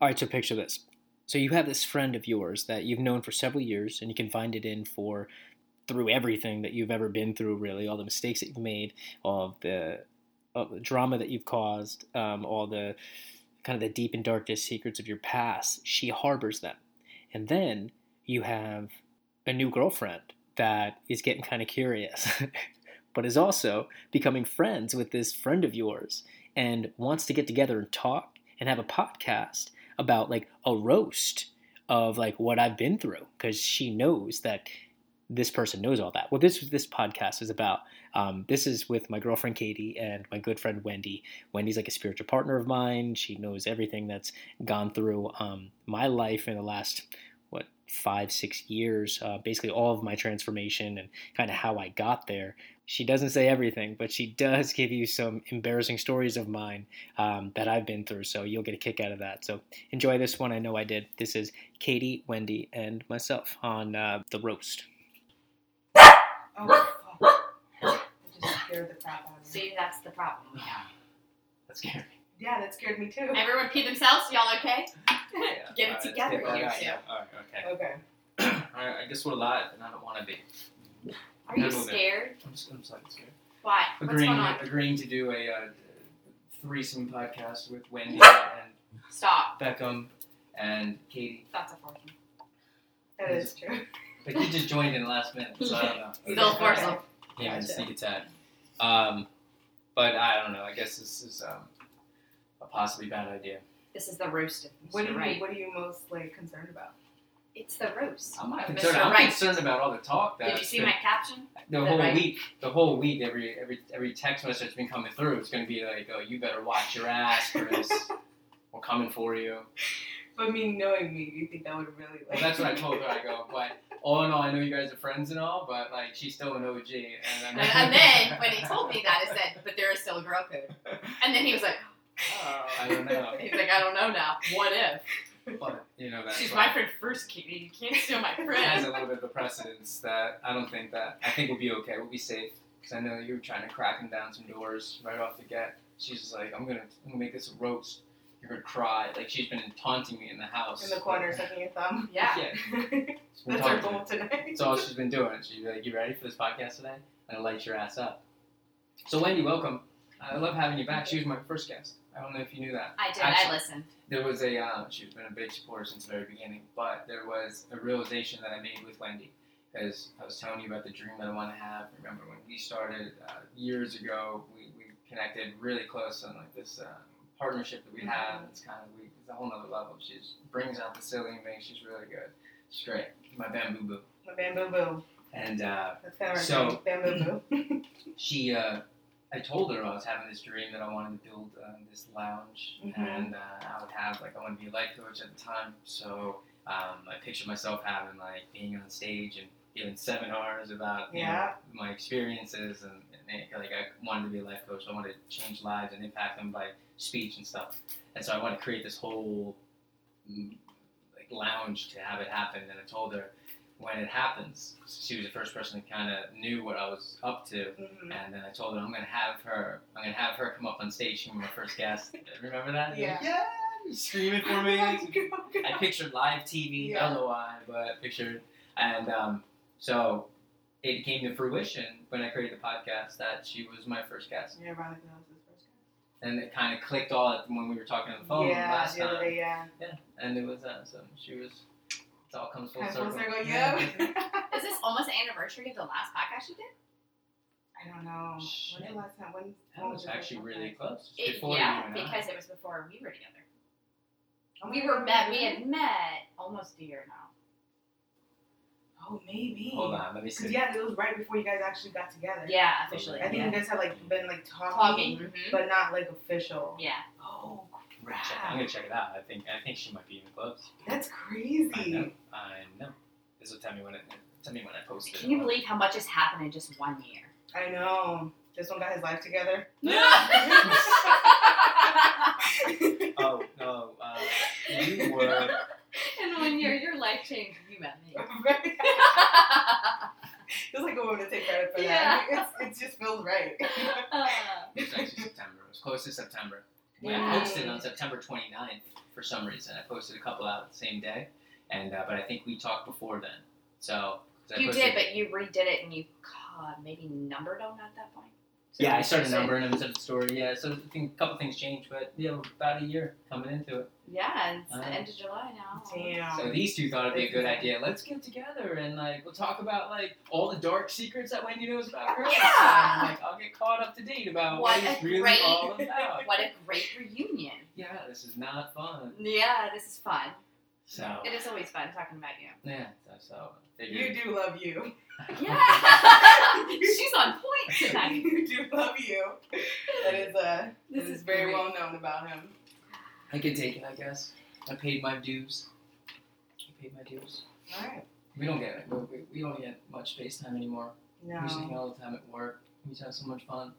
All right, so picture this. So you have this friend of yours that you've known for several years, and you confided in for through everything that you've ever been through, really, all the mistakes that you've made, all of the, all the drama that you've caused, um, all the kind of the deep and darkest secrets of your past. She harbors them, and then you have a new girlfriend that is getting kind of curious, but is also becoming friends with this friend of yours and wants to get together and talk and have a podcast about like a roast of like what I've been through because she knows that this person knows all that. Well, this this podcast is about. Um, this is with my girlfriend Katie and my good friend Wendy. Wendy's like a spiritual partner of mine. She knows everything that's gone through um, my life in the last what five six years, uh, basically all of my transformation and kind of how I got there. She doesn't say everything, but she does give you some embarrassing stories of mine um, that I've been through. So you'll get a kick out of that. So enjoy this one. I know I did. This is Katie, Wendy, and myself on uh, the roast. Oh, fuck. I just scared the crap out of me. See, that's the problem we have. That's scary. Yeah, that scared me too. Everyone pee themselves? Y'all okay? Get it together, All you right, two. all right, okay. Okay. All right, I guess we're live, and I don't want to be. Are you Handle it. scared? I'm just, I'm slightly scared. Why? What's Agreeing, going on? agreeing to do a uh, threesome podcast with Wendy and Stop. Beckham and Katie. That's a forcing. That is true. But you just joined in last minute, so I don't know. Still Okay. forcing. Yeah, I just Gotcha. think it's that. Um, but I don't know. I guess this is um, a possibly bad idea. This is the roast of What Mr. are you Right. What are you most like concerned about? It's the roast. I'm of not concerned. Mr. I'm Right. concerned about all the talk that Did you see my caption? the The whole right- week, the whole week, every every every text message that's been coming through, it's gonna be like, "Oh, you better watch your ass, Chris. We're coming for you." But me knowing me, you think that would really like? Well, that's what I told her. I go, "But all in all, I know you guys are friends and all, but like, she's still an OG." And, And, then and then when he told me that, I said, but there is still a girl code. And then he was like, Oh. I don't know, he was like, I don't know now. What if? but you know that's She's why my friend first, Katie. You can't steal my it has friend. a little bit of the precedence that I don't think that I think we'll be okay. We'll be safe because I know you were trying to crack him down some doors right off the get. She's just like, "I'm gonna, I'm gonna make this a roast." You're gonna cry. Like she's been taunting me in the house. In the corner, sucking your thumb. Yeah. She's been that's our taunting me. goal tonight. That's all she's been doing. She's like, "You ready for this podcast today?" And it lights your ass up. So Wendy, welcome. I love having you back. She was my first guest. I don't know if you knew that. I did. I Actually- listened. There was a um, she's been a big supporter since the very beginning, but there was a realization that I made with Wendy because I was telling you about the dream that I want to have. Remember when we started uh, years ago? We, we connected really close on like this uh, partnership that we have. It's kind of we, it's a whole nother level. She brings out the silly in me. She's really good. She's great. My bamboo boo. The bamboo boo. And uh, That's kind of our So- mm-hmm. thing, bamboo boo. she uh, I told her I was having this dream that I wanted to build uh, this lounge Mhm. and uh, I would have like I wanted to be a life coach at the time so um, I pictured myself having like being on stage and giving seminars about you know, Yeah. my experiences and, and it- like I wanted to be a life coach I wanted to change lives and impact them by speech and stuff and so I wanted to create this whole mm, like lounge to have it happen and I told her when it happens she was the first person that kind of knew what I was up to Mhm. and then I told her I'm gonna have her. I'm gonna have her come up on stage. She was my first guest. Remember that? Yeah. Yeah. Screaming for mm-hmm. me. I pictured live TV. I Yeah. don't know why, but I pictured. And um, so it came to fruition when I created the podcast that she was my first guest, Yeah, Riley Mills is first. and it kind of clicked all at when we were talking on the phone yeah, last the other time. day, yeah. And it was that. So she was. It all comes full Kind of circle. full circle, yeah. Is this almost the anniversary of the last podcast you did? I don't know. Shit. When did last time? When? That when was the first actually time? really close. It's It, before yeah, you and I. because it was before we were together. Oh my We were God. met. We had met almost a year now. Oh, maybe. Hold on, let me Because see. yeah, it was right before you guys actually got together. Yeah, officially. I think yeah. you guys had like been like talking, Talking. mhm. but not like official. Yeah. Oh Check- I'm crap! gonna check it out. I think I think she might be even close. That's I know. crazy. I know. This will tell me when it tell me when I posted. Can you believe how much has happened in just one year? I know. This one got his life together. in Oh no, uh, you were. one year, your life changed. when You met me. Just like a woman to take credit for Yeah. that. It's, it just feels right. Uh, It's actually September. It was close to September. when I posted Yay. on September 29th for some reason. I posted a couple out the same day, and uh, but I think we talked before then. So 'cause I You posted- did, but you redid it and you God, maybe numbered them at that point. So Yeah, I I started said- numbering them to the story. Yeah, so I think a couple things changed, but you know, about a year coming into it. Yeah, it's Uh, the end of July now. Damn. So these two thought it'd be a good idea. Let's get together and like we'll talk about like all the dark secrets that Wendy knows about girls. Yeah. And, like I'll get caught up to date about What what, it's a really great- all about. What a great reunion. yeah, this is not fun. Yeah, this is fun. So It is always fun talking about you. yeah, so, so You figured. do love you. Yeah, she's on point tonight. you do love you. That is uh, This that is very great. well known about him. I can take it, I guess. I paid my dues. I paid my dues. All right. We don't get it. We, we, we don't get much FaceTime anymore. We used to hang out all the time at work. We used to have so much fun.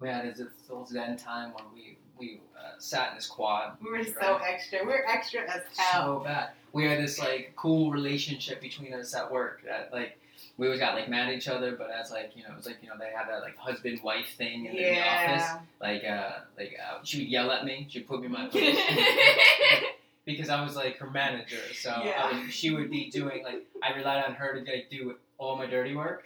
We had this little Zen time where we we uh, sat in this quad. We were so extra. We're extra as hell. So bad. We had this like cool relationship between us at work. That like we always got like mad at each other, but as like you know, it was like you know they had that like husband wife thing in the office. yeah. Like uh like uh, she would yell at me. She would put me in my place. yeah, because I was like her manager, so I Yeah. was- she would be doing like I relied on her to like do all my dirty work.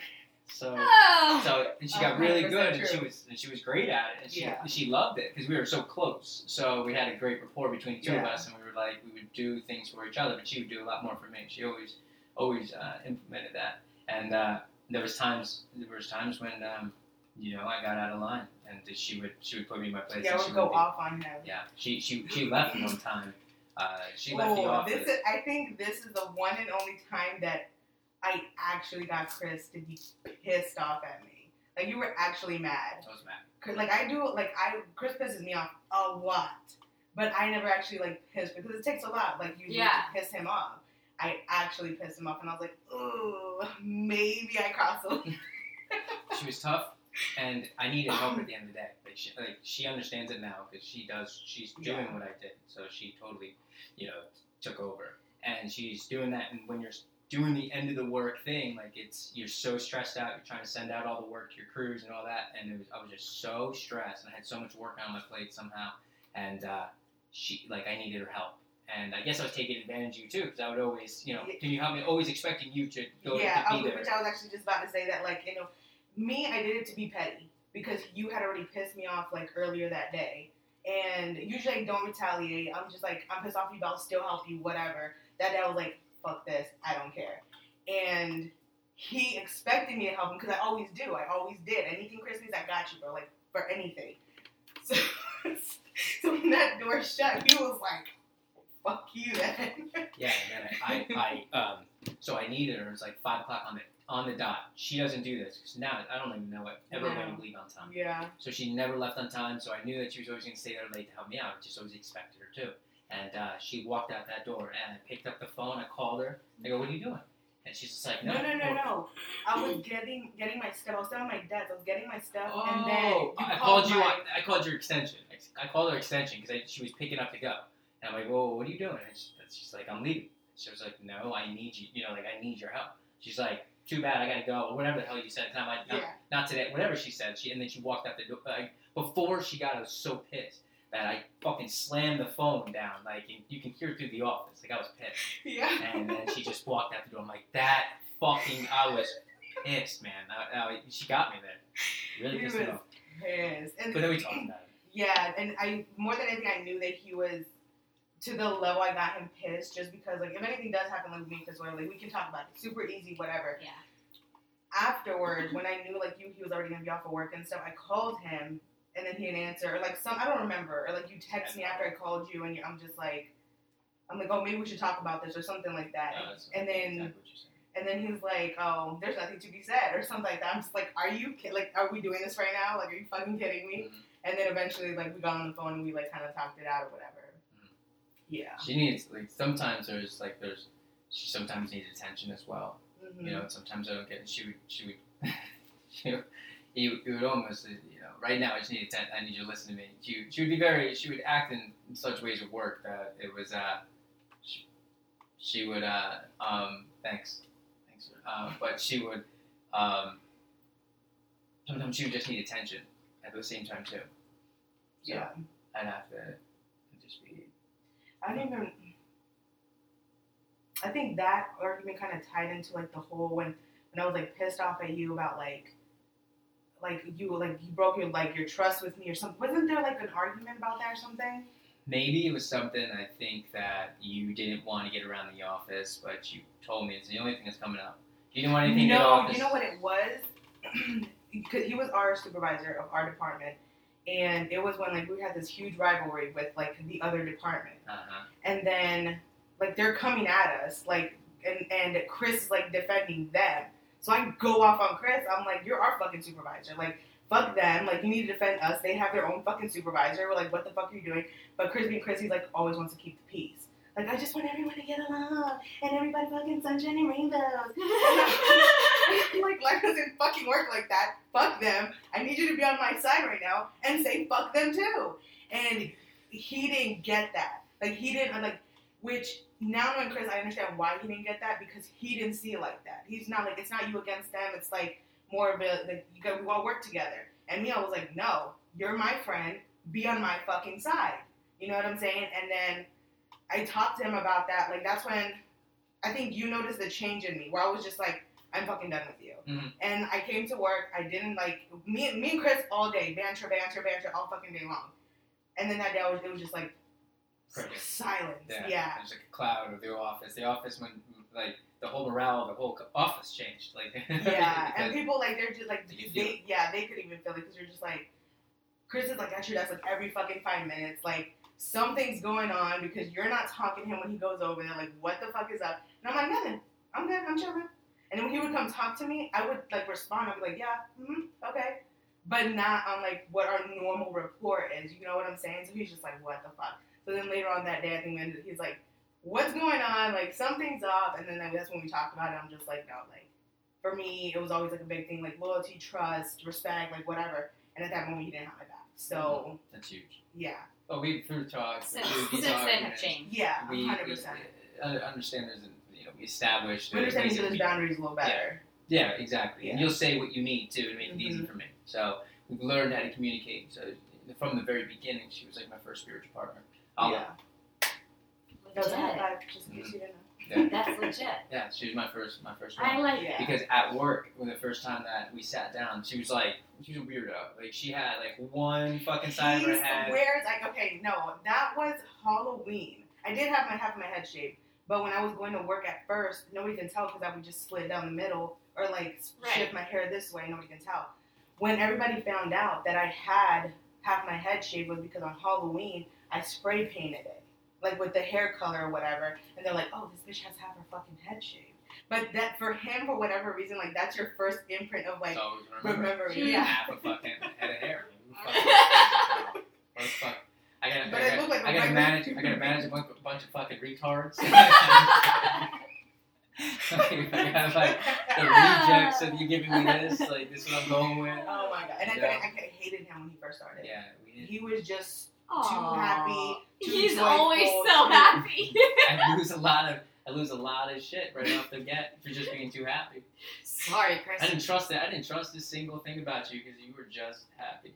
So Oh. Oh. so and she got really good, 100% and she true. was and she was great at it, and she Yeah. she loved it because we were so close. So we had a great rapport between the two of Yeah. us, and we were like we would do things for each other, but she would do a lot more for me. She always always uh, implemented that, and uh, there was times there was times when um, you know I got out of line, and she would she would put me in my place. Yeah, and we'll she go would be- off on him. yeah, she she she left one time. Uh, she left the Oh, office. this is, I think this is the one and only time that I actually got Chris to be pissed off at me. Like you were actually mad. I was mad. 'Cause, like I do, like I Chris pisses me off a lot, but I never actually like piss because it takes a lot. Like you need Yeah. to piss him off. I actually pissed him off, and I was like, ooh, maybe I crossed the line. She was tough, and I needed help at the end of the day. Like she, like she understands it now because she does. She's doing Yeah. what I did, so she totally, you know, took over. And she's doing that. And when you're doing the end of the work thing, like it's you're so stressed out. You're trying to send out all the work to your crews and all that. And it was I was just so stressed, and I had so much work on my plate somehow. And uh, she, like, I needed her help. And I guess I was taking advantage of you too, because I would always, you know, Yeah. can you help me? Always expecting you to go yeah, I to be was- there. which I was actually just about to say that, like you know, me, I did it to be petty because you had already pissed me off like earlier that day, and usually I don't retaliate. I'm just like I'm pissed off at you, but I'll still help you, whatever. That day I was like, fuck this, I don't care, and he expected me to help him because I always do, I always did. Anything Chris needs, I got you, bro. Like for anything. So, so when that door shut, he was like, fuck you, then. Yeah, and then I, I, I um, so I needed her. It was like five o'clock on the on the dot. She doesn't do this 'cause now I don't even know what ever No. when to leave on time. yeah. So she never left on time. So I knew that she was always going to stay there late to help me out. I just always expected her to. And uh, she walked out that door, and I picked up the phone. I called her. I go, "What are you doing?" And she's just like, "No, No, no, no, we're- no. I was getting getting my stuff. I was still on my desk. I was getting my stuff, Oh, and then you I called you. my- on- I called your extension. Ex- I called her extension because she was picking up to go. And I'm like, "Whoa, what are you doing?" And she, and she's like, "I'm leaving." She was like, "No, I need you. You know, like I need your help." She's like, "Too bad, I gotta go," or whatever the hell you said. Time, I, not, Yeah. not today. Whatever she said. She and then she walked out the door. Like, before she got, I was so pissed that I fucking slammed the phone down. Like and you can hear it through the office. Like I was pissed Yeah. and then she just walked out the door. I'm like, that fucking, I was pissed, man. I, I, she got me there. Really He pissed me was- off. Yes. And But then we talked about it. Yeah, and I more than anything, I knew that he was to the level I got him pissed just because, like, if anything does happen, like me, because like we can talk about it, super easy, whatever. Yeah. Afterwards, when I knew like you, he was already gonna be off of work and stuff. I called him, and then he didn't answer, or like some I don't remember, or like you text me after I called you, and you, I'm just like, I'm like, oh, maybe we should talk about this or something like that. No, that's and then- Uh, exactly what you said. And then he's like, "Oh, there's nothing to be said," or something like that. I'm just like, "Are you ki- like, are we doing this right now? Like, are you fucking kidding me?" Mhm. And then eventually, like, we got on the phone and we like kind of talked it out or whatever. Mhm. Yeah. She needs, like, sometimes there's, like, there's, she sometimes needs attention as well. hmm You know, and sometimes I don't get, she would, she would, she would. It would- it would almost, uh, you know, right now I just need atten- I need you to listen to me. She, would- she would be very, she would act in such ways of work that it was, uh, she, she would, uh, um, thanks, thanks, sir. um, but she would, um, sometimes she would just need attention at the same time too. So, Yeah. I'd have to just be. I don't even. I think that argument kind of tied into like the whole when when I was like pissed off at you about like like you like you broke your like your trust with me or something. Wasn't there like an argument about that or something? Maybe it was something I think that you didn't want to get around the office, but you told me it's the only thing that's coming up. You didn't want anything to get No, office. you know what it was? Because he was our supervisor of our department, and it was when like we had this huge rivalry with like the other department, Uh-huh. and then like they're coming at us like and and Chris is like defending them. So I go off on Chris. I'm like, you're our fucking supervisor. Like, fuck them. Like, you need to defend us. They have their own fucking supervisor. We're like, what the fuck are you doing? But Chris being Chris, he's like, always wants to keep the peace. Like, I just want everyone to get along and everybody fucking sunshine and rainbows like life doesn't fucking work like that. Fuck them. I need you to be on my side right now and say fuck them too. And he didn't get that. Like he didn't I'm like which now knowing Chris, I understand why he didn't get that because he didn't see it like that. He's not like it's not you against them. It's like more of a like you got we all work together. And me, I was like, no, you're my friend. Be on my fucking side. You know what I'm saying? And then I talked to him about that. Like that's when I think you noticed the change in me where I was just like. I'm fucking done with you. Mhm. And I came to work. I didn't like me. Me and Chris all day banter, banter, banter all fucking day long. And then that day, I was, it was just like Crickets. silence. Yeah, yeah. There's like a cloud of the office. The office when like the whole morale of the whole co- office changed. Like yeah, and because- people like they're just like You can feel they yeah they could even feel it because you're just like Chris is like at your desk like every fucking five minutes like something's going on because you're not talking to him when he goes over there like what the fuck is up and I'm like nothing I'm good I'm chilling and then when he would come talk to me I would like respond I'd be like yeah mm okay but not on like what our normal rapport is you know what I'm saying so he's just like what the fuck so then later on that day I think we ended, he's like what's going on like something's off and then like, that's when we talked about it I'm just like no like for me, it was always like a big thing, like loyalty, trust, respect, like whatever. And at that moment, he didn't have my back. So that's huge. yeah, But we through talk Since, through since these then have arguments, changed. yeah, We, we hundred percent. uh, understand there's a, you know we established We there's understand each things that other's we- boundaries a little better. Yeah, exactly. And Yeah. Mm-hmm. you'll say what you need to and make it easy for me. So we've learned how to communicate. So from the very beginning, she was like my first spiritual partner. Oh, I'll- yeah, that was a high five, just in case you didn't know. yeah, That's legit. yeah, she was my first my first. one. I like Yeah. it. Because at work, when the first time that we sat down, she was like, she was a weirdo. Like she had like one fucking side of her He head. swears like okay, no, that was Halloween. I did have my half of my head shaved, but when I was going to work at first, nobody can tell because I would just split down the middle or like Right. shift my hair this way. Nobody can tell. When everybody found out that I had half my head shaved was because on Halloween I spray painted it, like with the hair color or whatever, and they're like, oh, this bitch has half her fucking head shaved. But that for him, for whatever reason, like that's your first imprint of like so always remember. remember, She- yeah. Half a fucking head of hair. Fucking- what the fuck? I gotta, But I it gotta, looked like a I gotta white manage. man. I gotta manage a bunch, a bunch of fucking retards. Like, I gotta, like, the rejects that you're giving me this, like this is what I'm going with. Oh my god! And I, Yeah. couldn't, I could hated him when he first started. Yeah, we did. He was just Aw. happy, too He's joyful, always so too- happy. I lose a lot of, I lose a lot of shit right off the get for just being too happy. Sorry, I Chris. didn't trust that. I didn't trust a single thing about you because you were just happy.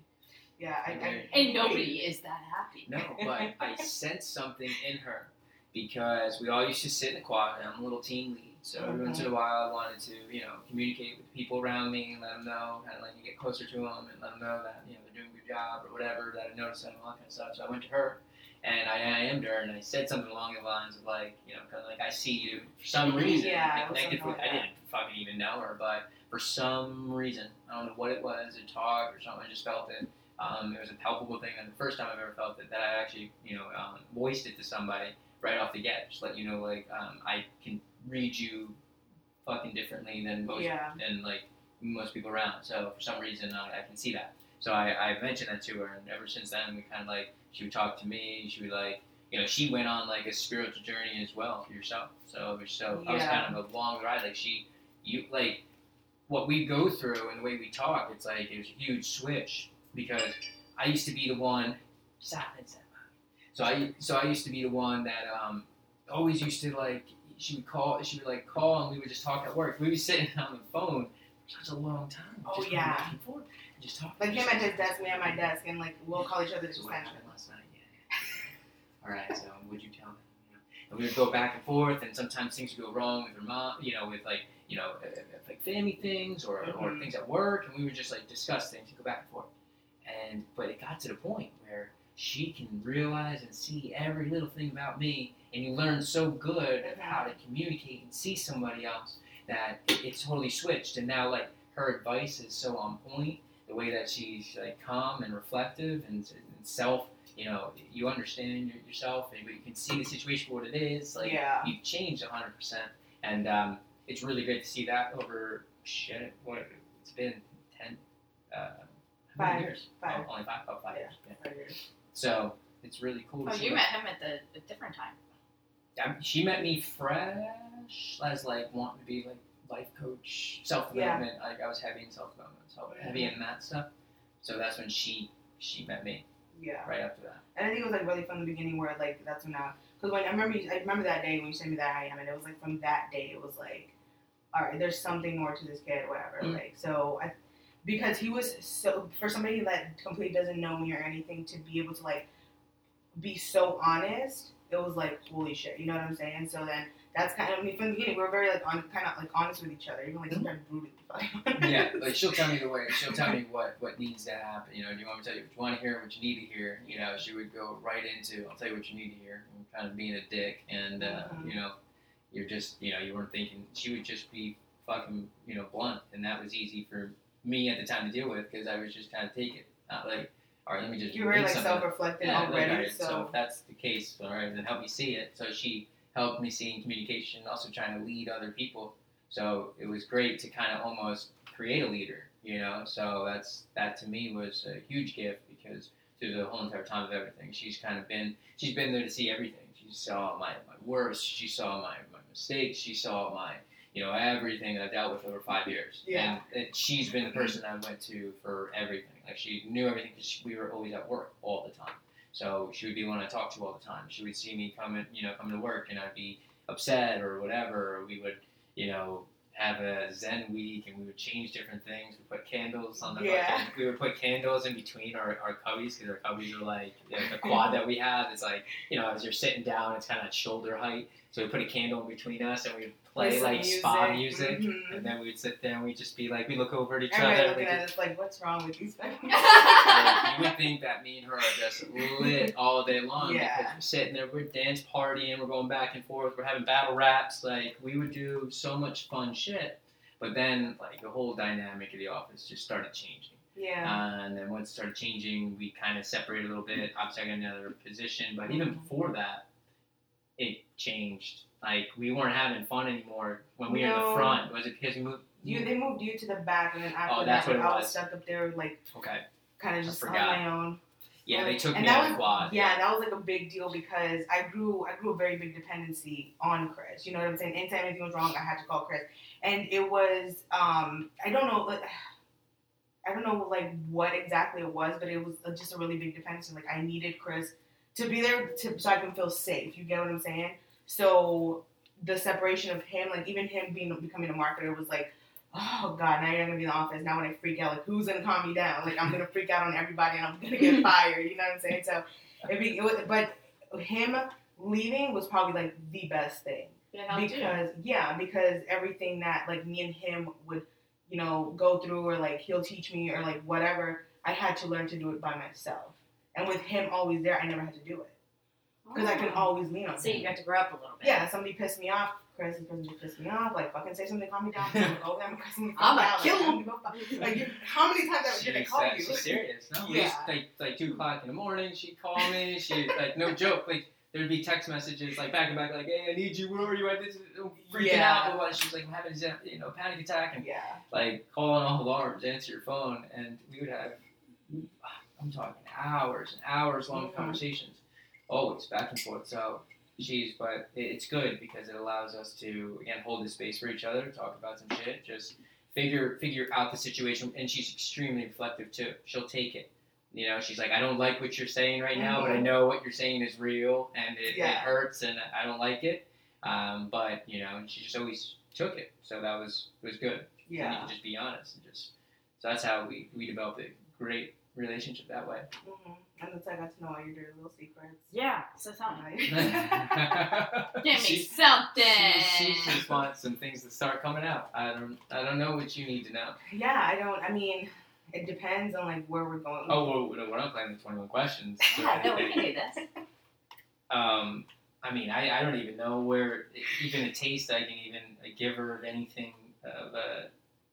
yeah. I, I, And nobody is that happy. No, but I sensed something in her because we all used to sit in the quad, and I'm a little team lead. So every once in a while, I wanted to, you know, communicate with the people around me and let them know, kind of like you get closer to them and let them know that, you know, they're doing a good job or whatever, that I noticed them and all that kind of stuff. So I went to her and I IM'd her and I said something along the lines of like, you know, kind of like, I see you for some reason. Yeah, I it was connected something with, like I didn't fucking even know her, but for some reason, I don't know what it was, a talk or something, I just felt it. Um, it was a palpable thing, and the first time I've ever felt it, that I actually, you know, um, voiced it to somebody right off the get, just let you know, like, um, I can read you fucking differently than most, Yeah. than like most people around. So for some reason, uh, I, I can see that. So I, I mentioned that to her, and ever since then, we kind of like she would talk to me. She would like, you know, she went on like a spiritual journey as well for yourself. So it was so I was Yeah. kind of a long ride. Like she, you like what we go through and the way we talk. It's like it was a huge switch because I used to be the one silence that mouth. So I so I used to be the one that um always used to like she would call she would like call and we would just talk at work. We would be sitting on the phone for such a long time. Oh, just going yeah. back and forth, and just talking. Like him at his desk, me at my desk, and like we'll call each other So just what kind of. happened last night? Yeah, all right, so would you tell them? You know? And we would go back and forth, and sometimes things would go wrong with her mom, you know, with like, you know, uh, uh, like family things or, or Mhm. things at work, and we would just like discuss things and go back and forth. And but it got to the point where she can realize and see every little thing about me, and you learn so good of how to communicate and see somebody else that it, it's totally switched. And now like her advice is so on point the way that she's like calm and reflective and, and self you know you understand your, yourself and you can see the situation for what it is like yeah. you've changed 100% and um, it's really great to see that over shit what it's been 10 uh, how many Five. years Five. Oh, only five, oh, five years yeah. Right here. so it's really cool to Oh, see you that. met him at the a different time. I, she met me fresh as like wanting to be like life coach, self development. Like I was heavy in self development, so heavy in that stuff. So that's when she she met me Yeah. right after that. And I think it was like really from the beginning where like that's when I because when I remember you, I remember that day when you sent me that I am and it was like from that day it was like all right there's something more to this kid whatever Mm. like so I because he was so for somebody that completely doesn't know me or anything to be able to like be so honest it was like holy shit you know what I'm saying so then that's kind of I mean from the beginning we were very like on kind of like honest with each other even like Mhm. sometimes brutally fucking yeah, like she'll tell me the way. She'll tell me what what needs to happen. You know, do you want me to tell you what you want to hear, what you need to hear? You know, she would go right into, I'll tell you what you need to hear. and kind of being a dick, and uh, Mhm. you know, you're just, you know, you weren't thinking. She would just be fucking, you know, blunt, and that was easy for me at the time to deal with because I was just kind of take it, not like, all right, let me just. you were read like something. self reflecting Yeah, like, already all right, so, so if that's the case, all right, then help me see it. So she helped me see in communication, also trying to lead other people. So it was great to kind of almost create a leader, you know. So that's that to me was a huge gift because through the whole entire time of everything, she's kind of been she's been there to see everything. She saw my, my worst, she saw my, my mistakes, she saw my you know everything that I dealt with over five years. Yeah. and it, she's been the person I went to for everything. Like she knew everything because we were always at work all the time. So she would be the one I talked to all the time. She would see me coming, you know, coming to work, and I'd be upset or whatever. Or we would, you know, have a Zen week, and we would change different things. We put candles on the Yeah. fucking- we would put candles in between our our cubbies because our cubbies are like you know, the quad that we have is like you know as you're sitting down, it's kind of at shoulder height. So we put a candle in between us, and we would play Listen like to spa music. Mhm. And then we'd sit there and we'd just be like, we look over at each Everybody other. and looking we at us like, what's wrong with these fucking like, you would think that me and her are just lit all day long Yeah. because we're sitting there, we're dance partying, we're going back and forth, we're having battle raps. Like we would do so much fun shit. But then like the whole dynamic of the office just started changing. Yeah. Uh, and then once it started changing, we kind of separated a little bit. Obviously, I got another position, but even Mm-hmm. before that, it changed. Like we weren't having fun anymore when we were in No. the front. Was it because we moved? You they moved you to the back and then after Oh, that's that what it I was was. stuck up there like Okay. kind I of just on forgot. my own. Yeah, they took And me that on was- the quad. Yeah, that was like a big deal because I grew I grew a very big dependency on Chris. You know what I'm saying? Anytime anything was wrong, I had to call Chris. And it was um I don't know like I don't know like what exactly it was, but it was uh, just a really big dependency. Like I needed Chris to be there to, so I can feel safe. You get what I'm saying? So the separation of him, like even him being becoming a marketer, was like, oh god, now you're gonna be in the office. Now when I freak out, like who's gonna calm me down? Like I'm gonna freak out on everybody and I'm gonna get fired. You know what I'm saying? So it, be, it was, but him leaving was probably like the best thing Yeah, how do you? because yeah, because everything that like me and him would, you know, go through or like he'll teach me or like whatever, I had to learn to do it by myself. And with him always there, I never had to do it because I can always lean on Oh. So him. you got to grow up a little bit. Yeah, somebody pissed me off. Chris is going to piss me off. Like, fucking say something, calm me down. I'm gonna go over there, I'm gonna cuss him the fuck I'ma out. kill Like, I don't him. give a fuck. Like, you- how many times She's, did I call uh, you? she's serious. No, Yeah. It's like like two o'clock in the morning. She'd call me. She like no joke. Like there'd be text messages like back and back. Like hey, I need you. Where are you? at? this is I'm freaking Yeah. out. What? She's like I'm having a, you know panic attack and Yeah. like calling all alarms, answer your phone, and we would have I'm talking hours and hours long Mhm. conversations, always back and forth. So she's but it- it's good because it allows us to again hold the space for each other, talk about some shit, just figure figure out the situation. And she's extremely reflective too. She'll take it. You know, she's like, I don't like what you're saying right now, but I Mhm. know what you're saying is real and it, it Yeah. hurts and I don't like it. Um, but you know, she just always took it. So that was was good. And you Yeah. can just be honest and just so that's how we we developed a great relationship that way. Mm-hmm. And that's how I got to know all your dirty little secrets. Yeah. So tell me. Nice. Give She- me something. she, she just wants some things to start coming out. I don't I don't know what you need to know. yeah, I don't. I mean, it depends on like where we're going. Oh, well, we're not playing the 21 questions. so yeah, no, we can do this. um, I mean, I, I don't even know where even a taste I can even give her of anything of a,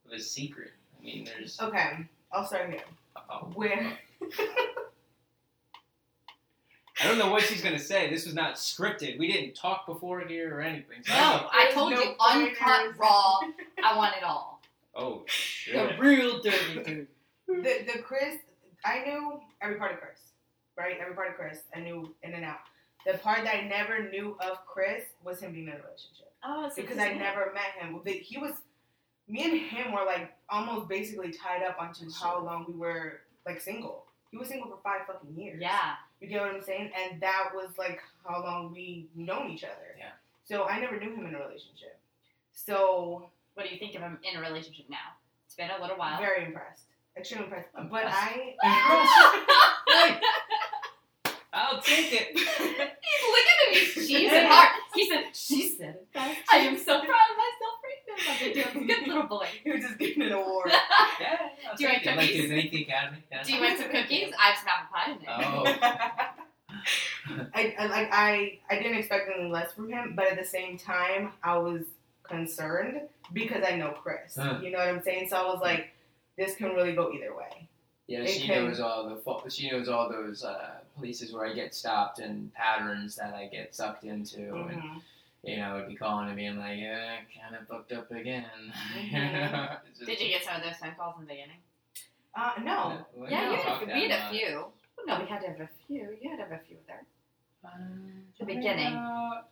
of a secret. I mean, there's Oh. Okay, I'll start here. oh, Where? I don't know what she's gonna say. This was not scripted. We didn't talk before here or anything. So I No, don't know. I There's told no you, uncut pointers. raw. I want it all. Oh, shit. The real dirty dude. the the Chris, I knew every part of Chris, right? Every part of Chris, I knew in and out. The part that I never knew of Chris was him being in a relationship Oh, so because this I is- never met him. But he was, me and him were like almost basically tied up onto how long we were like single. He was single for five fucking years. Yeah. You get what I'm saying? And that was like how long we known each other. Yeah. So I never knew him in a relationship. So What do you think of him in a relationship now? It's been a little while. very impressed. Extremely impressed. But I I'll take it. He's looking at me. She's in heart. He said, she said it best. I am so proud of myself right now. I'm a good little boy. he was just getting an award. Yeah, I'll Do you take want it. Like, cookies? is anything academy? Yeah. Do you want some cookies? I have some apple pie in there. Oh. I, I like I I didn't expect anything less from him, but at the same time I was concerned because I know Chris. Huh. You know what I'm saying? So I was like, this can really go either way. Yeah, It she can- knows all the fo- she knows all those uh, places where I get stopped and patterns that I get sucked into, and Mhm. Mm-hmm. you know, would be calling and being like, yeah, kind of fucked up again. Mhm. It's just- Mm-hmm. Did you get some of those phone calls in the beginning? Uh, no. Well, Yeah, no, you had fuck a, that, we had a no. few. No, we had to have a few. You had to have a few there. Um, The beginning.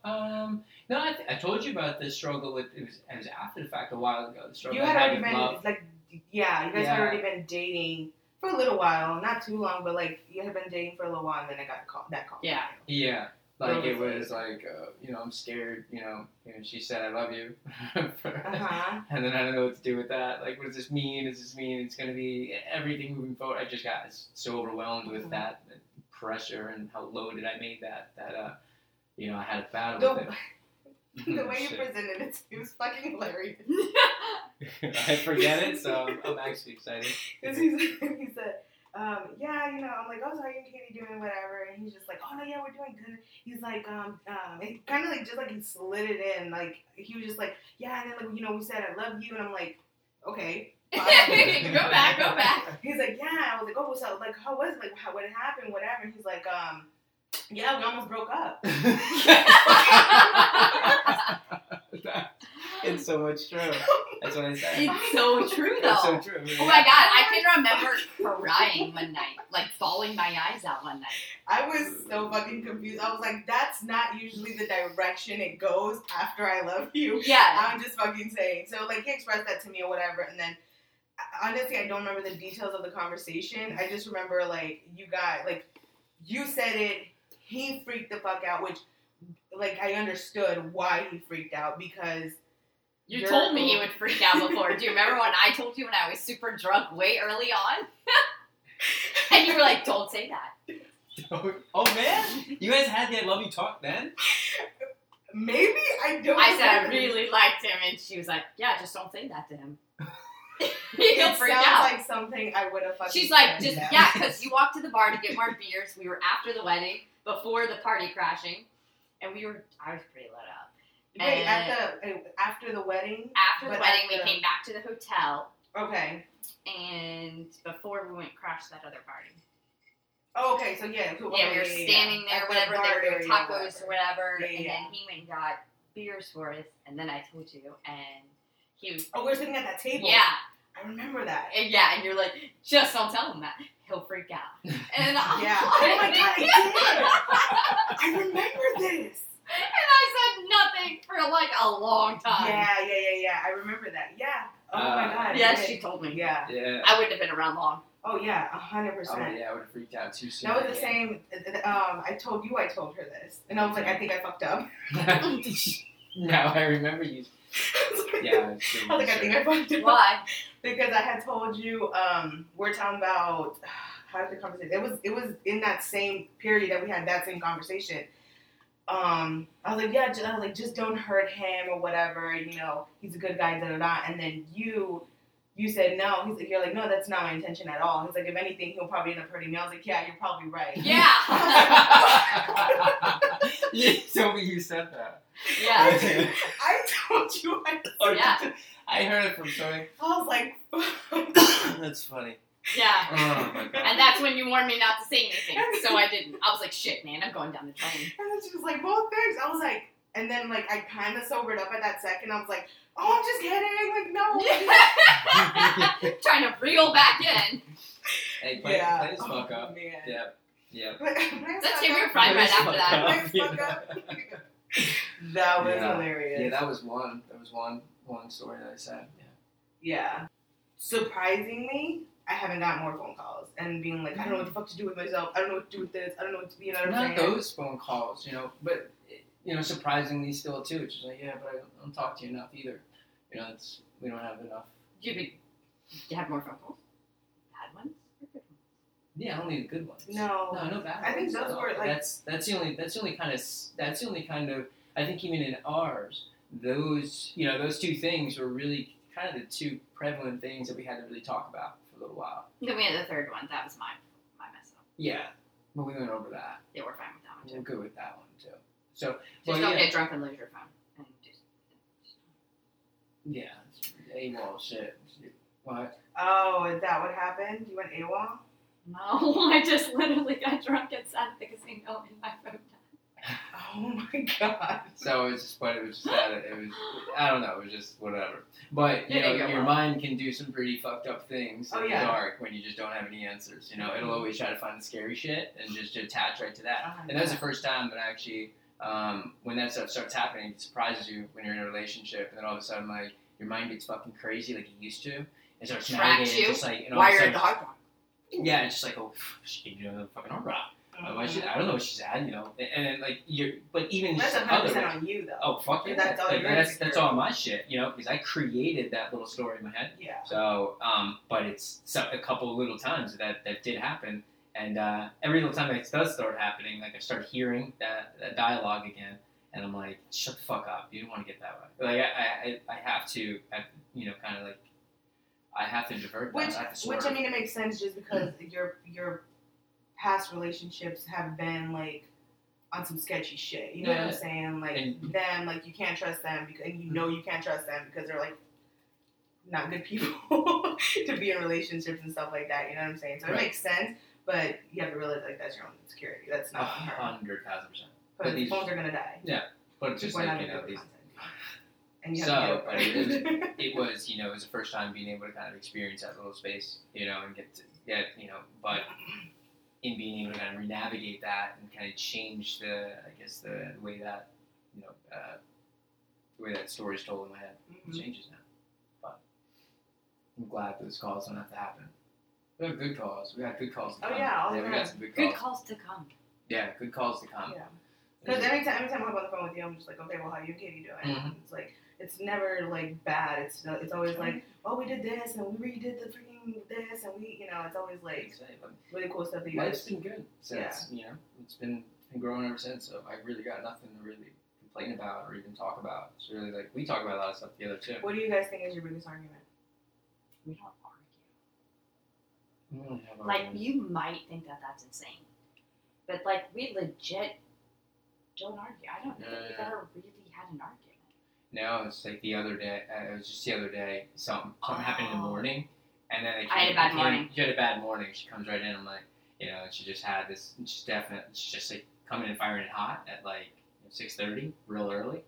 Um, no, I, th- I told you about the struggle with it was it was after the fact a while ago. The struggle You I had already with been love. like, yeah, you guys had Yeah. already been dating for a little while, not too long, but like you had been dating for a little while, and then I got a call, that call. Yeah. Yeah. Like it Really? was like, uh, you know, I'm scared, you know, you know, she said I love you. Uh huh. and then I don't know what to do with that. Like, what does this mean? Does this mean it's going to be everything moving forward? I just got so overwhelmed with Mhm. that pressure and how loaded I made that that uh, you know, I had a battle The, with it. the way you Oh, Shit. presented it, it was fucking hilarious. I forget it, so I'm, I'm actually excited. 'Cause he's, he said, um, yeah, you know, I'm like, oh, so how you and Katie doing, whatever. And he's just like, oh, no, yeah, we're doing good. He's like, um, um, it kind of like just like he slid it in. Like, he was just like, yeah, and then, like, you know, we said, I love you. And I'm like, okay. go back, go back. He's like, yeah. I was like, oh, so like, how was it? Like, how, what happened? Whatever. And he's like, um, yeah, we almost broke up. it's so much true. That's what I said. It's so true though. It's so true. Oh my god, I can remember crying one night, like bawling my eyes out one night. I was so fucking confused. I was like, that's not usually the direction it goes after I love you. Yeah. I'm just fucking saying. So like, he expressed that to me or whatever, and then. I- Honestly, I don't remember the details of the conversation. I just remember like you got like you said it. He freaked the fuck out, which like I understood why he freaked out because You You're told me cool. you would freak out before. Do you remember when I told you when I was super drunk way early on? and you were like, don't say that. Oh man, you guys had that love you talk then? Maybe I don't. I said I remember. really liked him, and she was like, yeah, just don't say that to him. It He'll sounds freak out. like something I would have fucking. She's said, like, just though. yeah, because you walked to the bar to get more beers. We were after the wedding, before the party crashing, and we were. I was pretty lit up. Wait, at the after the wedding. After the But wedding, we after- came back to the hotel, Okay. and before we went crash that other party. Oh, okay. So yeah. cool, Yeah, okay, we were standing yeah. there, At the whatever. bar There were area, tacos or whatever. whatever, Yeah, and yeah. then he went and got beers for us, and then I told you, and he was Oh, we we're sitting at that table. yeah, I remember that. and yeah, and you're like, just don't tell him that. He'll freak out. And I'm Yeah. like, Oh my god, I did. I remember this. And I said nothing for like a long time. Yeah, yeah, yeah, yeah. I remember that. Yeah. Oh my Uh, god. I Yes, did. she told me. Yeah. Yeah. I wouldn't have been around long. Oh yeah, a hundred Oh percent. yeah, I would have freaked out too soon. That was the same. Um, I told you I told her this, and I was like, I think I fucked up. now I remember you. Yeah. it's I was like, I think I fucked up. Why? because I had told you um, we're talking about how did the conversation? It was it was in that same period that we had that same conversation. Um, I was like, yeah, ju- I was like, just don't hurt him or whatever. You know, he's a good guy, da da da. And then you, you said no. He's like, you're like, no, that's not my intention at all. He's like, if anything, he'll probably end up hurting me. I was like, yeah, you're probably right. Yeah. you told me you said that. yeah. I told you. I, Or- Yeah. I heard it from somebody. I was like, oh, That's funny. Yeah. Oh my god. And that's when you warned me not to say anything, so I didn't. I was like, shit, man, I'm going down the drain. And then she was like, well, thanks. I was like, and then like I kind of sobered up at that second. I was like, oh, I'm just kidding. Like, no. Trying to reel back in. hey, play, yeah. play this fuck Oh, up. Man. Yep. Yep. That's That's your prime right after that. That was Yeah. hilarious. Yeah, that was one. There was one one story that I said. Yeah. Yeah. Surprisingly, I haven't gotten more phone calls and being like, I don't know what the fuck to do with myself. I don't know what to do with this. I don't know what to be. You know what I'm Not saying? those phone calls, you know, but you know, surprisingly still too. It's just like, yeah, but I don't, I don't talk to you enough either. You know, it's we don't have enough. You could you have more phone calls. Bad ones. or good ones? Yeah, only the good ones. No. No, no bad I think ones those at all. were, like- that's that's the only that's the only kind of s- that's the only kind of I think even in ours those you know those two things were really kind of the two prevalent things that we had to really talk about for a little while. Then we had the third one. That was my my mess up. Yeah, but we went over that. Yeah, we're fine with that one too. We're good with that one too. So Just well, don't yeah, get drunk and lose your phone. And just, yeah, AWOL shit. What? Oh, that what happened? You went AWOL? no, I just literally got drunk and sat at the casino and my phone died. Oh my god. So it's just, but it was just that it was I don't know it was just whatever. But you It know didn't go your well. mind can do some pretty fucked up things Oh, in yeah. the dark when you just don't have any answers. You know it'll Mm-hmm. always try to find the scary shit and just attach right to that. And that was the first time that I actually, um, when that stuff starts happening, it surprises you when you're in a relationship, and then all of a sudden, like your mind gets fucking crazy, like it used to, and starts Tracks navigating, you. just like, and all Why of a you're at sudden, the hard rock. yeah, it's just like, oh, she gave me another fucking arm rock. Mm-hmm. Uh, why she- I don't know what she's at, you know, and then like you're, but even That's just 100% other, on you, though. oh fuck it, That's all like, you're that's insecure that's all my shit, you know, because I created that little story in my head. Yeah. So, um, but it's so, a couple of little times that that did happen, and uh, every little time it does start happening, like I start hearing that, that dialogue again, and I'm like, shut the fuck up, you don't want to get that way. Like I, I, I have to, I, you know, kind of like, I have to divert that. Which, I have to which swerve. I mean, it makes sense just because your your past relationships have been like on some sketchy shit. You know what Yeah. I'm saying? Like And- them, like you can't trust them because and you know you can't trust them because they're like not good people to be in relationships and stuff like that. You know what I'm saying? So it Right. makes sense, but you have to realize like that's your own insecurity. That's a not from her. hundred thousand percent. But Uh-huh. these- phones are gonna die. But it's just People are like not you know gonna these get the content. And you have So, to get over it. it was, you know, it was the first time being able to kind of experience that little space, you know, and get to get, you know, but in being able to kind of navigate that and kind of change the, I guess, the way that, you know, uh, the way that story's told in my head Mhm. it changes now. But I'm glad those calls don't have to happen. We have good calls. We had good calls. To Oh, come. yeah, all the we time. got some good calls. Good calls to come. Yeah, good calls to come. Yeah. Because every time, every time I'm on the phone with you, I'm just like, okay, well, how you and Katie doing? Mhm. It's like it's never like bad. It's no- it's always like, oh, we did this and we redid the freaking this and we, you know, it's always like Exactly. really cool stuff that you Life's guys. been good since you know it's been been growing ever since. So I really got nothing to really complain about or even talk about. It's really like we talk about a lot of stuff together too. What do you guys think is your biggest argument? We don't argue. We don't have our Like own- you might think that that's insane, but like we legit don't argue. I don't know that we've Yeah. ever really had an argument. No, it's like the other day. Uh, it was just the other day. Something something happened in the Oh. morning, and then it I had a came- bad came- morning. She had a bad morning. She comes right in. I'm like, you know, and she just had this. She's definite. She's just like coming and firing it hot at like six thirty, real early.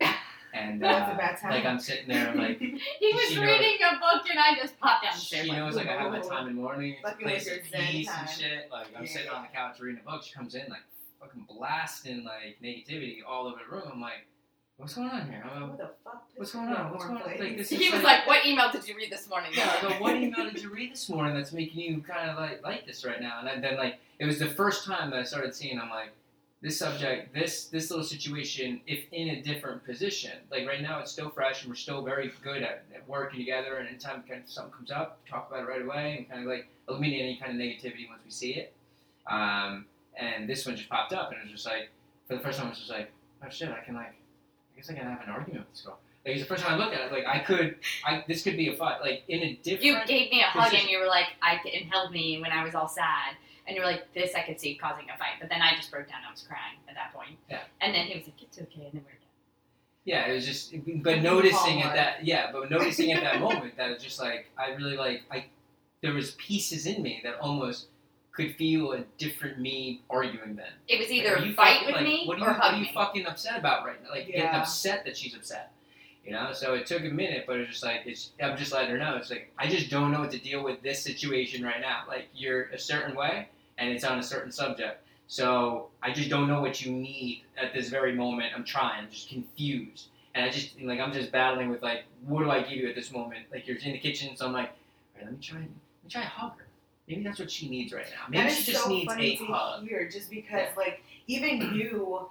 And That's uh, a bad time. like I'm sitting there, I'm like. He Did was she know- reading a book and I just popped downstairs. She like, knows like I have my time in the morning, it's a Fucking with place of your zen peace and time. shit. Like I'm Yeah. sitting on the couch reading a book. She comes in like fucking blasting like negativity all over the room. I'm like, what's going on here? I'm like, what the fuck? um, what's going on? What's going on? Like, this he was like, "What email did you read this morning?" yeah, I go, "Oh, what email did you read this morning that's making you kind of like like this right now? And then like it was the first time that I started seeing. I'm like, this subject, this this little situation, if in a different position, like right now, it's still fresh and we're still very good at, at working together. And anytime kind of something comes up, talk about it right away and kind of like eliminate any kind of negativity once we see it. Um, and this one just popped up, and it was just like, for the first time, I was just like, oh shit, I can like, I guess I can have an argument with this girl. Like it's the first time I looked at it, like I could, I this could be a fight, like in a different. You gave me a hug Position. and you were like, I and held me when I was all sad. And you were like, this I could see causing a fight. But then I just broke down. I was crying at that point. Yeah. And then he was like, it's okay. And then we were done. Yeah, it was just, but Like, noticing Hallmark. at that, yeah, but noticing at that moment that it's just like I really like I, there was pieces in me that almost could feel a different me arguing then. It was Like, either are you fight fucking- with like, me what are or you, what hug are you me. fucking upset about right now? Like getting Yeah. upset that she's upset, you know. So it took a minute, but it's just like it's. I'm just letting her know. It's like I just don't know what to deal with this situation right now. Like you're a certain way, and it's on a certain subject. So I just don't know what you need at this very moment. I'm trying. I'm just confused, and I just like I'm just battling with like what do I give you at this moment? Like you're in the kitchen, so I'm like, all right, let me try. and- Let me try and hug her. Maybe that's what she needs right now. Maybe That is she just so needs funny a to hug. hear, just because like even you,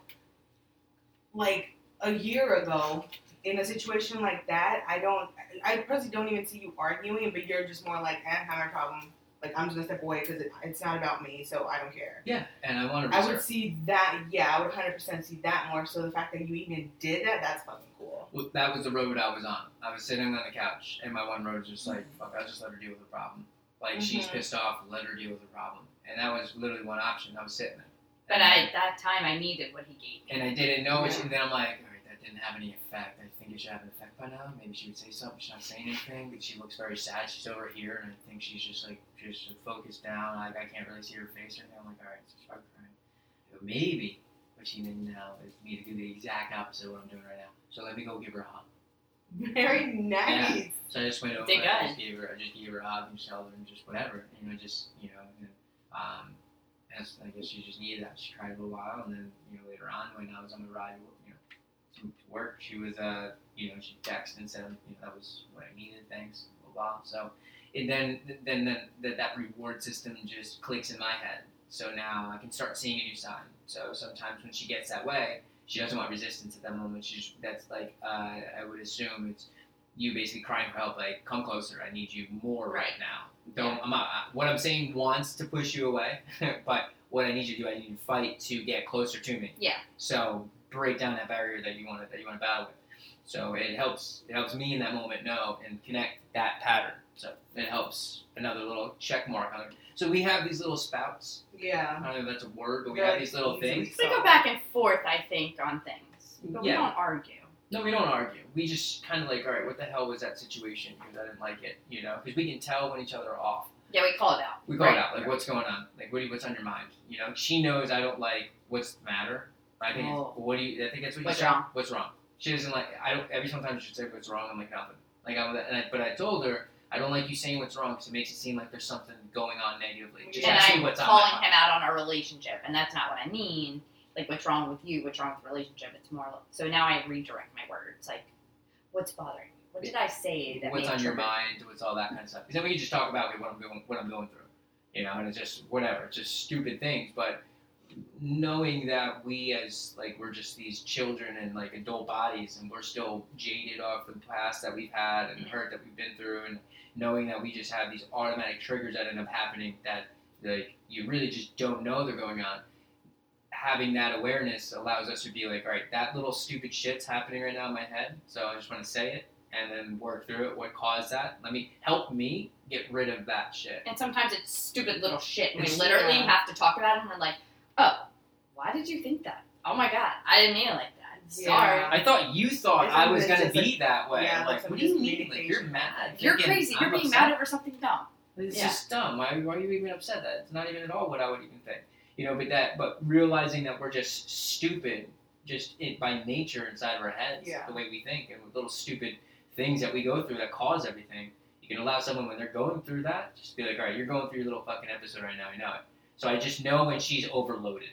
like a year ago, in a situation like that, I don't, I personally don't even see you arguing, but you're just more like, eh, not my problem. Like I'm just gonna step away because it, it's not about me, so I don't care. Yeah, and I want to I reserve. would see that, yeah, I would 100% see that more. So the fact that you even did that, that's fucking cool. Well, that was the road I was on. I was sitting on the couch, and my one road was just like, fuck, I'll just let her deal with the problem. Like, she's Mhm. pissed off, let her deal with the problem. And that was literally one option. I was sitting there. But And I, that time I needed what he gave me. And I didn't know it, and then I'm like, all right, that didn't have any effect. I think it should have an effect by now. Maybe she would say something. She's not saying anything, but she looks very sad. She's over here, and I think she's just like, just focused down. Like, I can't really see her face or anything. I'm like, all right, so start crying. But maybe what she needs now is me to do the exact opposite of what I'm doing right now. So let me go give her a hug. Very nice. So I just went over. Dig and I in. just gave her. I just gave her a hug and just held her and just whatever. You know, just you know, and, um, as I guess she just needed that. She cried for a while, and then you know later on when I was on the ride, you know, to to work, she was uh, you know, she texted and said, you know, that was what I needed. Thanks, blah blah. blah. So, and then then then that that reward system just clicks in my head. So now I can start seeing a new sign. So sometimes when she gets that way, she doesn't want resistance at that moment. She's that's like uh, I would assume it's you basically crying for help, like come closer. I need you more right, Right. now. Don't I'm not, what I'm saying wants to push you away, but what I need you to do, I need you to fight to get closer to me. Yeah. So break down that barrier that you want to that you want to battle with. So it helps it helps me in that moment know and connect that pattern. So it helps another little check mark on it. So we have these little spouts. I Yeah. don't know if that's a word, but we They're have these little easily things. We go solved. back and forth, I think, on things. But we Yeah. don't argue. No, we don't argue. We just kind of like, all right, what the hell was that situation? Because I didn't like it, you know. Because we can tell when each other are off. Yeah, we call it out. We call Right. it out, like what's going on, like what do you, what's on your mind, you know. She knows I don't like what's the matter. I think it's- Oh. what do you? I think that's what you What's said. wrong? What's wrong? She doesn't like. I don't. Every sometimes she say what's wrong. I'm like nothing. Like I and I, but I told her I don't like you saying what's wrong because it makes it seem like there's something going on negatively. Just and Yeah. ask me I'm what's on my calling mind. him out on our relationship, and that's not what I mean. Like, what's wrong with you? What's wrong with the relationship? It's more. like- So now I redirect my words. Like, what's bothering you? What did I say that what's made on your trigger- mind, what's all that kind of stuff. Because then we can just talk about okay, what I'm going, what I'm going through, you know, and it's just whatever, it's just stupid things. But knowing that we as like we're just these children and like adult bodies, and we're still jaded off the past that we've had and hurt that we've been through, and knowing that we just have these automatic triggers that end up happening that like you really just don't know they're going on. Having that awareness allows us to be like, all right, that little stupid shit's happening right now in my head, so I just want to say it and then work through it. What caused that? Let me help me get rid of that shit. And sometimes it's stupid little shit. and We It's- literally yeah. have to talk about it, and we're like, "Oh, why did you think that? Oh my god, I didn't mean it like that. Sorry." Yeah. I thought you thought Isn't I was it gonna just be that way. yeah, like like, some what do you mean? Like, you're miscommunication. mad. You're Thinking, crazy. You're I'm being upset. mad over something dumb. It's Yeah. just dumb. Why, why are you even upset that? It's not even at all what I would even think. You know, but that, but realizing that we're just stupid, just it, by nature inside of our heads, Yeah. the way we think, and with little stupid things that we go through that cause everything. You can allow someone when they're going through that, just be like, all right, you're going through your little fucking episode right now. I know it. So I just know when she's overloaded,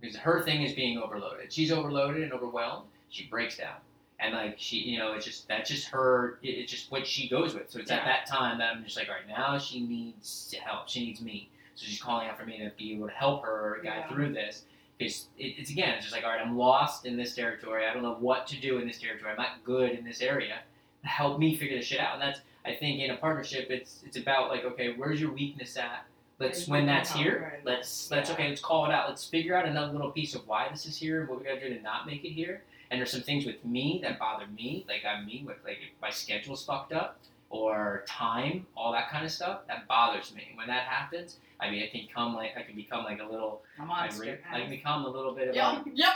because her thing is being overloaded. She's overloaded and overwhelmed. She breaks down. And like she, you know, it's just that's just her. it- It's just what she goes with. So it's at Yeah. that time that I'm just like, all right, now she needs help. She needs me. So she's calling out for me to be able to help her guide Yeah. through this. it's it, it's again it's just like all right i'm lost in this territory i don't know what to do in this territory i'm not good in this area help me figure this shit out and that's i think in a partnership it's it's about like okay where's your weakness at let's And when figure that's out, here right. let's let's Yeah. okay let's call it out let's figure out another little piece of why this is here and what we gotta do to not make it here and there's some things with me that bother me like i'm me with like if my schedule's fucked up or time all that kind of stuff that bothers me when that happens i mean i can come like i can become like a little A I monster. re- like become a little bit of Yep. a Yep.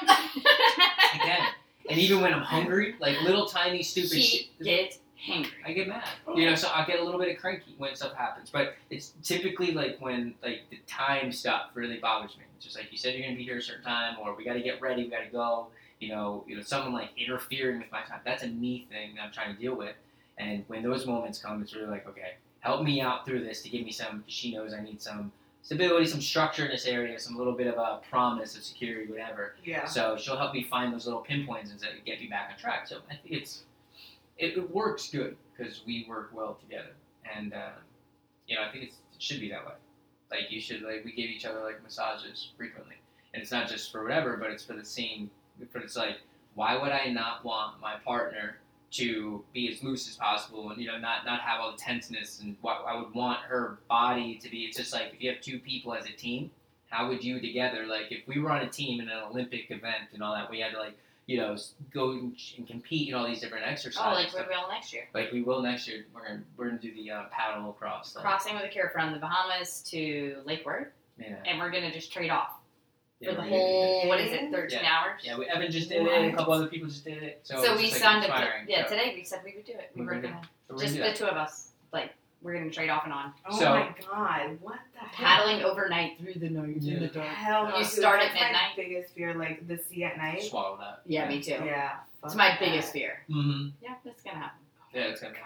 again. And even when I'm hungry, like little tiny stupid shit, he gets hangry. Oh, I get mad. You know, so I get a little bit of cranky when stuff happens. But it's typically like when like the time stuff really bothers me. It's just like you said you're gonna be here a certain time or we gotta get ready, we gotta go. You know, you know, someone like interfering with my time. That's a me thing that I'm trying to deal with. And when those moments come, it's really like, okay, help me out through this to give me some because she knows I need some stability, some structure in this area, some little bit of a promise of security, whatever. Yeah. So she'll help me find those little pinpoints and get me back on track. So I think it's it, it works good because we work well together, and uh, you know I think it's, it should be that way. Like you should like we give each other like massages frequently, and it's not just for whatever, but it's for the same. But it's like why would I not want my partner to be as loose as possible and you know not not have all the tenseness and what I would want her body to be. It's just like if you have two people as a team how would you together like if we were on a team in an olympic event and all that we had to like you know s- go and ch- and compete in all these different exercises Oh, like stuff. we're real next year. Like we will next year we're gonna, we're gonna do the uh, paddle across like, Crossing with a cure from the Bahamas to Lake Worth, yeah, and we're gonna just trade off yeah, for the we're gonna do whole what is it, thirteen hours? that. yeah we, evan just did it and a couple other people just did it so, So we it's just, like, signed up. inspiring. Yeah, so, today we said we would do it. We We're were gonna- gonna so we're just gonna the two do of us. Like we're gonna trade off and on, Oh So- my god, what the hell? paddling overnight through the night Yeah. in the dark. Hell no, You dude, start at that's my midnight? Biggest fear, like the sea at that. night. swallow that Yeah, me too. Yeah, It's fuck my that. biggest fear. mm-hmm. Yeah, that's gonna happen. Oh yeah it's gonna God.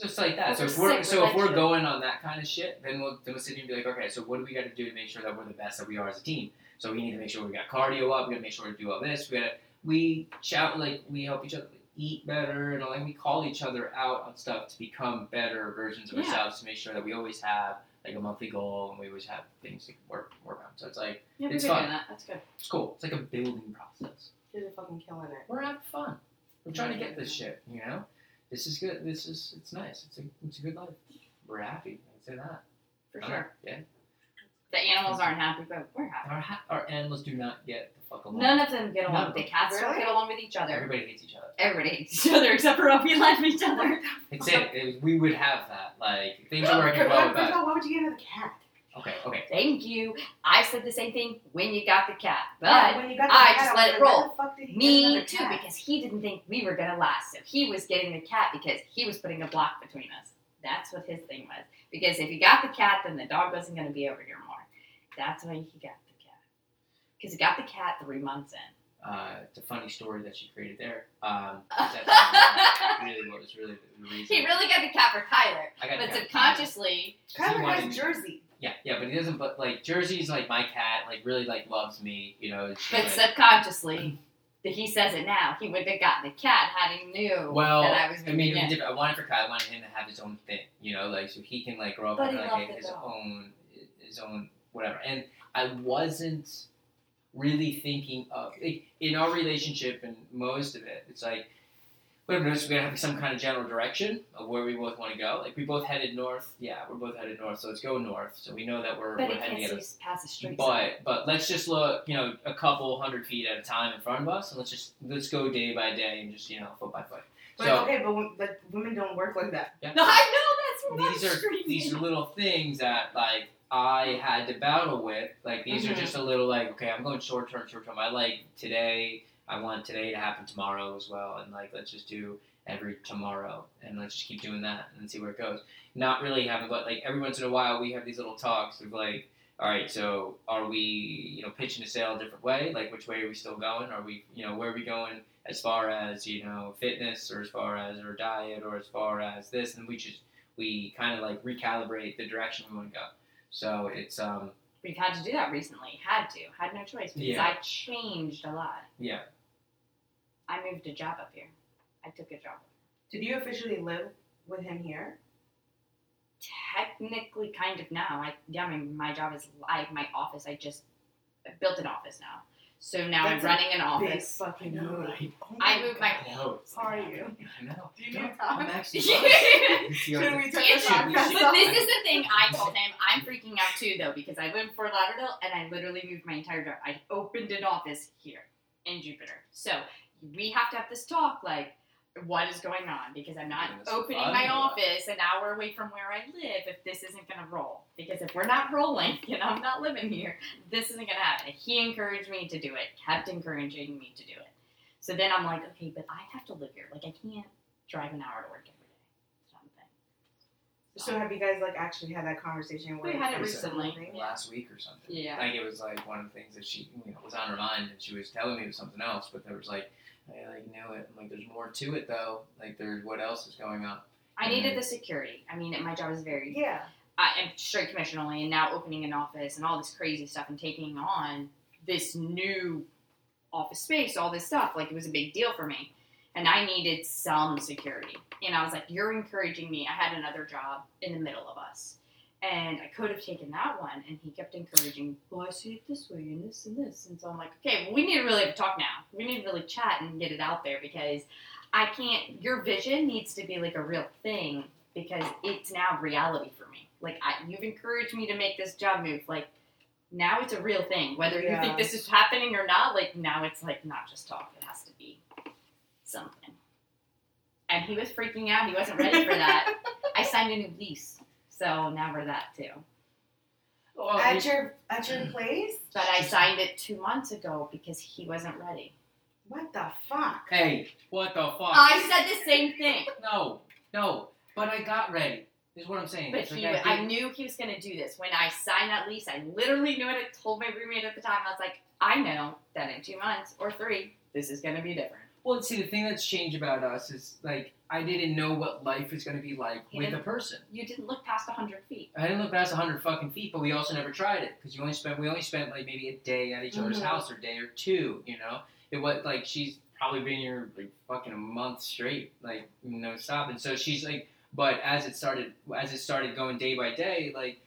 just like that. So if Sick we're so if we're relationship. going on that kind of shit, then we'll then we'll sit here and be like, okay, so what do we got to do to make sure that we're the best that we are as a team? So we need to make sure we got cardio up. We got to make sure we do all this. We got to we shout like we help each other eat better and all like we call each other out on stuff to become better versions of Yeah. ourselves to make sure that we always have like a monthly goal and we always have things to work work on. So it's like Yeah, It's we're good fun. doing that. That's good. it's cool. It's like a building process. You're just fucking killing it. We're having fun. We're trying to get this shit. You know, this is good. This is it's nice. It's a it's a good life. We're happy. I'd say that. For All sure. right, Yeah. The animals aren't happy, but we're happy. Our, ha- our animals do not get the fuck along. None of them get along. None. The cats don't Really? get along with each other. Everybody hates each other. Everybody hates each other except for we love each other. It's it. It- We would have that. Like things are First working well with of us. all, why would you get another cat? Okay. Okay. Thank you. I said the same thing when you got the cat, Yeah, but when you got I the cat, just I was let like, it why roll. the fuck did he get me another too cat? because he didn't think we were gonna last, so he was getting the cat because he was putting a block between us. That's what his thing was. Because if you got the cat, then the dog wasn't gonna be over here more. That's why he got the cat. Because he got the cat three months in. Uh, it's a funny story that she created there. Um, that's really what was really the reason. he really got the cat for Tyler, I got but that. subconsciously. He Kyler wanted- has Jersey. Yeah, yeah, but he doesn't. But like Jersey's like my cat. Like really like loves me. You know. and she, But like- subconsciously, that he says it now, he would have gotten the cat had he knew Well, that I was I mean, moving in. if- I wanted for Kyle, I wanted him to have his own thing, you know, like so he can like grow up But and he like loved his it though. own, his own whatever. And I wasn't really thinking of like, in our relationship and most of it, it's like whatever. We're gonna have some kind of general direction of where we both want to go. Like we both headed north. Yeah, we're both headed north. So let's go north. So we know that we're But we're he heading can't the other see past the street. sign. but but let's just look, you know, a couple hundred feet at a time in front of us, and let's just let's go day by day and just you know foot by foot. But so okay, but, when, but women don't work like that. yeah. No, I know that's what these I'm are screaming. these are little things that like I had to battle with. Like these are Mm-hmm. Mhm. just a little like okay, I'm going short term, short term. I like today. I want today to happen tomorrow as well, and like let's just do every tomorrow, and let's just keep doing that and see where it goes. Not really having, but like every once in a while we have these little talks of like. All right, so are we, you know, pitching a sale a different way? Like, which way are we still going? Are we, you know, where are we going as far as you know fitness, or as far as or diet, or as far as this? And we just we kind of like recalibrate the direction we want to go. So it's um We've had to do that recently. Had to. Had no choice because Yeah. I changed a lot. yeah. I moved a job up here. I took a job. Did you officially live with him here? Technically, kind of now. I, yeah, I mean, my job is live. My office, I just I've built an office now. So now That's a I'm running an Big office. fucking move. Oh I moved my. I know. It's like, How are you? I know. Do you No, need to I'm talk? actually. Should You see, Should I'm- we turn But this this Yeah, podcast off? is the thing I told him. I'm freaking out too, though, because I live in Fort Lauderdale and I literally moved my entire job. I opened an office here in Jupiter. So we have to have this talk like, what is going on? Because I'm not Yeah, that's opening fine. my office an hour away from where I live if this isn't going to roll. Because if we're not rolling and I'm not living here, this isn't going to happen. He encouraged me to do it, kept encouraging me to do it. So then I'm like, okay, but I have to live here. Like, I can't drive an hour to work every day. It's not a thing. So have you guys like actually had that conversation? where We had it it's like recently. something? last week or something. Yeah. Like it was like one of the things that she you know, was on her mind and she was telling me it was something else, but there was like I like knew it. I'm like there's more to it though. Like there's what else is going on. I And needed then- the security. I mean, my job is very. Yeah. I am straight commission only, and now opening an office and all this crazy stuff, and taking on this new office space, all this stuff. Like it was a big deal for me, and I needed some security. And I was like, "You're encouraging me." I had another job in the middle of us, and I could have taken that one. And he kept encouraging. Well, I see it this way, and this and this, and so I'm like, "Okay, well, we need to really have a talk now. We need to really chat and get it out there because." I can't. Your vision needs to be like a real thing because it's now reality for me. Like I, you've encouraged me to make this job move. Like now it's a real thing. Whether you Yeah. think this is happening or not, like now it's like not just talk. It has to be something. And he was freaking out. He wasn't ready for that. I signed a new lease, so now we're that too. Oh, At your at your place? But I signed it two months ago because he wasn't ready. What the fuck? hey, what the fuck? I said the same thing. no, no. But I got ready. Is what I'm saying. But It's he, like I did- knew he was going to do this. When I signed that lease, I literally knew it. I told my roommate at the time, I was like, I know that in two months or three, this is going to be different. Well, see, the thing that's changed about us is like I didn't know what life is going to be like He with a didn't- person. You didn't look past 100 feet. I didn't look past 100 fucking feet, but we also never tried it because you only spent we only spent like maybe a day at each other's Mhm. house or day or two. You know, it was like she's probably been here like fucking a month straight, like no stop. And so she's like, but as it started, as it started going day by day, like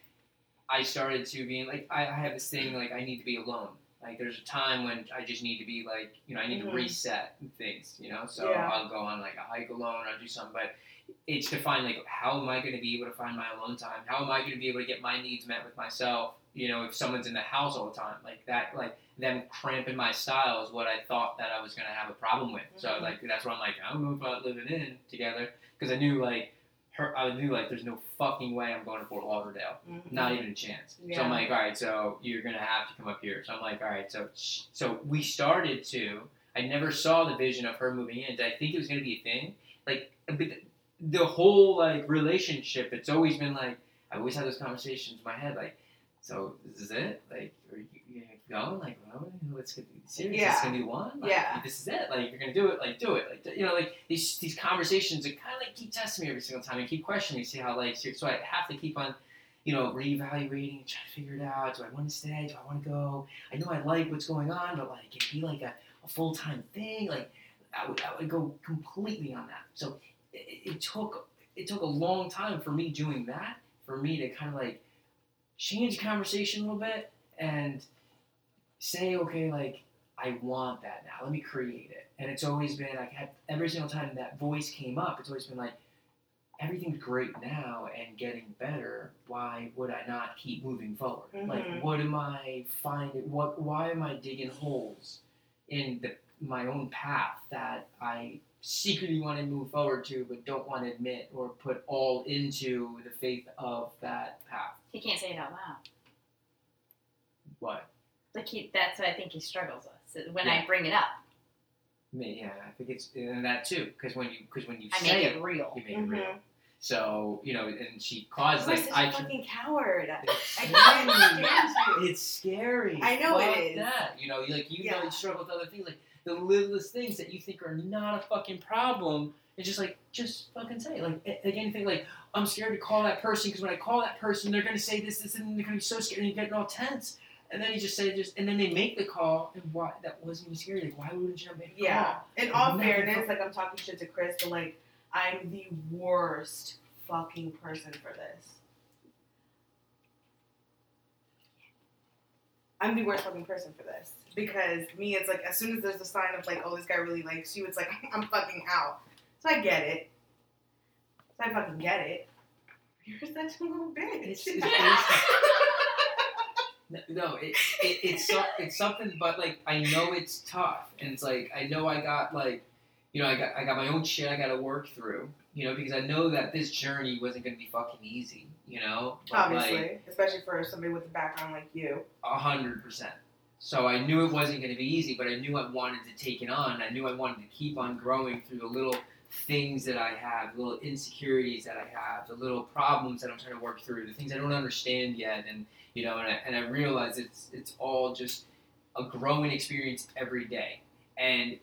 I started to being like I, I have this thing like I need to be alone. Like there's a time when I just need to be like you know I need Mhm. to reset things. You know, so Yeah. I'll go on like a hike alone. I'll do something, but it's to find like how am I going to be able to find my alone time? How am I going to be able to get my needs met with myself? You know, if someone's in the house all the time, like that, like them cramping my style is what I thought that I was going to have a problem with. So Mhm. like that's where I'm like I'm gonna about living in together because I knew like her, I knew like there's no fucking way I'm going to Fort Lauderdale, Mm-hmm. not even a chance. So Yeah. I'm like, all right, so you're gonna have to come up here. So I'm like, all right, so sh- so we started to. I never saw the vision of her moving in. Did I think it was gonna be a thing? Like, but th- the whole like relationship, it's always been like I always had those conversations in my head, like, so this is it? Like, are you, you gonna go? Like, well, what's gonna be serious? Is Yeah. this gonna be one? Like, Yeah. This is it. Like, you're gonna do it. Like, do it. Like, you know, like these these conversations that kind of like keep testing me every single time. and keep questioning me, see how like ser- so I have to keep on. You know, reevaluating, trying to figure it out. Do I want to stay? Do I want to go? I know I like what's going on, but like it'd be like a, a full time thing. Like I would, I would go completely on that. So it, it took it took a long time for me doing that for me to kind of like change the conversation a little bit and say, okay, like I want that now. Let me create it. And it's always been like had- every single time that voice came up, it's always been like everything's great now and getting better. Why would I not keep moving forward? Mhm. Like, what am I finding? What? Why am I digging holes in the my own path that I secretly want to move forward to, but don't want to admit or put all into the faith of that path? He can't say it out loud. What? Like, he, that's what I think he struggles with. So when Yeah. I bring it up, I mean, yeah, I think it's and that too, because when you because when you I say make it real. you make Mhm. it real. So you know, and she caused You're like such I. a fucking coward. I can't It's- stand you. It's scary. I know it Fuck is. That. You know, you- like you know, Yeah. you struggle with other things, like the littlest things that you think are not a fucking problem. It's just like, just fucking say it. Like, a- like anything, like I'm scared to call that person because when I call that person, they're gonna say this, this, and they're gonna be so scared, and you're getting all tense. And then you just say just, and then they make the call, and why that wasn't even scary. Like, why wouldn't you have made the Yeah. call? In all Nothing. fairness, like I'm talking shit to Chris, but like I'm the worst fucking person for this. I'm the worst fucking person for this because me, it's like as soon as there's a sign of like, oh, this guy really likes you, it's like I'm fucking out. So I get it. So I fucking get it. You're such a little It's, bitch. it's based on- no, it, it, it's so, it's something, but like I know it's tough, and it's like I know I got like, you know, I got I got my own shit I got to work through, you know, because I know that this journey wasn't gonna be fucking easy, you know, but Obviously, like especially for somebody with a background like you. a hundred percent. So I knew it wasn't gonna be easy, but I knew I wanted to take it on. I knew I wanted to keep on growing through the little things that I have, the little insecurities that I have, the little problems that I'm trying to work through, the things I don't understand yet, and you know, and I, and I realize it's it's all just a growing experience every day, and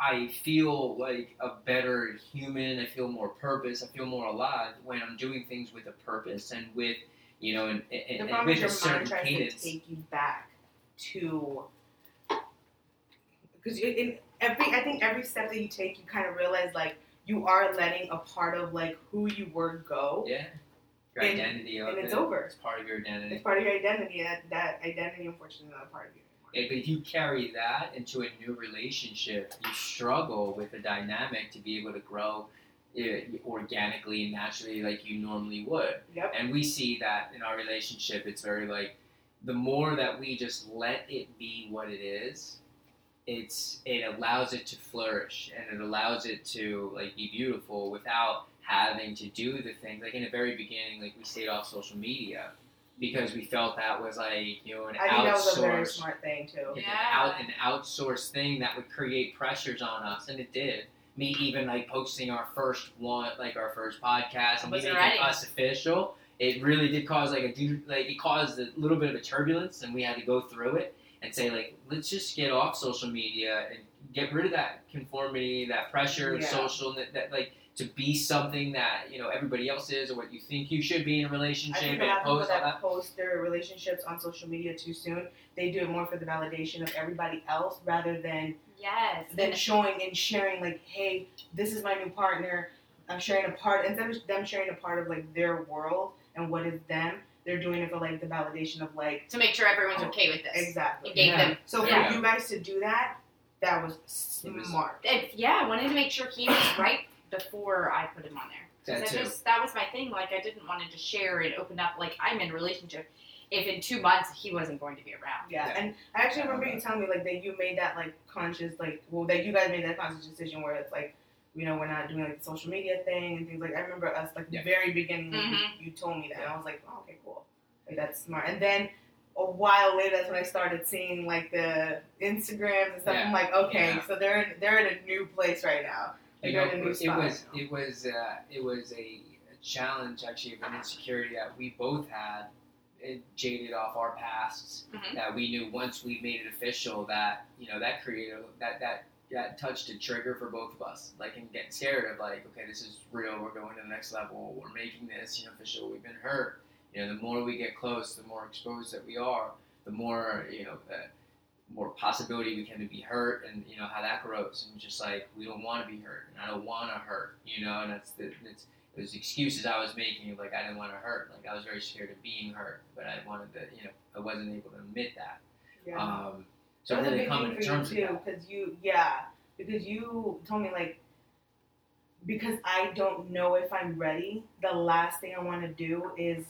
I feel like a better human. I feel more purpose. I feel more alive when I'm doing things with a purpose and with you know, and, and, The and problem with is a your mind certain tries cadence. to take you back to because in every I think every step that you take, you kind of realize like you are letting a part of like who you were go. Yeah. Your And- identity of and it's it. over. It's part of your identity. It's part of your identity. and That, that identity, unfortunately, is not a part of you. anymore. Yeah, but if you carry that into a new relationship, you struggle with the dynamic to be able to grow uh, organically and naturally like you normally would. Yep. And we see that in our relationship. It's very like the more that we just let it be what it is, it's it allows it to flourish and it allows it to like be beautiful without having to do the things like in the very beginning, like we stayed off social media because we felt that was like you know an I think that was a very outsourced smart thing too. it's Yeah. an, out, an outsourced thing that would create pressures on us, and it did. Me even like posting our first one, like our first podcast, and me Wasn't making ready. us official. It really did cause like a du- like it caused a little bit of a turbulence, and we had to go through it and say like, let's just get off social media and get rid of that conformity, that pressure, of Yeah. social that, that like to be something that you know everybody else is or what you think you should be in a I relationship think a lot and of people post all that that. post their relationships on social media too soon, they do it more for the validation of everybody else rather than Yes. than showing and sharing like, hey, this is my new partner. I'm sharing a part instead of them sharing a part of like their world and what is them. They're doing it for like the validation of like to make sure everyone's Oh, okay with this. exactly. It gave Yeah. them. So for Yeah. you guys to do that, that was It was- smart. It, yeah, I wanted to make sure he was right before I put him on there. That Because too. I just that was my thing. Like I didn't want to just share and open up. Like I'm in a relationship. If in two months he wasn't going to be around, Yeah, Yeah. and I actually I remember love you telling me like that you made that like conscious like well that you guys made that conscious decision where it's like you know we're not doing like the social media thing and things like I remember us like the Yeah. very beginning when you- Mhm. you told me that and I was like oh, okay cool like that's smart and then a while later that's when I started seeing like the Instagrams and stuff I'm like okay Yeah. Uh, so they're in, they're in a new place right now you You're know, in a new it spot was now. it was uh, it was a challenge actually of an insecurity that we both had it jaded off our pasts Mm-hmm. Mhm. that we knew once we made it official that you know that created that that that touched a trigger for both of us like and getting scared of like okay this is real we're going to the next level we're making this you know official we've been hurt you know the more we get close the more exposed that we are the more you know uh, more possibility we can to be hurt and you know how that grows and just like we don't want to be hurt and i don't want to hurt you know and that's the that's it was excuses i was making of like i didn't want to hurt like i was very scared of being hurt but i wanted to you know i wasn't able to admit that yeah. um so That's a really big coming thing for to you terms with too, that because you, yeah, because you told me like, because I don't know if I'm ready. The last thing I want to do is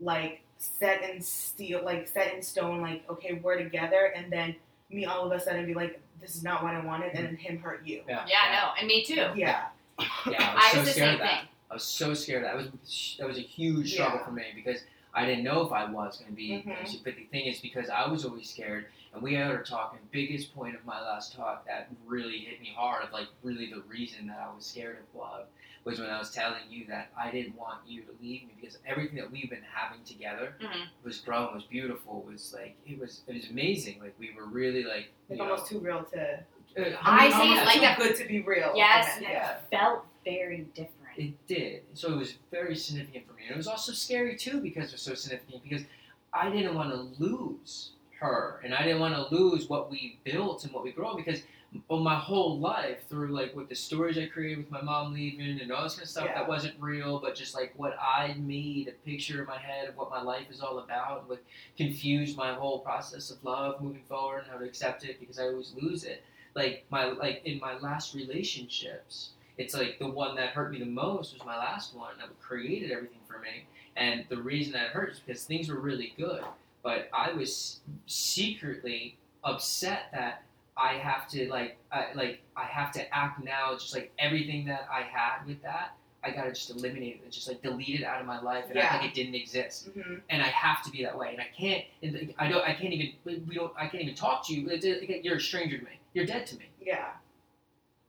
like set in steel, like set in stone, like okay, we're together, and then me all of a sudden be like, this is not what I wanted, and then him hurt you. yeah yeah, no, and me too. Yeah, yeah i was I so was the scared same of that thing. I was so scared. That was that was a huge struggle Yeah. for me because I didn't know if I was going to be. Mhm. But the thing is, because I was always scared, and we are talking. Biggest point of my last talk that really hit me hard, of like really the reason that I was scared of love, was when I was telling you that I didn't want you to leave me because everything that we've been having together Mhm. was growing, was beautiful, was like it was it was amazing. Like we were really like you it's know, almost too real to. uh, I see almost it like too that. good to be real. Yes, Yeah. yeah. Felt very different. It did. So it was very significant for me. And it was also scary too because it was so significant because I didn't want to lose her and I didn't want to lose what we built and what we grew because well, my whole life through like with the stories I created with my mom leaving and all this kind of stuff Yeah. that wasn't real, but just like what I made a picture in my head of what my life is all about, like confused my whole process of love moving forward and how to accept it because I always lose it. Like my like in my last relationships, it's like the one that hurt me the most was my last one that created everything for me, and the reason that it hurt is because things were really good, but I was secretly upset that I have to like I, like I have to act now just like everything that I had with that I gotta just eliminate it and just like delete it out of my life and act Yeah. like it didn't exist hmm and I have to be that way and I can't and like, I don't I can't even we- we don't I can't even talk to you It- it- you're a stranger to me you're dead to me Yeah.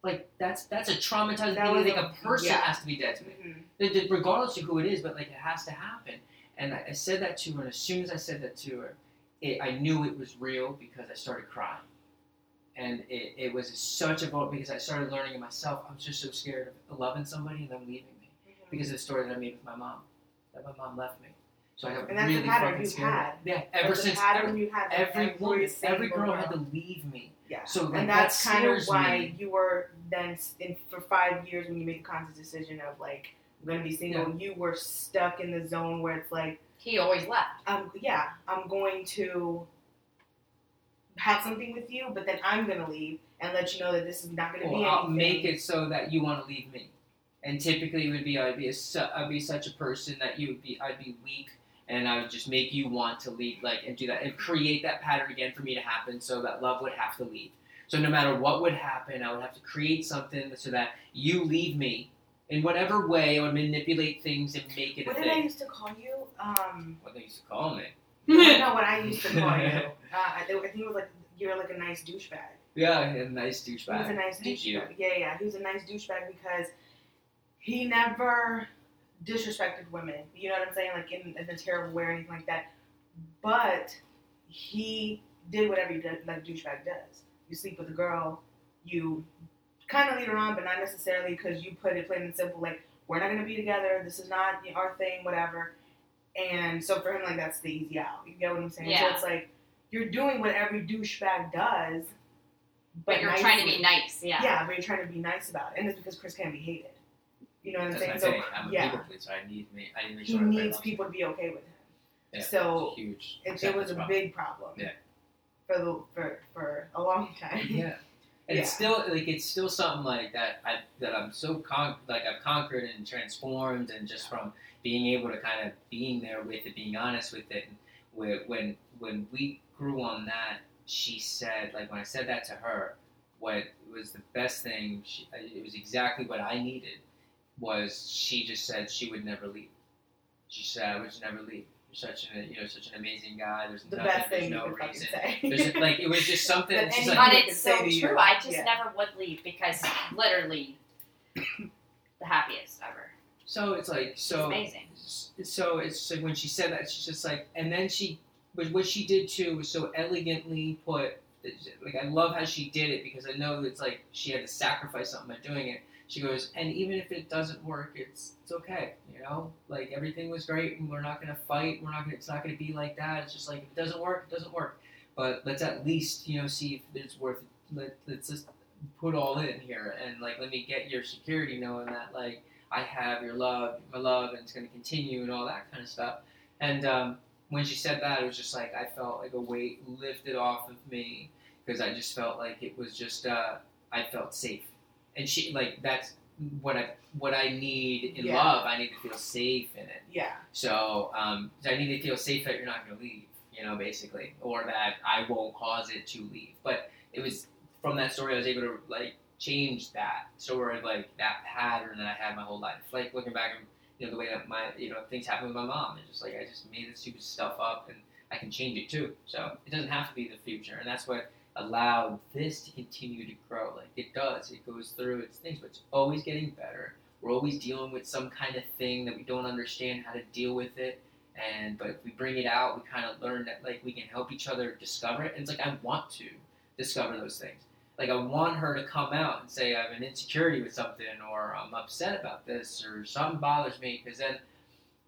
like that's that's a traumatized That thing was like a- a person yeah. has to be dead to me hmm Th- th- regardless of who it is, but like it has to happen. And I, I said that to her, and as soon as I said that to her, it, I knew it was real because I started crying. And it, it was such a vote because I started learning it myself. I'm just so scared of loving somebody and them leaving me because of the story that I made with my mom, that my mom left me. So I got And that's a really pattern fucking you've scared. had. Yeah, ever the since pattern every, you had with every, woman, single every girl had to leave me. Yeah. So like, and that's that kind of scares why me. you were then s- in for five years when you made the conscious decision of like I'm gonna be single. You were stuck in the zone where it's like, He always left. um, yeah, I'm going to have something with you, but then I'm gonna leave and let you know that this is not gonna be. Well, I'll anything. make it so that you want to leave me. And typically, it would be I'd be a su- I'd be such a person that you would be I'd be weak, and I would just make you want to leave, like and do that and create that pattern again for me to happen, so that love would have to leave. So no matter what would happen, I would have to create something so that you leave me in whatever way. I would manipulate things and make it a What did I thing. used to call you? Um, What they used to call me. you wanna know what I used to call you? Uh, I think I think it was like you were like a nice douchebag. Yeah, a nice He was a douchebag. nice Thank you. douchebag. Yeah, yeah. He was a nice douchebag because he never disrespected women. You know what I'm saying? Like in, in a terrible way or anything like that. But he did whatever he did, like douchebag does. You sleep with a girl, you kind of lead her on, but not necessarily because you put it plain and simple. Like we're not gonna be together. This is not our thing. Whatever. And so for him, like that's the easy out. You get what I'm saying? So Yeah. it's like you're doing what every douchebag does, But, you're trying to nicely. be nice. Yeah. Yeah, but you're trying to be nice about it, and it's because Chris can be hated. You know what I'm That's saying? my So thing. I'm a yeah. people pleaser. I need me. I need to make he sure everybody needs loves me. people to be okay with him. Yeah, so it's a huge. It, it was acceptance a problem. big problem. Yeah. For the for for a long time. yeah and it's Yeah. still like it's still something like that i that i'm so con- like i've conquered and transformed and just from being able to kind of being there with it being honest with it and whe- when when we grew on that she said like when i said that to her what was the best thing she, it was exactly what i needed was she just said she would never leave she said i would never leave you're such an you know such an amazing guy there's The nothing best there's thing no you could reason fucking say. there's like it was just something But she's any- like, But Like, it's they so can say to true. you, I just yeah. never would leave because literally the happiest ever. So it's like it's so amazing. so it's like when she said that she's just like and then she but what she did too was so elegantly put like I love how she did it because I know it's like she had to sacrifice something by doing it. She goes, and even if it doesn't work, it's it's okay, you know. Like everything was great, and we're not gonna fight. We're not gonna. It's not gonna be like that. It's just like if it doesn't work, it doesn't work. But let's at least you know see if it's worth. It. Let let's just put all in here and like let me get your security knowing that like I have your love, my love, and it's gonna continue and all that kind of stuff. And um, when she said that, it was just like I felt like a weight lifted off of me because I just felt like it was just uh, I felt safe, and she like that's what I what I need in Yeah. love. I need to feel safe in it. Yeah. So um, so I need to feel safe that you're not going to leave, you know, basically, or that I won't cause it to leave. But it was from that story I was able to like change that sort of like that pattern that I had my whole life. Like looking back, and you know, the way that my you know things happened with my mom, and just like I just made this stupid stuff up, and I can change it too. So it doesn't have to be the future, and that's what allowed this to continue to grow. Like it does, it goes through its things, but it's always getting better we're always dealing with some kind of thing that we don't understand how to deal with it and but if we bring it out we kind of learn that like we can help each other discover it and it's like i want to discover those things like i want her to come out and say i have an insecurity with something or i'm upset about this or something bothers me because then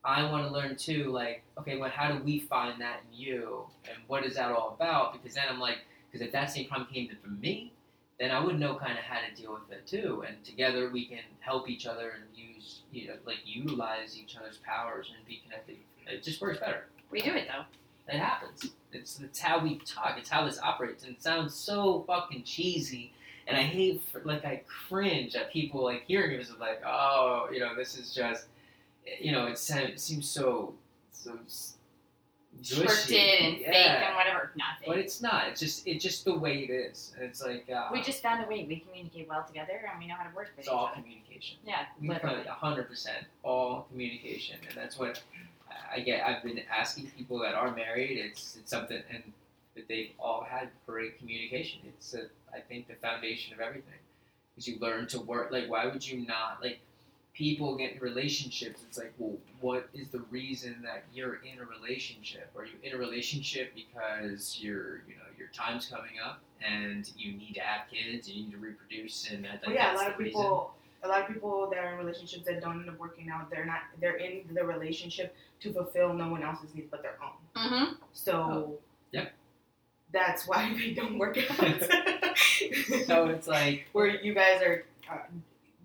i want to learn too like okay well how do we find that in you and what is that all about because then i'm like because if that same problem came from me then I would know kind of how to deal with it too. And together we can help each other and use, you know, like utilize each other's powers and be connected. It just works better. We do it though. It happens. It's, it's how we talk. It's how this operates. And it sounds so fucking cheesy. And I hate, for, like, I cringe at people, like, hearing it. It's just like, oh, you know, this is just, you know, it, sound, it seems so, so s- gushy. Scripted and yeah. fake and whatever. Not fake. But it's not. It's just, it's just the way it is. And it's like, uh, we just found a way. We communicate well together, and we know how to work with it's each all other. communication. Yeah, We put literally. 100% all communication. And that's what I get. I've been asking people that are married. It's, it's something, and that they've all had great communication. It's, a, I think, the foundation of everything. Because you learn to work. Like, why would you not? Like, people get in relationships. It's like, well, what is the reason that you're in a relationship? Are you in a relationship because your, you know, your time's coming up and you need to have kids and you need to reproduce? And I think But yeah, a that's lot the of reason. people, a lot of people that are in relationships that don't end up working out, they're not, they're in the relationship to fulfill no one else's needs but their own. Mm-hmm. So, Oh, yep. that's why they don't work out. So it's like, Where you guys are, uh,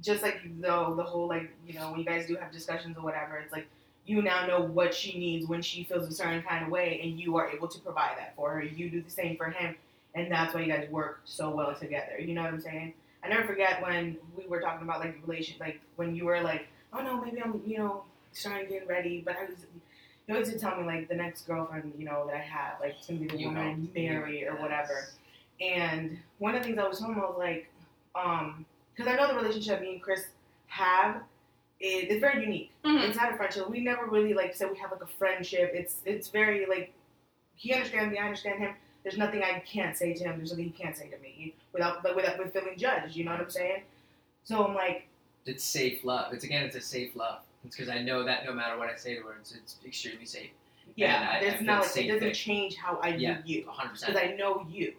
just like the the whole like you know when you guys do have discussions or whatever, it's like you now know what she needs when she feels a certain kind of way, and you are able to provide that for her. You do the same for him, and that's why you guys work so well together. You know what I'm saying? I never forget when we were talking about like relation, like when you were like, oh no, maybe I'm you know starting to get ready, but I was. You always did tell me like the next girlfriend, you know, that I have, like it's gonna be the you woman helped I me marry or with whatever. this. And one of the things I was talking about, like, um, because I know the relationship me and Chris have is it's very unique. Hmm. Mhm. It's not a friendship. We never really like said we have like a friendship. It's it's very like he understands me, I understand him. There's nothing I can't say to him. There's nothing he can't say to me without but without with feeling judged. You know what I'm saying? So I'm like, It's safe love. It's again, it's a safe love. It's because I know that no matter what I say to her, it's, it's extremely safe. And I- yeah, I there's feel not the like it same doesn't thing. change how I Yeah. view you 100. because percent I know you.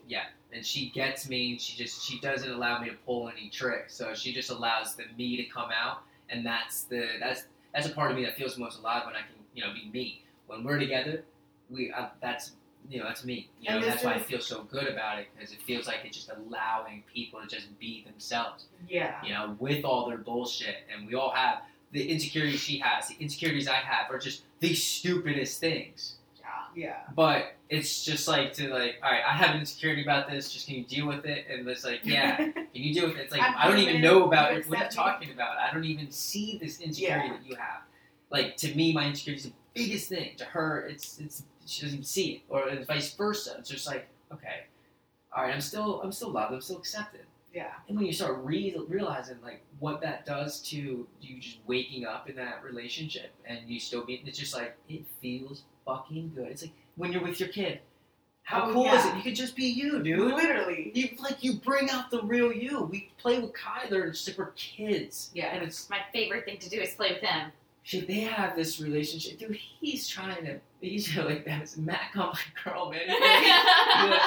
And she gets me. and She just she doesn't allow me to pull any tricks. So she just allows the me to come out, and that's the that's that's a part of me that feels most alive when I can you know be me. When we're together, we uh, that's you know that's me. You And know this that's why I is- feel so good about it because it feels like it's just allowing people to just be themselves. Yeah. you know, with all their bullshit. And we all have the insecurities she has, the insecurities I have are just the stupidest things. Yeah. Yeah. But it's just like to like, all right, I have an insecurity about this. Just can you deal with it? And it's like, yeah, can you deal with it? It's like I'm I don't even human. know about You it. What you're accept me. talking about, I don't even see this insecurity Yeah. that you have. Like to me, my insecurity is the biggest thing. To her, it's it's she doesn't see it, or and vice versa. It's just like okay, all right, I'm still I'm still loved, I'm still accepted. Yeah. And when you start re- realizing like what that does to you, just waking up in that relationship, and you still being, it's just like it feels fucking good. It's like when you're with your kid, how Oh, cool is yeah. it? You could just be you, dude. Literally. You like you bring out the real you. We play with Kyler, it's like we're kids. Yeah. and it's My favorite thing to do is play with them. she, they have this relationship, dude. He's trying to, he's like that's Mac on my girl, man.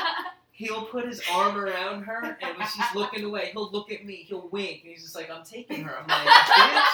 He'll put his arm around her, and when she's looking away, he'll look at me. He'll wink, and he's just like, "I'm taking her." I'm like, "Bitch,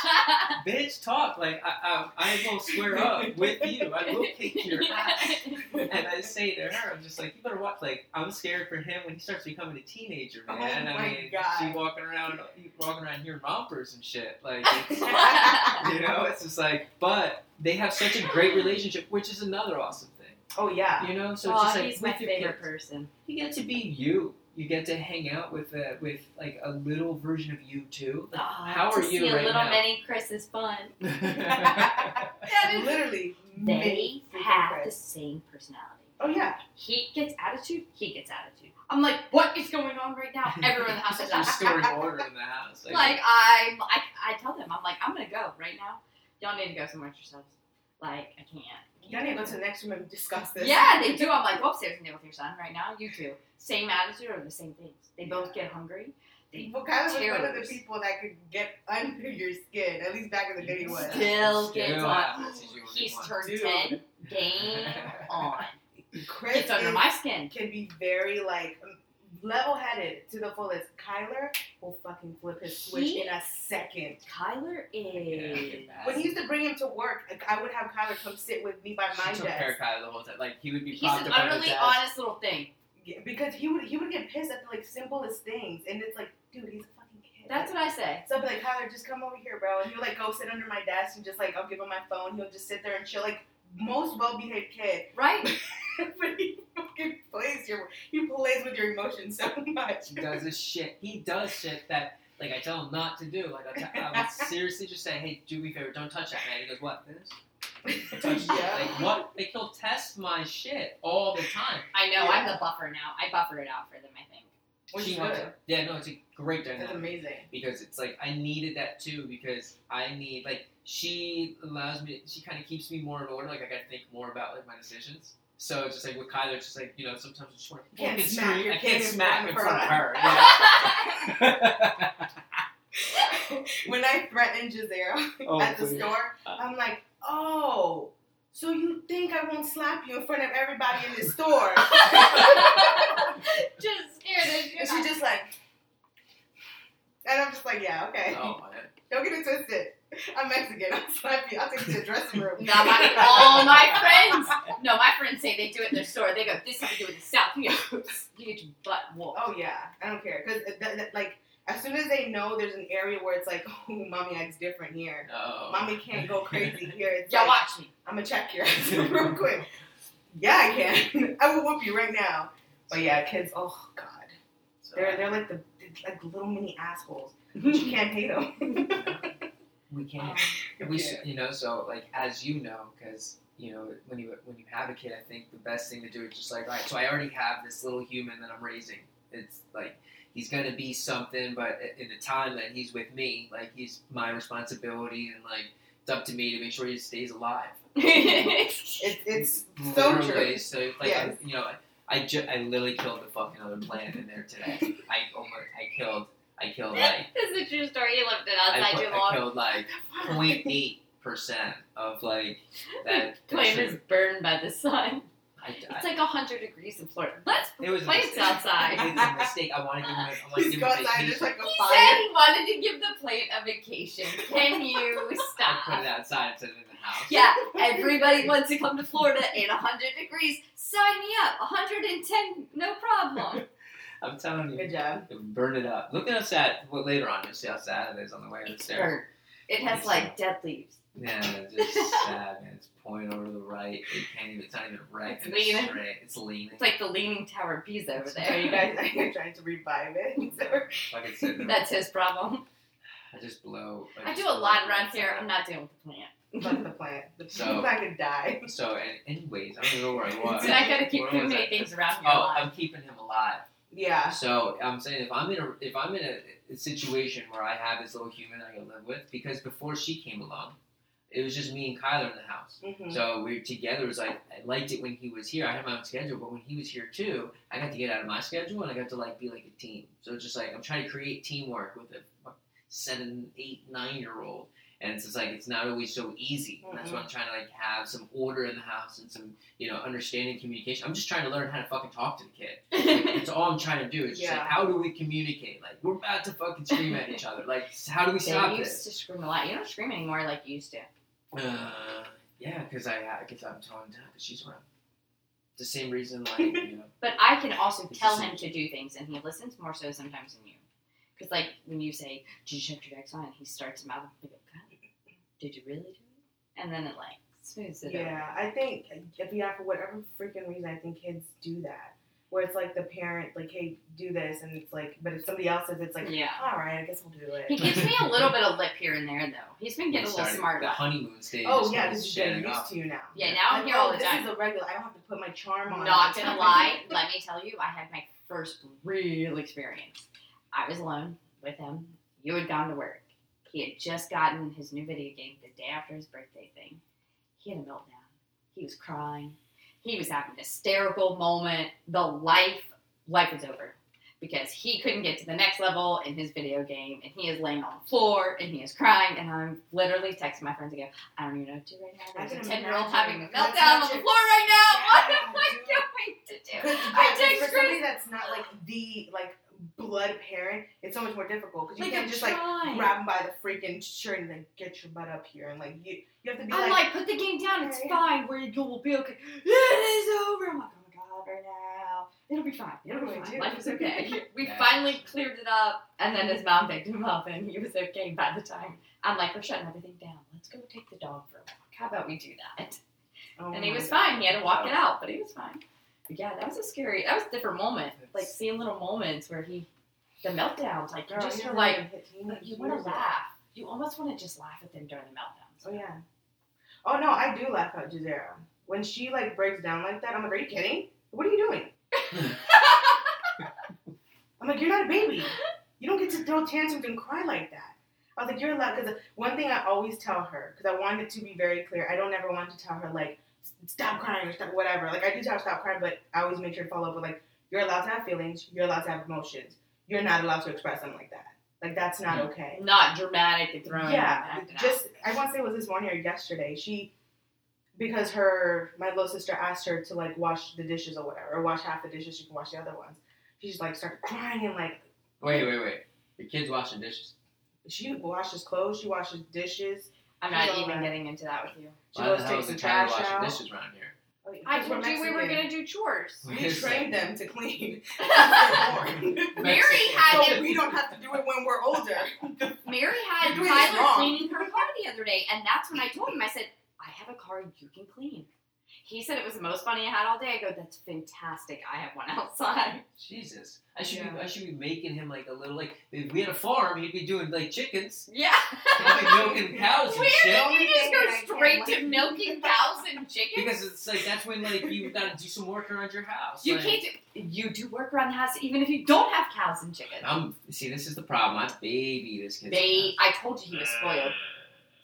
bitch, talk!" Like I, I, I will square up with you. I will kick your ass. And I say to her, "I'm just like, you better watch." Like I'm scared for him when he starts becoming a teenager, Oh man. my I mean, God. she walking around, walking around here in rompers and shit. Like, it's, yeah. you know, it's just like, but they have such a great relationship, which is another awesome thing. Oh yeah. You know, so it's Oh, just like he's with my your favorite kids person. you get to be you. You get to hang out with a, with like a little version of you too. Oh, Like, how to are you see a right little now? mini Chris is fun. Literally. They many freaking have the friends. same personality. Oh yeah. He gets attitude, he gets attitude. I'm like, what is going on right now? Everyone in the house is There's like, restoring order in the house. like I, I, I tell them, I'm like, I'm gonna go right now. Y'all need to go somewhere with yourselves. Like, I can't. Y'all need to go to the next room and discuss this. Yeah, they do. I'm like, go upstairs and deal with your son right now. You too. Same attitude or the same things. They both get hungry. They Well, Kyler was one of the Terrors. people that could get under your skin. At least back in the day, he was. still Still gets on. happens, you really He's want. turned Dude. ten. Game on. Chris It's under is- my skin. can be very like um, level-headed to the fullest. Kyler will fucking flip his switch He- in a second. Tyler is. Yeah. When he used to bring him to work, like, I would have Kyler come sit with me by my she took desk. care of Kyle the whole time. Like he would be He's propped an up on the utterly desk. honest little thing. Yeah, because he would he would get pissed at the like simplest things, and it's like, dude, he's a fucking kid. That's what I say. So I'd be like, Tyler, just come over here, bro. And he'll like go sit under my desk and just like I'll give him my phone. He'll just sit there and chill. Like most well behaved kid. Right? but he fucking plays your he plays with your emotions so much. He does this shit. He does shit that like I tell him not to do. Like I, t- I would seriously just say, hey, do me a favor, don't touch that man. He goes, what? This? Touch that. Like what? Like he'll test my shit all the time. I know. I'm Yeah. the buffer now. I buffer it out for them, I think. Which she is helps good. out. Yeah, no, it's a great dynamic. That's amazing. because it's like I needed that too because I need like she allows me she kind of keeps me more in order like I gotta think more about like my decisions so it's just like with Kyler it's just like you know sometimes I just want to Can't fucking smack scream. your I kid can't in smack in front of front of her when I threatened Giselle Oh, at the please. store, I'm like, oh, so you think I won't slap you in front of everybody in the store? just scared as and she's just like, and I'm just like, yeah, okay. oh man Don't get it twisted. I'm Mexican. I'll slap you. I'll take you to the dressing room. Not my, all my friends. No, my friends say they do it in their store. They go, this has to do with the South. You get, you get your butt whooped. Oh yeah, I don't care. Cause th- th- like as soon as they know there's an area where it's like, oh, mommy acts different here. oh Mommy can't go crazy here. It's Y'all like, watch me. I'm gonna check your ass real quick. Yeah, I can. I will whoop you right now. But yeah, kids. Oh god, So, they're they're like the like little mini assholes. But you can't hate them. we can't Um, we s you know so like as you know because you know when you when you have a kid i think the best thing to do is just like all right so i already have this little human that i'm raising it's like he's going to be something but i- in the time that he's with me like he's my responsibility and like it's up to me to make sure he stays alive It's it's so true. Literally, so like Yes. you know i ju- i literally killed the fucking other plant in there today i almost i killed i Um, killed like this is a true story. You lived it I, outside put, your I lawn. killed like 0.8 percent of like that. that Plant shit. is burned by the sun. I, I, It's like 100 degrees in Florida. Let's put it was a plants mistake. outside. It was a mistake. I wanted to give him. a- I wanted to He's give go him a outside. There's vacation. like He a said fire. he wanted to give the plant a vacation. Can you I put it stop? outside instead of in the house. Yeah, everybody wants to come to Florida in 100 degrees. Sign me up. 110, no problem. I'm telling you, Good job. burn it up. Look how sad. Well, later on, you'll see how sad it is on the way It's upstairs. burnt. It has like dead leaves. Yeah, it's just sad, man. It's pointing over to the right. It can't even. It's not even right. It's leaning. Straight. It's leaning. It's like the Leaning Tower of Pisa over Are you there. guys are you trying to revive it? Like I said, That's his problem. I just blow. I do just a lot blow around it. here. I'm not dealing with the plant. Fuck the plant. The So- plant's not gonna die. So, an- anyways, I don't even know where I was. So I gotta keep Where too was I? many things around here. Oh, I'm keeping him alive. Yeah. So I'm saying if I'm in a if I'm in a, a situation where I have this little human I can live with, because before she came along, it was just me and Kyler in the house. Mhm. So we were together. It was like I liked it when he was here. I had my own schedule, but when he was here too, I got to get out of my schedule and I got to like be like a team. So it's just like I'm trying to create teamwork with a seven, eight, nine year old, and it's just like it's not always so easy. And that's why I'm trying to like have some order in the house and some you know understanding communication. I'm just trying to learn how to fucking talk to the kid. That's all I'm trying to do. It's just Yeah. like, how do we communicate? Like, we're about to fucking scream at each other. Like, s- how do we they stop used this? to scream a lot. You don't scream anymore like you used to. Uh, yeah, because I, I guess I'm telling Dad because she's around. The same reason, like, you know. But I can also It's tell just- him to do things, and he listens more so sometimes than you. Because, like, when you say, Did you check your X on? He starts mouthing, I go, God, did you really do it? And then it, like, smooths it out. Yeah, I think if yeah, for whatever freaking reason, I think kids do that. Where it's like the parent, like, hey, do this, and it's like, but if somebody else says, it's like, Yeah. all right, I guess we'll do He it. gives me a little bit of lip here and there, though. He's been getting a little started smarter. The honeymoon stage. Oh is yeah, when this it's is getting shedding used off. to you now. Yeah, now I'm Like, here oh, all the this time. is a regular. I don't have to put my charm on. Not gonna lie, let me tell you, I had my first real experience. I was alone with him. You had gone to work. He had just gotten his new video game the day after his birthday thing. He had a meltdown. He was crying. He was having a hysterical moment. The life, life was over because he couldn't get to the next level in his video game, and he is laying on the floor and he is crying. And I'm literally texting my friends again. I don't even know what to do right now. I There's a can ten year old imagine. having a That's meltdown on such the a- floor right now. What Yeah, am dude. I going to do? Because I text for Chris. somebody that's not like the like blood parent, it's so much more difficult because you Like, can't I'm just like trying. grab them by the freaking shirt and then get your butt up here and like you you have to be I'm like like, put the game down. It's Okay. fine. We're you will be okay. It is over. I'm like, oh my god, right now. It'll be fine. It'll be What do I fine. do? Life is okay. We Yeah. finally cleared it up, and then his mom picked him up, and he was okay by the time. I'm like, we're shutting everything down. Let's go take the dog for a walk. How about we do that? Oh And he my was God. fine. He had to walk it out, but he was fine. But yeah, that was a scary. That was a different moment. Like It's- seeing little moments where he, the meltdowns. Like you Girl, just you're are like, really hitting like, me. you want to laugh. You almost want to just laugh at them during the Oh meltdowns. yeah. Oh no, I do laugh at Gisera when she like breaks down like that. I'm like, are you kidding? What are you doing? I'm like, you're not a baby. You don't get to throw tantrums and cry like that. I was like, you're allowed. Because one thing I always tell her, because I wanted to be very clear, I don't ever want to tell her, like, s- stop crying or stop, whatever. Like, I do tell her stop crying, but I always make sure to follow up with, like, you're allowed to have feelings. You're allowed to have emotions. You're not allowed to express them like that. Like, that's not okay. Not dramatic and throwing. them Yeah, back and just I want to say it was this morning or yesterday. She, because her my little sister asked her to like wash the dishes or whatever, or wash half the dishes. She can wash the other ones. She just like started crying and like Wait, wait, wait. The kid's washing dishes. she washes clothes, she washes dishes. I'm not She's even alright. getting into that with you. She Why goes the hell take is some the child trash washing out. dishes around here? I Because we're told you we were Mexican. gonna do chores. We trained them to clean. Mary Mexican. had so we don't have to do it when we're older. Mary had You're doing this Tyler wrong. cleaning her car the other day, and that's when I told him. I said, "I have a car you can clean." He said it was the most money I had all day. I go, "That's fantastic. I have one outside." Jesus, I should be, Yeah. I should be making him like a little like if we had a farm, he'd be doing like chickens, Yeah. he'd be milking cows and Where shit. did you thing that just go I can't straight like- to milking cows and chickens? Because it's like that's when like you gotta do some work around your house. You like, can't. Do, you do work around the house even if you don't have cows and chickens. I'm see. This is the problem. I baby this kid. They. I told you he was spoiled.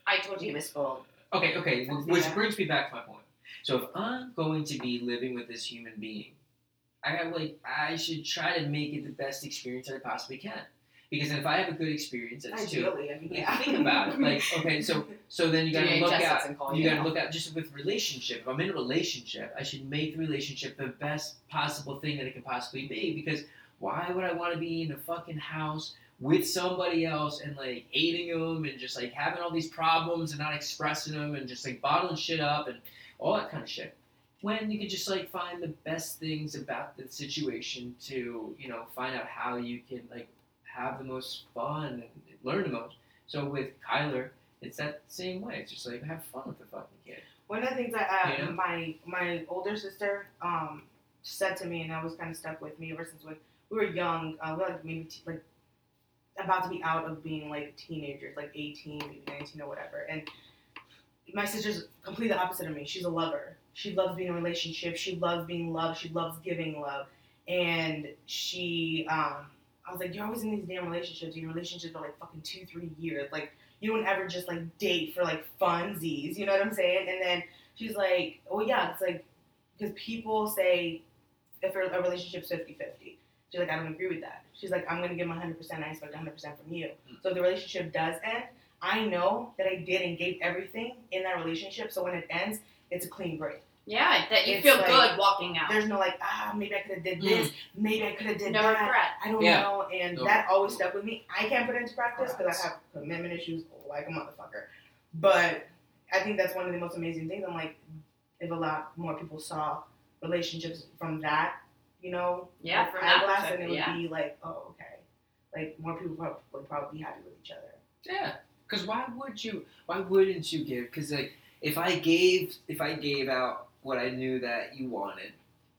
I told you he was spoiled. Okay, okay. wh- Which Yeah. brings me back to my point. So if I'm going to be living with this human being, I got like I should try to make it the best experience that I possibly can. Because if I have a good experience, that's two. Ideally, I mean, Like, yeah. Think about it. Like okay, so so then you gotta DHS look out. doesn't call You now. gotta look out just with relationship. If I'm in a relationship, I should make the relationship the best possible thing that it can possibly be. Because why would I want to be in a fucking house with somebody else and like hating them and just like having all these problems and not expressing them and just like bottling shit up and all that kind of shit? When you can just like find the best things about the situation to you know find out how you can like have the most fun and learn the most. So with Kyler, it's that same way. It's just like have fun with the fucking kid. One of the things that uh, Yeah. my my older sister um, said to me, and that was kind of stuck with me ever since when we were young. Uh, we were like maybe t- like about to be out of being like teenagers, like eighteen, maybe nineteen or whatever. And my sister's completely the opposite of me. She's a lover. She loves being in a relationship. She loves being loved. She loves giving love. And she, um, I was like, you're always in these damn relationships. Your relationships are like fucking two, three years. Like you don't ever just like date for like funsies. You know what I'm saying? And then she's like, oh yeah, it's like because people say if a a relationship's 50 50. She's like, I don't agree with that. She's like, I'm gonna give them 100%. I expect 100% from you. So if the relationship does end, I know that I did and gave everything in that relationship. So when it ends, it's a clean break. Yeah, that you It's feel like- good walking out. There's no like, ah, maybe I could have did this. Maybe I could have did No that. regret. I don't Yeah. know, and No. that always stuck with me. I can't put it into practice because Correct. I have commitment issues like a motherfucker. But I think that's one of the most amazing things. I'm like, if a lot more people saw relationships from that, you know, Yeah, like from that eyeglass, and it perspective, would yeah. be like, oh, okay, like more people prob- would probably be happy with each other. Yeah, because why would you? Why wouldn't you give? Because like if I gave if I gave out what I knew that you wanted,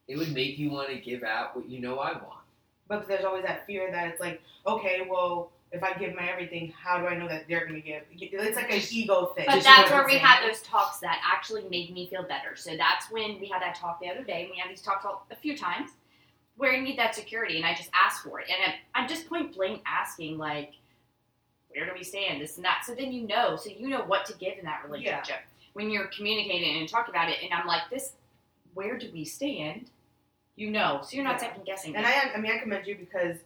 it would make you want to give out what you know I want. But there's always that fear that it's like, okay, well, if I give my everything, how do I know that they're gonna give? It's like an ego thing. But Just that's what where I'm we saying. had those talks that actually made me feel better. So that's when we had that talk the other day, and we had these talks all, a few times where you need that security, and I just asked for it. And I'm, I'm just point blank asking, like, where do we stand? This and that. So then you know, so you know what to give in that relationship when you're communicating and talking about it. And I'm like, this, where do we stand? You know, so you're not Yeah. second guessing. And it. I, I mean, I commend you because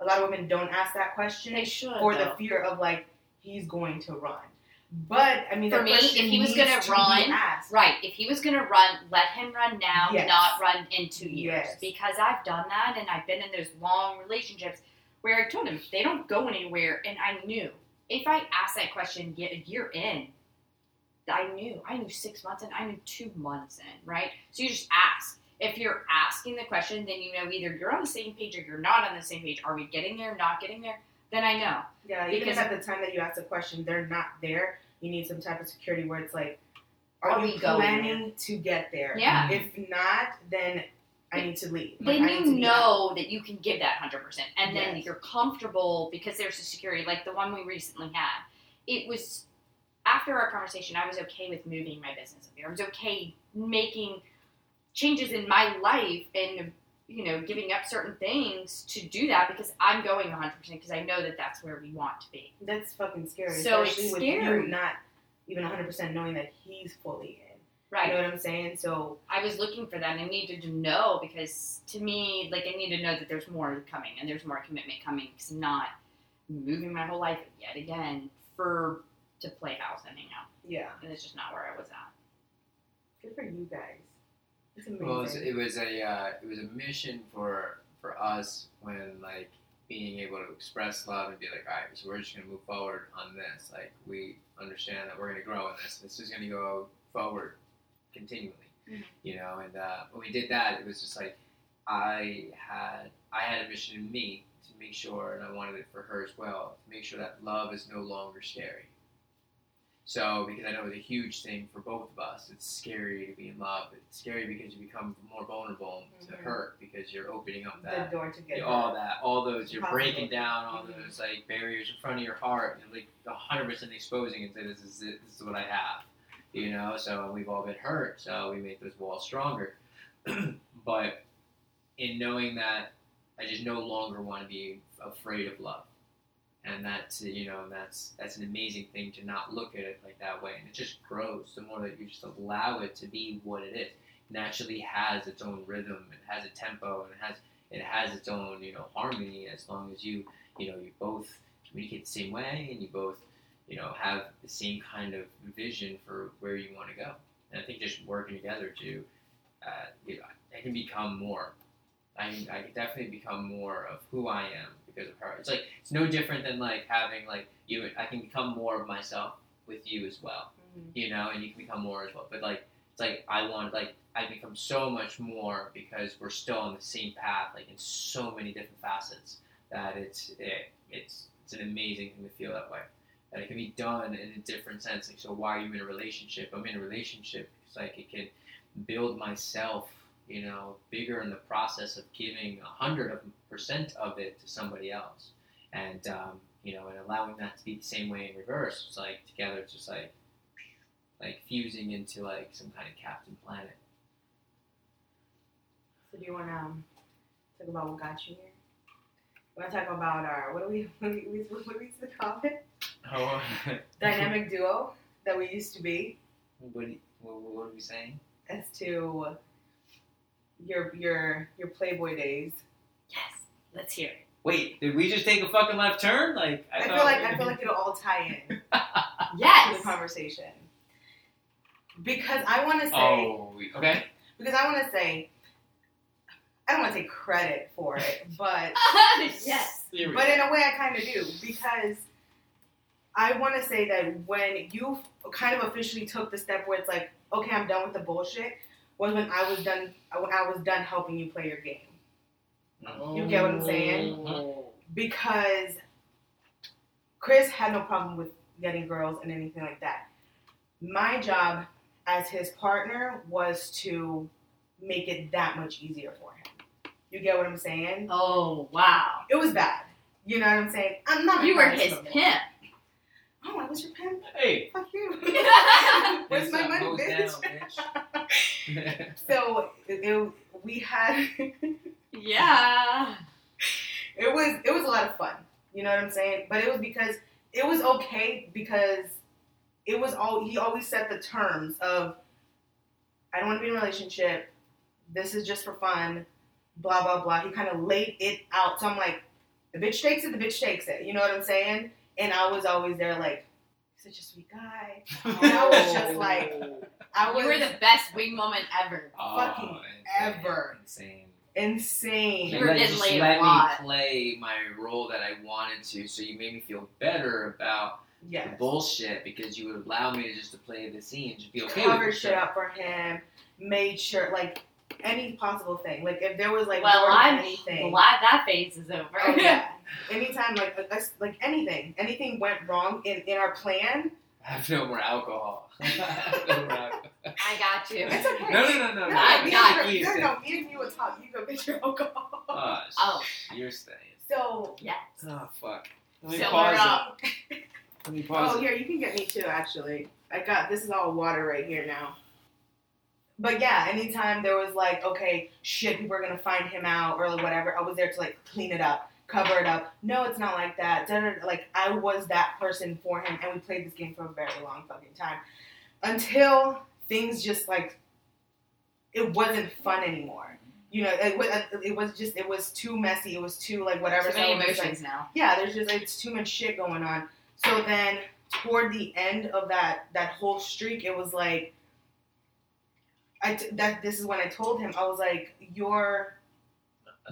a lot of women don't ask that question they should. for the though. fear of like he's going to run. But I mean, For the me, question if he was needs gonna to run, be asked. Right. If he was going to run, let him run now, Yes. not run in two years. Yes. Because I've done that and I've been in those long relationships where I told him they don't go anywhere. And I knew if I asked that question yet a year in, I knew. I knew six months in, I knew two months in, right? So you just ask. if you're asking the question, then you know either you're on the same page or you're not on the same page. Are we getting there? Not getting there? Then I know. Yeah, even Because- if at the time that you ask the question, they're not there. You need some type of security where it's like, are, Are you we going planning to get there? Yeah. If not, then I need to leave. Like, Then I need you to be know that you can give that hundred percent, and then Yes. you're comfortable because there's a security, like the one we recently had. It was after our conversation, I was okay with moving my business up here. I was okay making changes in my life and you know giving up certain things to do that because I'm going hundred percent because I know that that's where we want to be. out. That's fucking scary. So it's especially with scary. you not even 100% knowing that he's fully in. Right. You know what I'm saying? So, I was looking for that. and I needed to know because to me, like, I need to know that there's more coming and there's more commitment coming because I'm not moving my whole life yet again for to play house and hang out. yeah. And it's just not where I was at. Good for you guys. It's amazing. Well, it was, it was a uh, it was a mission for for us when like being able to express love and be like, all right, so we're just gonna move forward on this. Like we understand that we're gonna grow in this. This is gonna go forward continually, Mhm. you know. And uh, when we did that, it was just like I had I had a mission in me to make sure, and I wanted it for her as well, to make sure that love is no longer scary. So, because I know it's a huge thing for both of us, it's scary to be in love. It's scary because you become more vulnerable to Mhm. hurt because you're opening up the that, door to get all that, all those. You're Possible. breaking down all Mhm. those like barriers in front of your heart and like 100 percent exposing it. to This is it. This is what I have, you know. So we've all been hurt. So we make those walls stronger. but in knowing that, I just no longer want to be afraid of love and that's you know and that's that's an amazing thing to not look at it like that way and it just grows the more that you just allow it to be what it is naturally has its own rhythm and has a tempo and it has it has its own you know harmony as long as you you know you both communicate the same way and you both you know have the same kind of vision for where you want to go and i think just working together to uh, you know, i can become more I, I can definitely become more of who I am because of her. It's like it's no different than like having like you. I can become more of myself with you as well, Mhm. you know, and you can become more as well. But like it's like I want like I become so much more because we're still on the same path, like in so many different facets that it's it, it's it's an amazing thing to feel that way. That it can be done in a different sense. Like so, why are you in a relationship? I'm in a relationship. It's like it can build myself, you know, bigger in the process of giving a hundred percent of it to somebody else, and um, you know, and allowing that to be the same way in reverse. It's like together, it's just like like fusing into like some kind of Captain Planet. So do you want to um, talk about what got you here? We want to talk about our what do we what do we, what do we used to call it? Oh, Dynamic duo that we used to be what, do you- what, what are we saying? as to your your your Playboy days. Yes, let's hear it. Wait, did we just take a fucking left turn? Like I, feel thought like we- I feel like it'll all tie in to the Yes. conversation because I want to say Oh, we- okay. because I want to say I don't want to take credit for it, but yes. Here we But go. in a way, I kind of do because I want to say that when you kind of officially took the step where it's like, okay, I'm done with the bullshit, was when I was done. When I was done helping you play your game Oh. You get what I'm saying? Oh. because Chris had no problem with getting girls and anything like that. My job as his partner was to make it that much easier for him. You get what I'm saying? Oh wow. It was bad. You know what I'm saying? I'm not. You were his responsible. pimp. Oh, I was your pimp. Hey, Fuck you. Where's my that's money, how it bitch? goes down, bitch. So it, it- we had Yeah. it was it was a lot of fun. You know what I'm saying? But it was because it was okay because it was all he always set the terms of I don't want to be in a relationship. This is just for fun. Blah blah blah. He kind of laid it out. So I'm like, the bitch takes it. The bitch takes it. You know what I'm saying? And I was always there like. Such a sweet guy. And I was just like, I was you were the best wing woman ever. Oh, fucking insane, ever. insane. insane. You were Like, getting just laid a let lot. me play my role that I wanted to, so you made me feel better about Yes. the bullshit because you would allow me to just to play the scenes and be okay with covered it. shit up for him, made sure like any possible thing. Like if there was like well, more I'm than anything. glad that phase is over. Oh, yeah. Anytime like like, us- like anything, anything went wrong in, in our plan. Have no more alcohol. Have no more alcohol. I got you. It's okay. No, no, no, no. No, I me got and you- you. No, no, me and you would talk. You go get your alcohol. Oh, Oh. you're staying. so Yes. Oh fuck. Let me So pause we're it. up. Let me pause Oh, it. here you can get me too. Actually, I got this is all water right here now. But yeah, anytime there was like, okay, shit, people are gonna find him out or like whatever, I was there to like clean it up, cover it up. No, it's not like that. Da, da, da. Like I was that person for him, and we played this game for a very long fucking time until things just like it wasn't fun anymore. You know, it was, it was just it was too messy. It was too like whatever. Too many so I was just like, emotions now. yeah, there's just it's too much shit going on. So then toward the end of that that whole streak, it was like I t- that this is when I told him I was like you're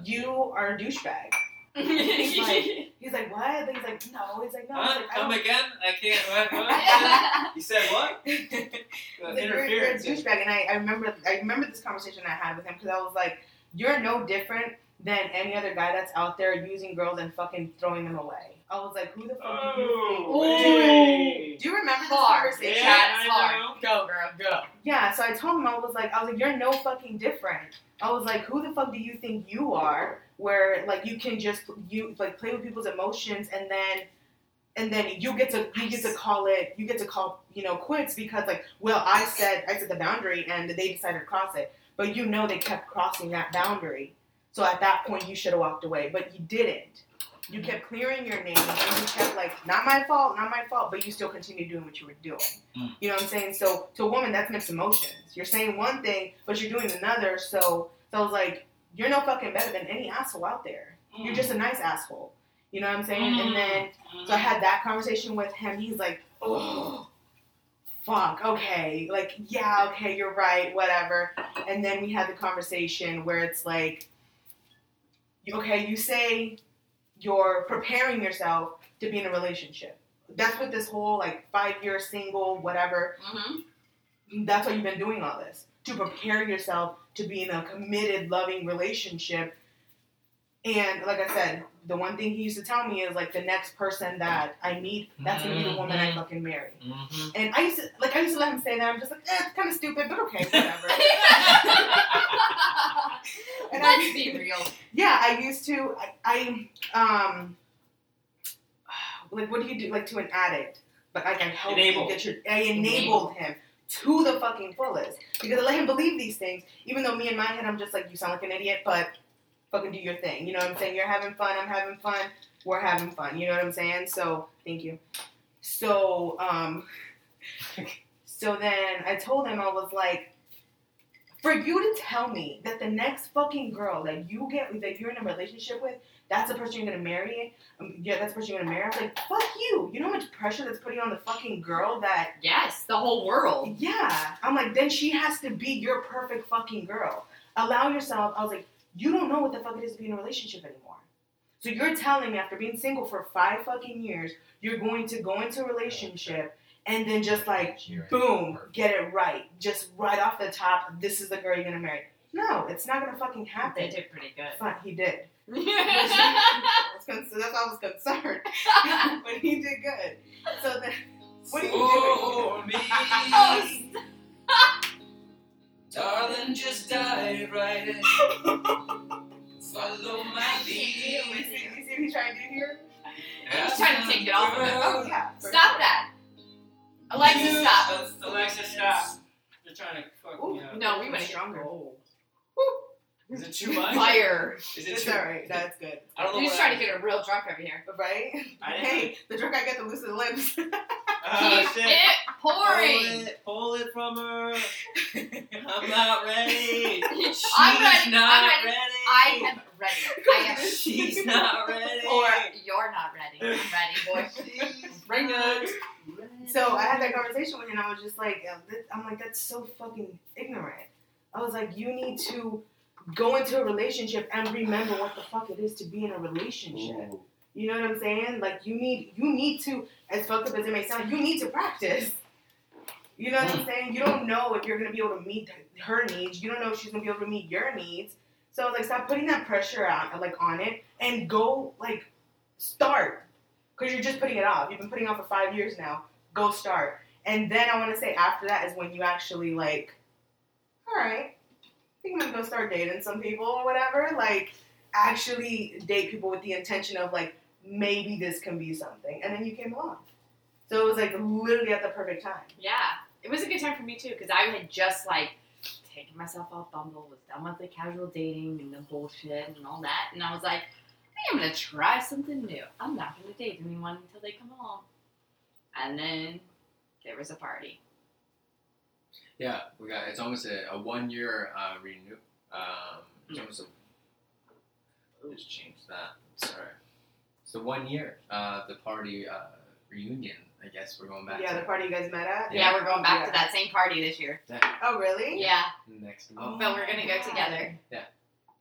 you are a douchebag. like- He's like what? Then he's like no. He's like no. He's Huh? like, I Come don't- again? I can't. What? what? yeah. you said what? He's Uh, like, you're, you're a interference. douchebag, and I, I remember I remember this conversation I had with him because I was like you're no different than any other guy that's out there using girls and fucking throwing them away. I was like who the fuck do you think? Oh, Do you- hey. Do you remember this Hard. conversation? Yeah, That's I hard. Go, girl, go. Yeah, so I told him I was like, I was like, you're no fucking different. I was like, who the fuck do you think you are? Where like you can just you like play with people's emotions and then and then you get to you get to call it you get to call you know quits because like well I said I set the boundary and they decided to cross it, but you know they kept crossing that boundary. So at that point you should have walked away, but you didn't. You kept clearing your name and you kept like not my fault, not my fault, but you still continued doing what you were doing. You know what I'm saying? So to a woman, that's mixed emotions. You're saying one thing, but you're doing another. So, so I was like, you're no fucking better than any asshole out there. You're just a nice asshole. You know what I'm saying? And then, so I had that conversation with him. He's like, oh, fuck, okay. Like, yeah, okay, you're right, whatever. And then we had the conversation where it's like, you- okay, you say you're preparing yourself to be in a relationship. That's what this whole like five year single, whatever, Mm-hmm. that's why you've been doing all this to prepare yourself to be in a committed, loving relationship. And like I said, the one thing he used to tell me is like the next person that I meet, that's gonna be the woman I fucking marry. Mhm. And I used to like I used to let him say that. I'm just like, eh, it's kind of stupid, but okay, whatever. And I- Let's be real. yeah, I used to. I, I um, like what do you do like to an addict? But like I helped Enable. you get your. I enabled him to the fucking fullest because I let him believe these things, even though me in my head I'm just like you sound like an idiot, but fucking do your thing. You know what I'm saying? You're having fun. I'm having fun. We're having fun. You know what I'm saying? So thank you. So um, so then I told him I was like, for you to tell me that the next fucking girl that you get that you're in a relationship with, that's the person you're gonna marry. Um, yeah, that's the person you're gonna marry. I was like, fuck you. You know how much pressure that's putting on the fucking girl that. Yes, the whole world. Yeah, I'm like, then she has to be your perfect fucking girl. Allow yourself. I was like, you don't know what the fuck it is to be in a relationship anymore. So you're telling me after being single for five fucking years, you're going to go into a relationship and then just like You're boom, right. get it right. Just right off the top, this is the girl you're gonna marry. No, it's not gonna fucking They happen. did pretty good. But he did. what I was con- so that's why I was concerned. but he did good. So then, What are you For doing? Oh, Oh. me, Oh, darling, just dive right in. Follow my you see, lead. you see you see what he's trying to do here? He's trying to take it off of him. Oh yeah. for Stop sure. that. Alexa, stop. Alexa, stop. You're trying to fuck Ooh, me up. No, we went stronger. Is it too much? Fire. Is it It's too alright. That's good. I don't know He's what trying I- to get a real drunk over here. Right? I didn't- Hey, the drunk I get, the looser the lips. Oh, Keep shit. it Pull pouring. it, pull it from her. I'm not ready. She's I'm ready. not I'm ready. I am ready. I am. She's not ready. Or you're not ready. I'm ready, boy. Bring it. So I had that conversation with him, and I was just like, uh, th- I'm like, that's so fucking ignorant. I was like, you need to go into a relationship and remember what the fuck it is to be in a relationship. You know what I'm saying? Like, you need, you need to, as fucked up as it may sound, you need to practice. You know what I'm saying? You don't know if you're gonna be able to meet her needs. You don't know if she's gonna be able to meet your needs. So like, stop putting that pressure on like on it and go like start because you're just putting it off. You've been putting it off for five years now. Go start, and then I want to say after that is when you actually like, all right, I think I'm gonna go start dating some people or whatever. Like, actually date people with the intention of like maybe this can be something, and then you came along. So it was like literally at the perfect time. Yeah, it was a good time for me too because I had just like taken myself off Bumble, was done with the casual dating and the bullshit and all that, and I was like, I think I'm gonna try something new. I'm not gonna date anyone until they come along. And then there was a party. Yeah, we got it's almost a, a one year uh, renew. Um, Hmm. it's almost a, just change that. Sorry. So one year, uh, the party uh, reunion. I guess we're going back yeah, to the party you guys met at. Yeah. Yeah, we're going back Yeah. to that same party this year. Oh really? Yeah, next week. Oh. but we're gonna go God. together.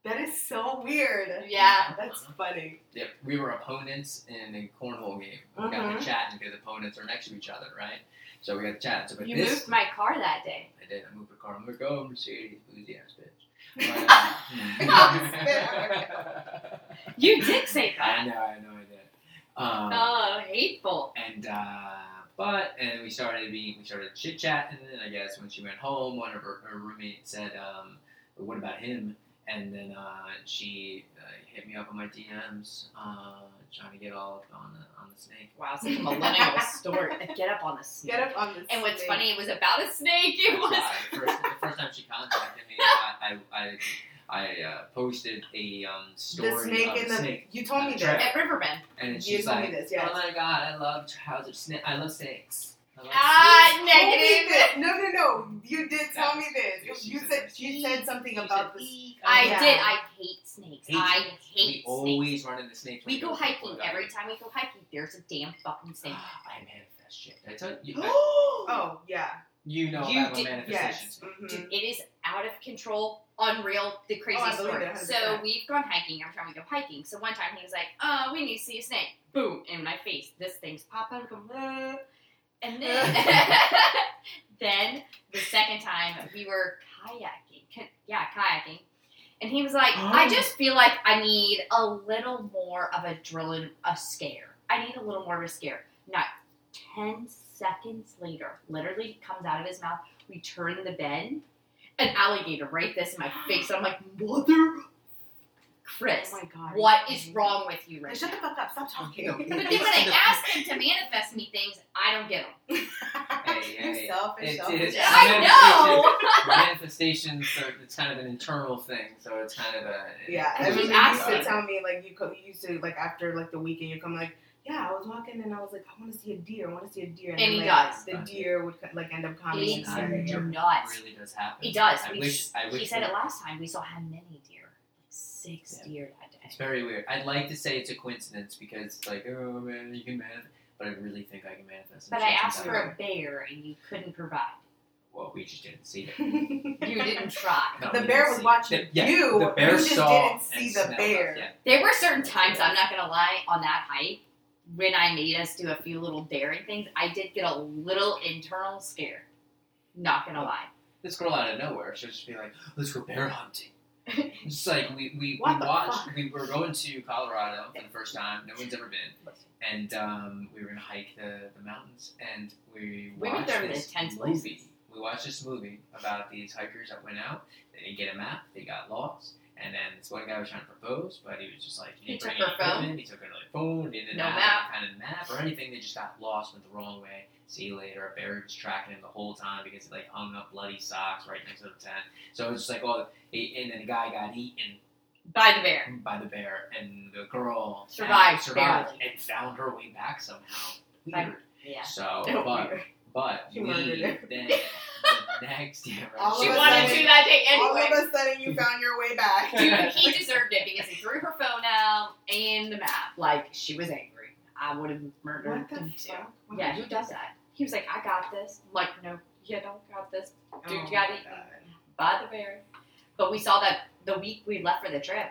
That is so weird. Yeah. That's funny. Yeah, we were opponents in a cornhole game. We got Mhm. to chat because opponents are next to each other, right? So we got to chat. So, but You this, moved my car that day. I did. I moved the car. I'm like, oh, Mercedes, boozy ass bitch. But, uh, You did say that. I know, I know, I did. Um, Oh, hateful. And uh, but and we started being we started chit chatting. And I guess when she went home, one of her, her roommates said, um, "What about him?" And then uh, she uh, hit me up on my DMs, uh, trying to get all up on the on the snake. Wow, such a millennial story. Get up on the snake. Get up on this. And what's thing. funny, it was about a snake. It was. Uh, the, first, the first time she contacted me, I I, I, I uh, posted a um, story The snake of and the snake, you told me Uh, this. trap. At Riverbend. and then you she's told like, me this. Yes. "Oh my god, I love trousers. Snake. I love snakes." I love Ah, snakes." You told me negative. this. No, no, no. You did tell me this. She You said said this. you said something She said, about this. "Eek." I yeah. did. I hate snakes. Hate I snakes. hate we snakes. always run into snakes. when we go to the hiking. pool, Every guys. time we go hiking, there's a damn fucking snake. I manifest shit. Did I tell you, I- oh yeah. you know You about my did- manifestations. Yes. Mhm. Dude, it is out of control, unreal, the crazy Oh, I believe story. it, So 100%. we've gone hiking. Every time we go hiking, so one time he was like, "Oh, we need to see a snake." Boom in my face. This thing's popping. I'm going, "Whoa." and then then the second time we were kayaking. Ka- Yeah, kayaking. And he was like, Oh. I just feel like I need a little more of a drilling a scare. I need a little more of a scare. Not 10 seconds later, literally comes out of his mouth, we turn the bend, an alligator right this in my face. I'm like, mother Chris, Oh my god. what is wrong with you right Shut the now? fuck up. Stop talking. No, But then when I ask him to manifest me things, I don't get them. Hey, You're hey, selfish. It's, selfish. it's I Manifestations, so it's kind of an internal thing, so it's kind of a Yeah, I I mean, remember you used accident. to tell me like you, co- you used to like after like the weekend you come like yeah I was walking and I was like I want to see a deer I want to see a deer And then, he like, does. the deer would like end up coming He in the does. area. nuts. It really does happen. He does. I we wish. I wish. he said that- it last time. We saw how many deer? Like six Yeah. deer that day. It's very weird. I'd like to say it's a coincidence because it's like, oh man, you can manifest, but I really think I can manifest. some But I shit asked for sometime. a bear and you couldn't provide. Well, we just didn't see it. You didn't try. No, the we bear didn't was see it. watching The- yeah, you. The bear you just saw didn't see and the smelled us, bear. yeah. There were certain times I'm not gonna lie on that hike when I made us do a few little daring things. I did get a little internal scare. Not gonna lie. This girl out of nowhere, she'll just be like, "Let's go bear hunting." It's like we we, we What the watched. fuck? We were going to Colorado for the first time. No one's ever been, and um, we were gonna hike the, the mountains, and we We went watched there in this intense movie. places. We watched this movie about these hikers that went out. They didn't get a map. They got lost. And then this one guy was trying to propose, but he was just like, he He didn't bring took any her phone. equipment. He took her like, phone. He didn't No have map. any kind of map or anything. They just got lost, went the wrong way. See you later. A bear was tracking him the whole time because he like hung up bloody socks right next to the tent. So it was just like, oh, he, and then the guy got eaten By the bear. by the bear, and the girl Survived, survived, barely. and found her way back somehow. Like- Weird. Yeah. So, No, but weird. but She we murdered then it. the next year, right, All She of a wanted sudden- to that day All anyway. of a sudden you found your way back. Dude, he deserved it because he threw her phone out and the map. Like she was angry. I would have murdered What the him too. fuck? Oh What Yeah, the- who does that? He was like, I got this. I'm like, no, you don't got this. Dude, Oh you got my it. God. By the bear. But we saw that the week we left for the trip.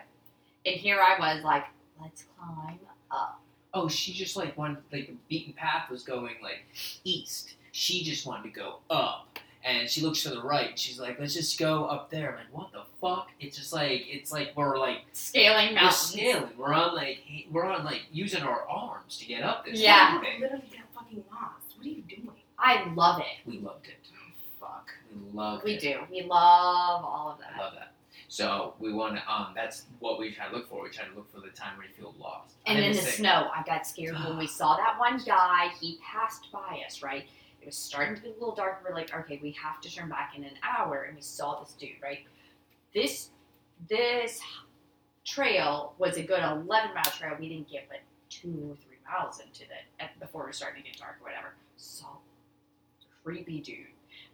And here I was like, let's climb up. Oh, she just like one like the beaten path was going like east. She just wanted to go up. And she looks to the right. She's like, let's just go up there. I'm like, what the fuck? It's just like, it's like we're like, Scaling we're mountains. scaling. We're on like, h- we're on like using our arms to get up this Yeah. fucking You thing. literally got fucking lost. What are you doing? I love it. We loved it. Oh, fuck. We loved We it. do. We love all of I that. love that. So we want to. Um, that's what we try to look for. We try to look for the time where you feel lost. And I in had the to say- snow, I got scared when we saw that one guy. He passed by us, right? It was starting to get a little dark. We're like, okay, we have to turn back in an hour. And we saw this dude, right? This this trail was a good eleven mile trail. We didn't get but two or three miles into it at- before it was starting to get dark or whatever. Saw creepy dude.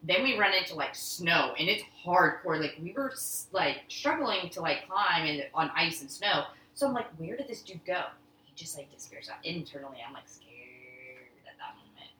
Then we run into like snow, and it's hardcore. Like we were s- like struggling to like climb and on ice and snow. So I'm like, where did this dude go? He just like disappears out internally. I'm like scared at that moment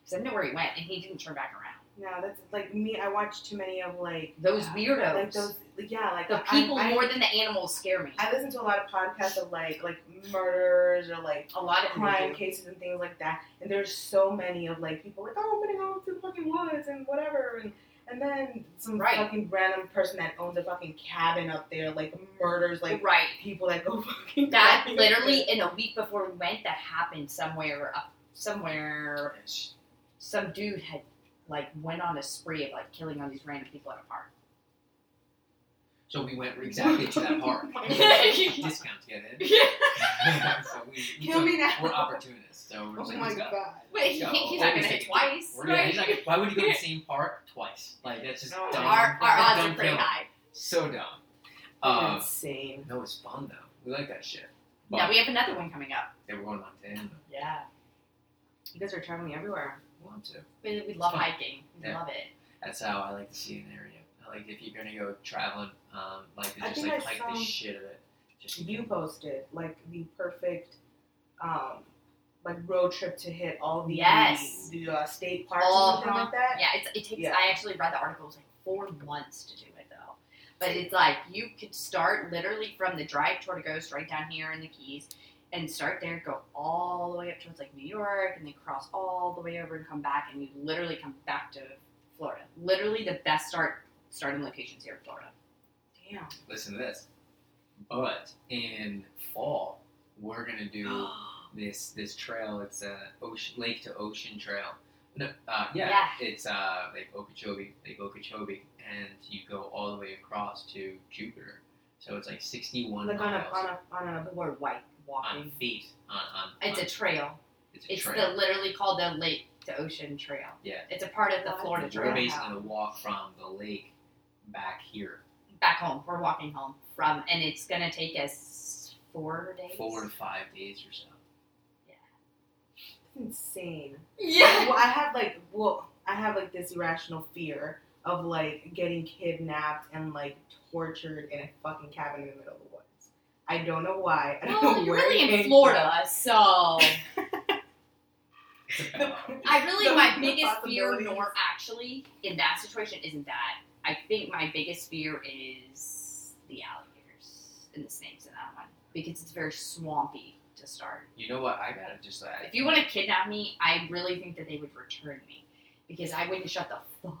because I didn't know where he went, and he didn't turn back around. No, that's like me. I watch too many of like uh, Those weirdos, like those like, yeah like the I- people I, more than the animals scare me. I listen to a lot of podcasts of like like murders or like A lot of people crime do. cases and things like that. And there's so many of like people like, oh, I'm gonna go to the fucking woods and whatever, and and then some Right. fucking random person that owns a fucking cabin up there like murders like right. people that go fucking That camping. literally in a week before we went, that happened somewhere up somewhere some dude had like went on a spree of like killing all these random people at a park. So we went exactly to that park. Discount to get in. so we, we Kill took- me now. We're opportunists. So we're Oh just like, my let's go. god. Wait, he, Yo, he's not gonna obviously, hit twice, We're- yeah, right? he's not gonna- why would you go to the same park twice? Like that's just No. dumb. Our, our That's odds dumb are pretty film. high. So dumb. Um, Insane. no, it's fun though. We like that shit. But Now we have another one coming up. yeah, we're going to Montana. Yeah, You guys are traveling everywhere. We want to. we, we love fun. hiking. We Yeah. love it. That's how I like to see an area. I like if you're gonna go traveling, um, like to I just think like I hike saw the shit of it. Just You posted like the perfect, um, like road trip to hit all the Yes. the uh, state parks Uh-huh. and something like that. Yeah, it's, it takes. Yeah. I actually read the article. It was like four months to do it though. But it's like you could start literally from the drive toward Ghost right down here in the Keys, and start there, go all the way up towards like New York, and then cross all the way over and come back, and you literally come back to Florida. Literally the best start starting locations here in Florida. Damn. listen to this. But in fall, we're gonna do this this trail. It's a ocean lake to ocean trail. No, uh, yeah, it's uh, Lake Okeechobee, Lake Okeechobee, and you go all the way across to Jupiter. So it's like 61 Like on a miles on a on a People were white on walking. feet. On, on, It's a on- trail. it's a It's trail. the literally called the Lake to Ocean Trail. Yeah. It's a part of the Wow. Florida We're Trail. basically gonna walk from the lake back here, back home. We're walking home from, and it's gonna take us four days. four to five days or so. insane. Yeah. Well, I have like well, I have like this irrational fear of like getting kidnapped and like tortured in a fucking cabin in the middle of the woods. I don't know why. I don't know Well, you're where it really came in from. Florida, so It's a battle. I really The- my the biggest fear, possibilities. nor actually in that situation, isn't that. I think my biggest fear is the alligators and the snakes in that one because it's very swampy to start. you know what? I gotta just like. If you want to kidnap me, I really think that they would return me because I wouldn't shut the fuck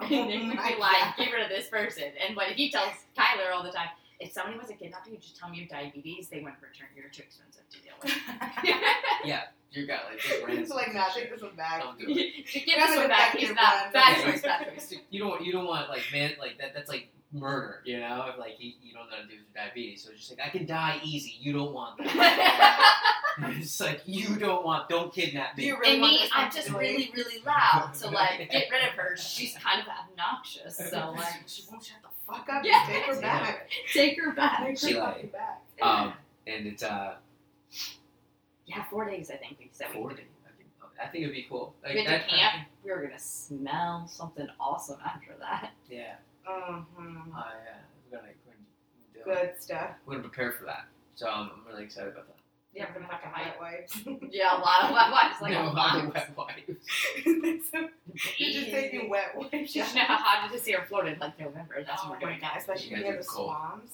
up. And they would Oh my be like, God. get rid of this person. And what he tells Tyler all the time, if somebody was a kidnapper, you just tell me you have diabetes, they wouldn't return you. You're too expensive to deal with. you got like big It's ransom like nah, and shit. take this one back. Um, Don't do it. Just Give this one back. He's not bad choice, bad choice. You don't want- you don't want like man like that that's like murder, you know? If, Like you, you don't know how to do with diabetes. So it's just like I can die easy. You don't want that. it's like you don't want don't kidnap Do me. you really And want me, this I'm just responsibility? really, really loud. So like, get rid of her. She's kind of obnoxious. So like, she won't shut the fuck up. Yeah. Take her back. take her back. Take her She like- fucking back. Um and it's uh Yeah, four days I think we said we could forty. I think I think it'd be cool. Like We went that to camp. We were gonna smell something awesome after that. Yeah. Mm-hmm. Mhm. I, uh, we're gonna we're gonna, do it. Good stuff. we're gonna prepare for that. So um, I'm really excited about that. Yeah, we're gonna have to hike. Wet wipes. Yeah, a lot of wet wipes, like No, a I'm lot. wet wipes. You're just taking wet wipes. She should know how hot it is here in Florida in like November. That's oh what we're my doing god, now. especially You guys near are the cold. swamps.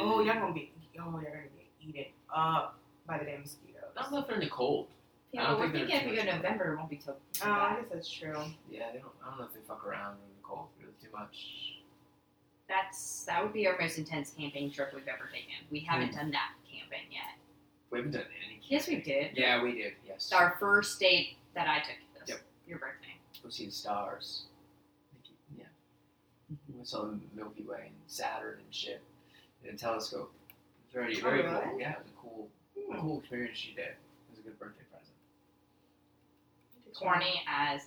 Oh, y'all gonna be. Oh, y'all gonna get eaten up by the damn mosquitoes. Not enough in the cold. Yeah, I don't well, we're think thinking if they're we go too much. November, it won't be till. Oh, I guess that's true. Yeah, they don't. I don't know if they fuck around in the cold really too much. That's that would be our most intense camping trip we've ever taken. We Hmm. haven't done that camping yet. We haven't done any. Yes, we did. Yeah, we did. Yes. It's our first date that I took this. Yep. Your birthday. Go see the stars. Yeah. Mm-hmm. We saw the Milky Way and Saturn and shit in a telescope. It was Oh, very, very Alright. cool. Yeah, it was a cool, Hmm. cool experience she did. It was a good birthday present. Corny as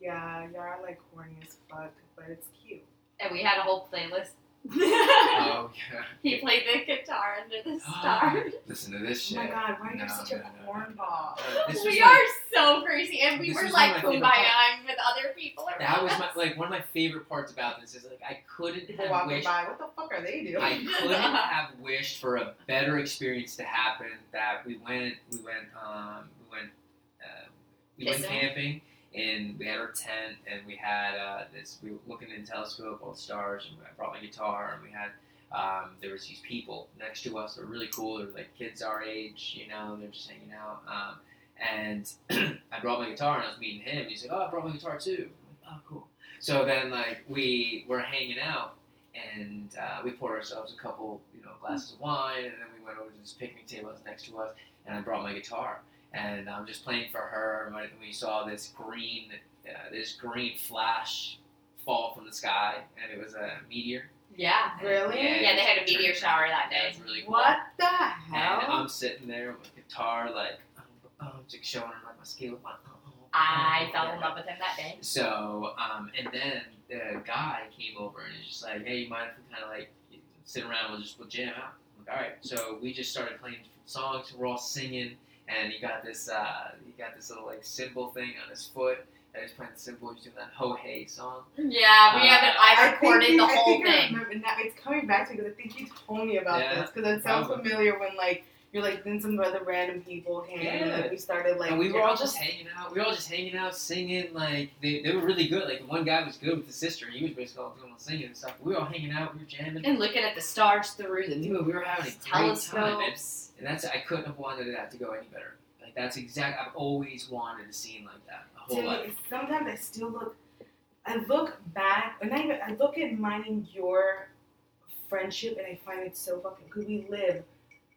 Yeah, y'all are like corny as fuck, but it's cute. and we had a whole playlist. oh yeah. he played the guitar under the stars. Listen to this Oh shit. my god, why are you No, such no, a no, no. cornball? Uh, this was we like- are so crazy, and we this were was like one of my favorite kumbayaing with other people around That was my us. like one of my favorite parts about this is like I couldn't People have walking wished by, what the fuck are they doing? I couldn't have wished for a better experience to happen. That we went, we went, um, we went, uh, we went Kissing? camping, and we had our tent, and we had uh, this. We were looking in the telescope, all the stars, and I brought my guitar, and we had. Um, there was these people next to us. They're really cool. They're like kids our age, you know. They're just hanging out. Um, and I brought my guitar, and I was meeting him. He's like, "Oh, I brought my guitar too." I'm like, "Oh, cool." So then, like, we were hanging out, and uh, we poured ourselves a couple, you know, glasses of wine, and then we went over to this picnic table that's next to us, and I brought my guitar, and I'm just playing for her. And when we saw this green, uh, this green flash fall from the sky, and it was a meteor. yeah. And- Really? Yeah, Yeah, they had a it was meteor pretty- shower that yeah, day. it was really cool. What the And um, hell? I'm sitting there with guitar, like, um, um, just showing her like my skill. like, um, um, I um, fell yeah. in love with him that day. So, um, and then the guy came over and was just like, "Hey, you mind if we kind of like sit around? We'll just we'll jam out." I'm like, all right. So we just started playing songs. We're all singing, and he got this uh, he got this little like cymbal thing on his foot. And he's playing the cymbal. He's doing that "Ho Hey" song. Yeah, we Uh, haven't. I I think recorded you- the I whole think I thing. remember now. It's coming back to me because I think you told me about Yeah, this because it sounds probably. familiar when like you're like then some other random people hanging Yeah. and we started like and we were all jamming. just hanging out. We were all just hanging out, singing. Like they, they were really good. Like the one guy was good with his sister. He was basically all doing all the singing and stuff. We were all hanging out. We were jamming. And looking at the stars through the Dude, we were having a great time, man. telescopes. And that's I couldn't have wanted that to go any better. Like that's exact. I've always wanted a scene like that. A whole Dude, life. sometimes I still look. I look back, and not even. I look at mine and your friendship, and I find it so fucking. Because we live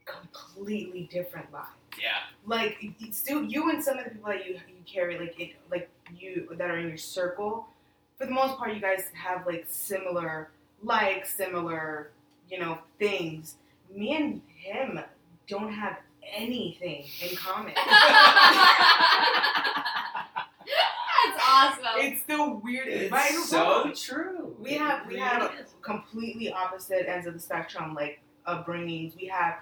completely different lives. Yeah. Like, it's still, you and some of the people that you you carry, like it, like you that are in your circle. For the most part, you guys have like similar likes, similar you know things. Me and him don't have anything in common. That's awesome. it's the weirdest. It's right? so true. We have- we It have- really is. completely opposite ends of the spectrum, like upbringings. We have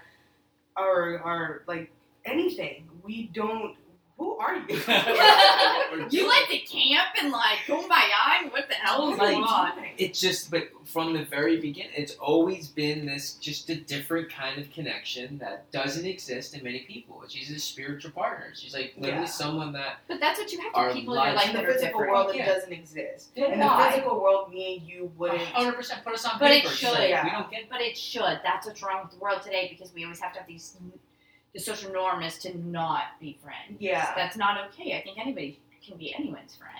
our our like anything. We don't. Who are you? you like to camp and like kumbaya and what the hell is Like, going on? It's just, but from the very beginning, it's always been this just a different kind of connection that doesn't exist in many people. She's a spiritual partner. She's like literally Yeah. someone that But that's what you have Our to people in your lives- life in the that are physical different. world, it Yeah. doesn't exist. Yeah. In the Why? physical world, me and you wouldn't. 100% put us on But it paper. She's like, should. we don't get But it should. That's what's wrong with the world today because we always have to have these. The social norm is to not be friends. Yeah. That's not okay. I think anybody can be anyone's friend.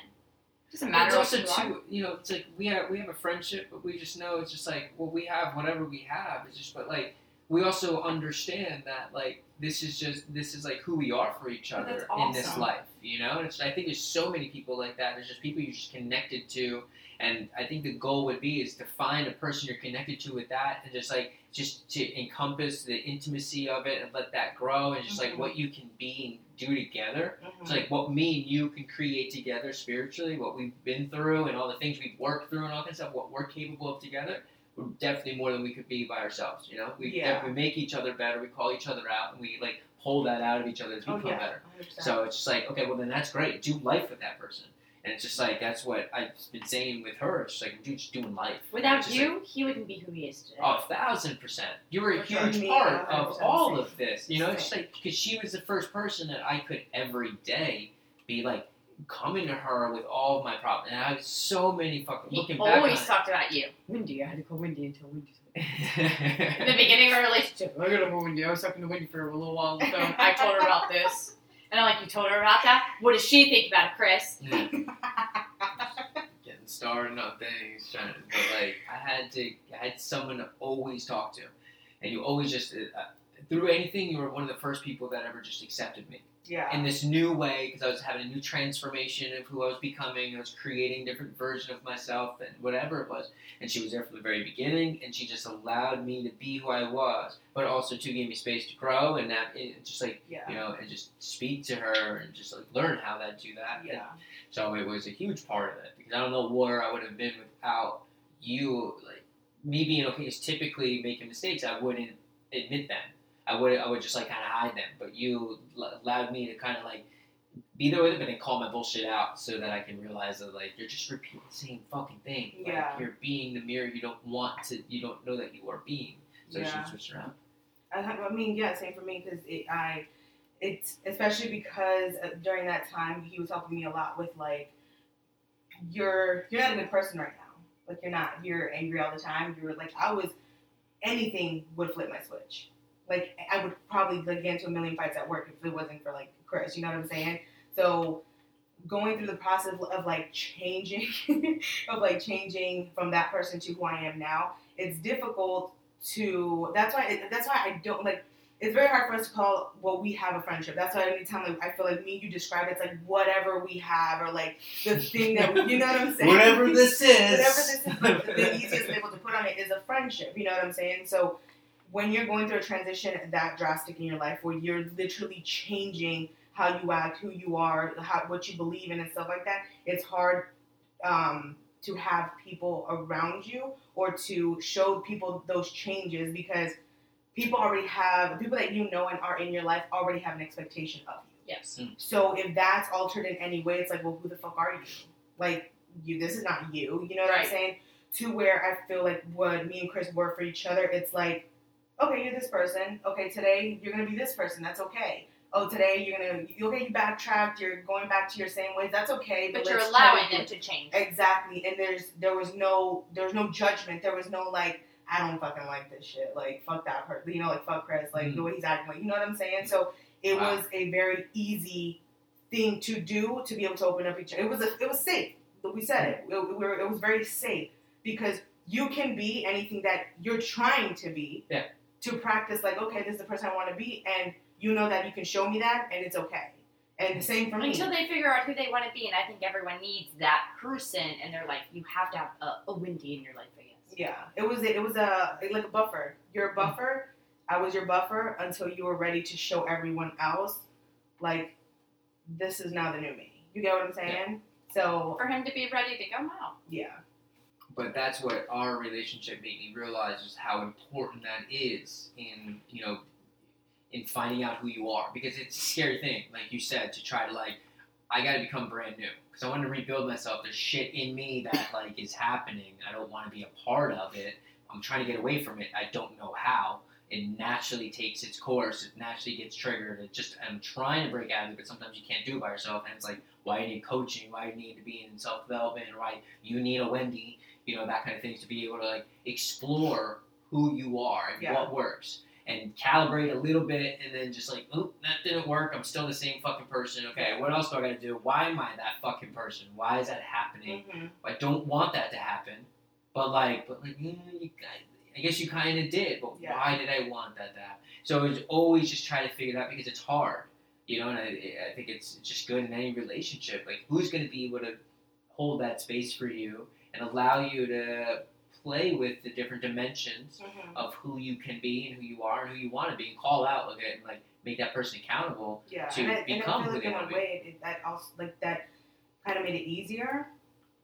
Doesn't But matter. it's what also you are. too, you know, it's like we have we have a friendship, but we just know it's just like well, we have whatever we have. It's just, but like we also understand that like this is just this is like who we are for each Well, other that's in this awesome. life, you know. And it's, I think there's so many people like that. There's just people you're just connected to, and I think the goal would be is to find a person you're connected to with that, and just like just to encompass the intimacy of it and let that grow, and just Mhm. like Mm-hmm. what you can be and do together. It's Mhm. like what me and you can create together spiritually, what we've been through, and all the things we've worked through, and all that stuff. What we're capable of together, we're definitely more than we could be by ourselves. You know, we Yeah. we make each other better. We call each other out, and we like pull that out of each other as we Oh, become yeah, better. 100%. So it's just like okay, well then that's great. Do life with that person, and it's just like that's what I've been saying with her. It's just like dude, just doing life It's Without just you, he wouldn't be who he is today. Oh, a thousand percent. You were a For sure. huge Me, part a of hundred all percent. of this. You know, it's just like because she was the first person that I could every day be like coming to her with all of my problems, and I had so many fucking he looking back on always it. talked about you. Wendy, I had to call Wendy and tell Wendy. In the yeah, beginning of our relationship, I got to call Wendy. I was talking to Wendy for a little while, so I told her about this. And I'm like, you told her about that? What does she think about it, Chris? Yeah. Getting started on things, trying to, but like I had to, I had someone to always talk to, and you always just uh, through anything, you were one of the first people that ever just accepted me Yeah. in this new way because I was having a new transformation of who I was becoming. I was creating a different version of myself and whatever it was. And she was there from the very beginning, and she just allowed me to be who I was, but also to give me space to grow and that and just like yeah. you know and just speak to her and just like learn how to do that. Yeah. So it was a huge part of it because I don't know where I would have been without you. Like me being okay is typically making mistakes. I wouldn't admit them. I would I would just like kind of hide them. But you l- allowed me to kind of like be there with it, but then call my bullshit out so that I can realize that like you're just repeating the same fucking thing. Like, Yeah. you're being the mirror you don't want to. You don't know that you are being. So Yeah. she switched around. I, I mean, yeah, same for me because it, I, it's especially because uh, during that time he was helping me a lot with like, you're you're not a good person right now. Like you're not. You're angry all the time. You were like I was. Anything would flip my switch. Like I would probably like get into a million fights at work if it wasn't for like Chris. You know what I'm saying? So going through the process of, of like changing, of like changing from that person to who I am now, it's difficult to that's why that's why I don't like it's very hard for us to call well we have a friendship. That's why anytime like I feel like me and you describe it's like whatever we have or like the thing that we, you know what I'm saying Whatever this is. whatever this is, but the easiest label to put on it is a friendship. You know what I'm saying? So when you're going through a transition that drastic in your life, where you're literally changing how you act, who you are, how, what you believe in, and stuff like that, it's hard um, to have people around you or to show people those changes because people already have people that you know and are in your life already have an expectation of you. Yes. So if that's altered in any way, it's like, well, who the fuck are you? Like, you, this is not you. You know what I'm Right. saying? To where I feel like what me and Chris were for each other, it's like, okay, you're this person. Okay, today you're gonna be this person. That's okay. Oh, today you're gonna you- okay. You backtracked. You're going back to your same ways. That's okay. But, But you're let's try allowing to- them to change. Exactly. And there's there was no there was no judgment. There was no like I don't fucking like this shit. Like fuck that person. You know, like fuck Chris. Like the way he's acting. Like you know what I'm saying. So it Mm. Wow. was a very easy thing to do to be able to open up each. It was a, it was safe. We said it. Mm. It, we were, it was very safe because you can be anything that you're trying to be. Yeah. To practice like okay, this is the person I want to be, and you know that you can show me that, and it's okay. And the same for me. Until they figure out who they want to be, and I think everyone needs that person in their life. You have to have a, a Wendy in your life, I guess. Yeah, it was it was a like a buffer. You're a buffer. I was your buffer until you were ready to show everyone else, like this is now the new me. You get what I'm saying? So For him to be ready to go, wow. yeah, but that's what our relationship made me realize is how important that is in you know in finding out who you are because it's a scary thing like you said to try to like i got to become brand new because i want to rebuild myself there's shit in me that like is happening i don't want to be a part of it i'm trying to get away from it i don't know how it naturally takes its course it naturally gets triggered it just i'm trying to break out of it but sometimes you can't do it by yourself and it's like why you need coaching why you need to be in self-development why you need a wendy you know, that kind of things to be able to like explore who you are and Yeah. what works and calibrate a little bit and then just like, oop, that didn't work. I'm still the same fucking person. Okay, what else do I got to do? Why am I that fucking person? Why is that happening? I don't want that to happen. But like, but like, mm, you, I- I guess you kind of did. But Yeah. why did I want that? That so it's always just try to figure it out because it's hard, you know. And I, I think it's just good in any relationship. Like, who's going to be able to hold that space for you and allow you to play with the different dimensions of who you can be and who you are and who you want to be, and call out, look at, it, and like make that person accountable. yeah. To and, I, and become I feel who like they in wanna a be. way it, that also like that kind of made it easier,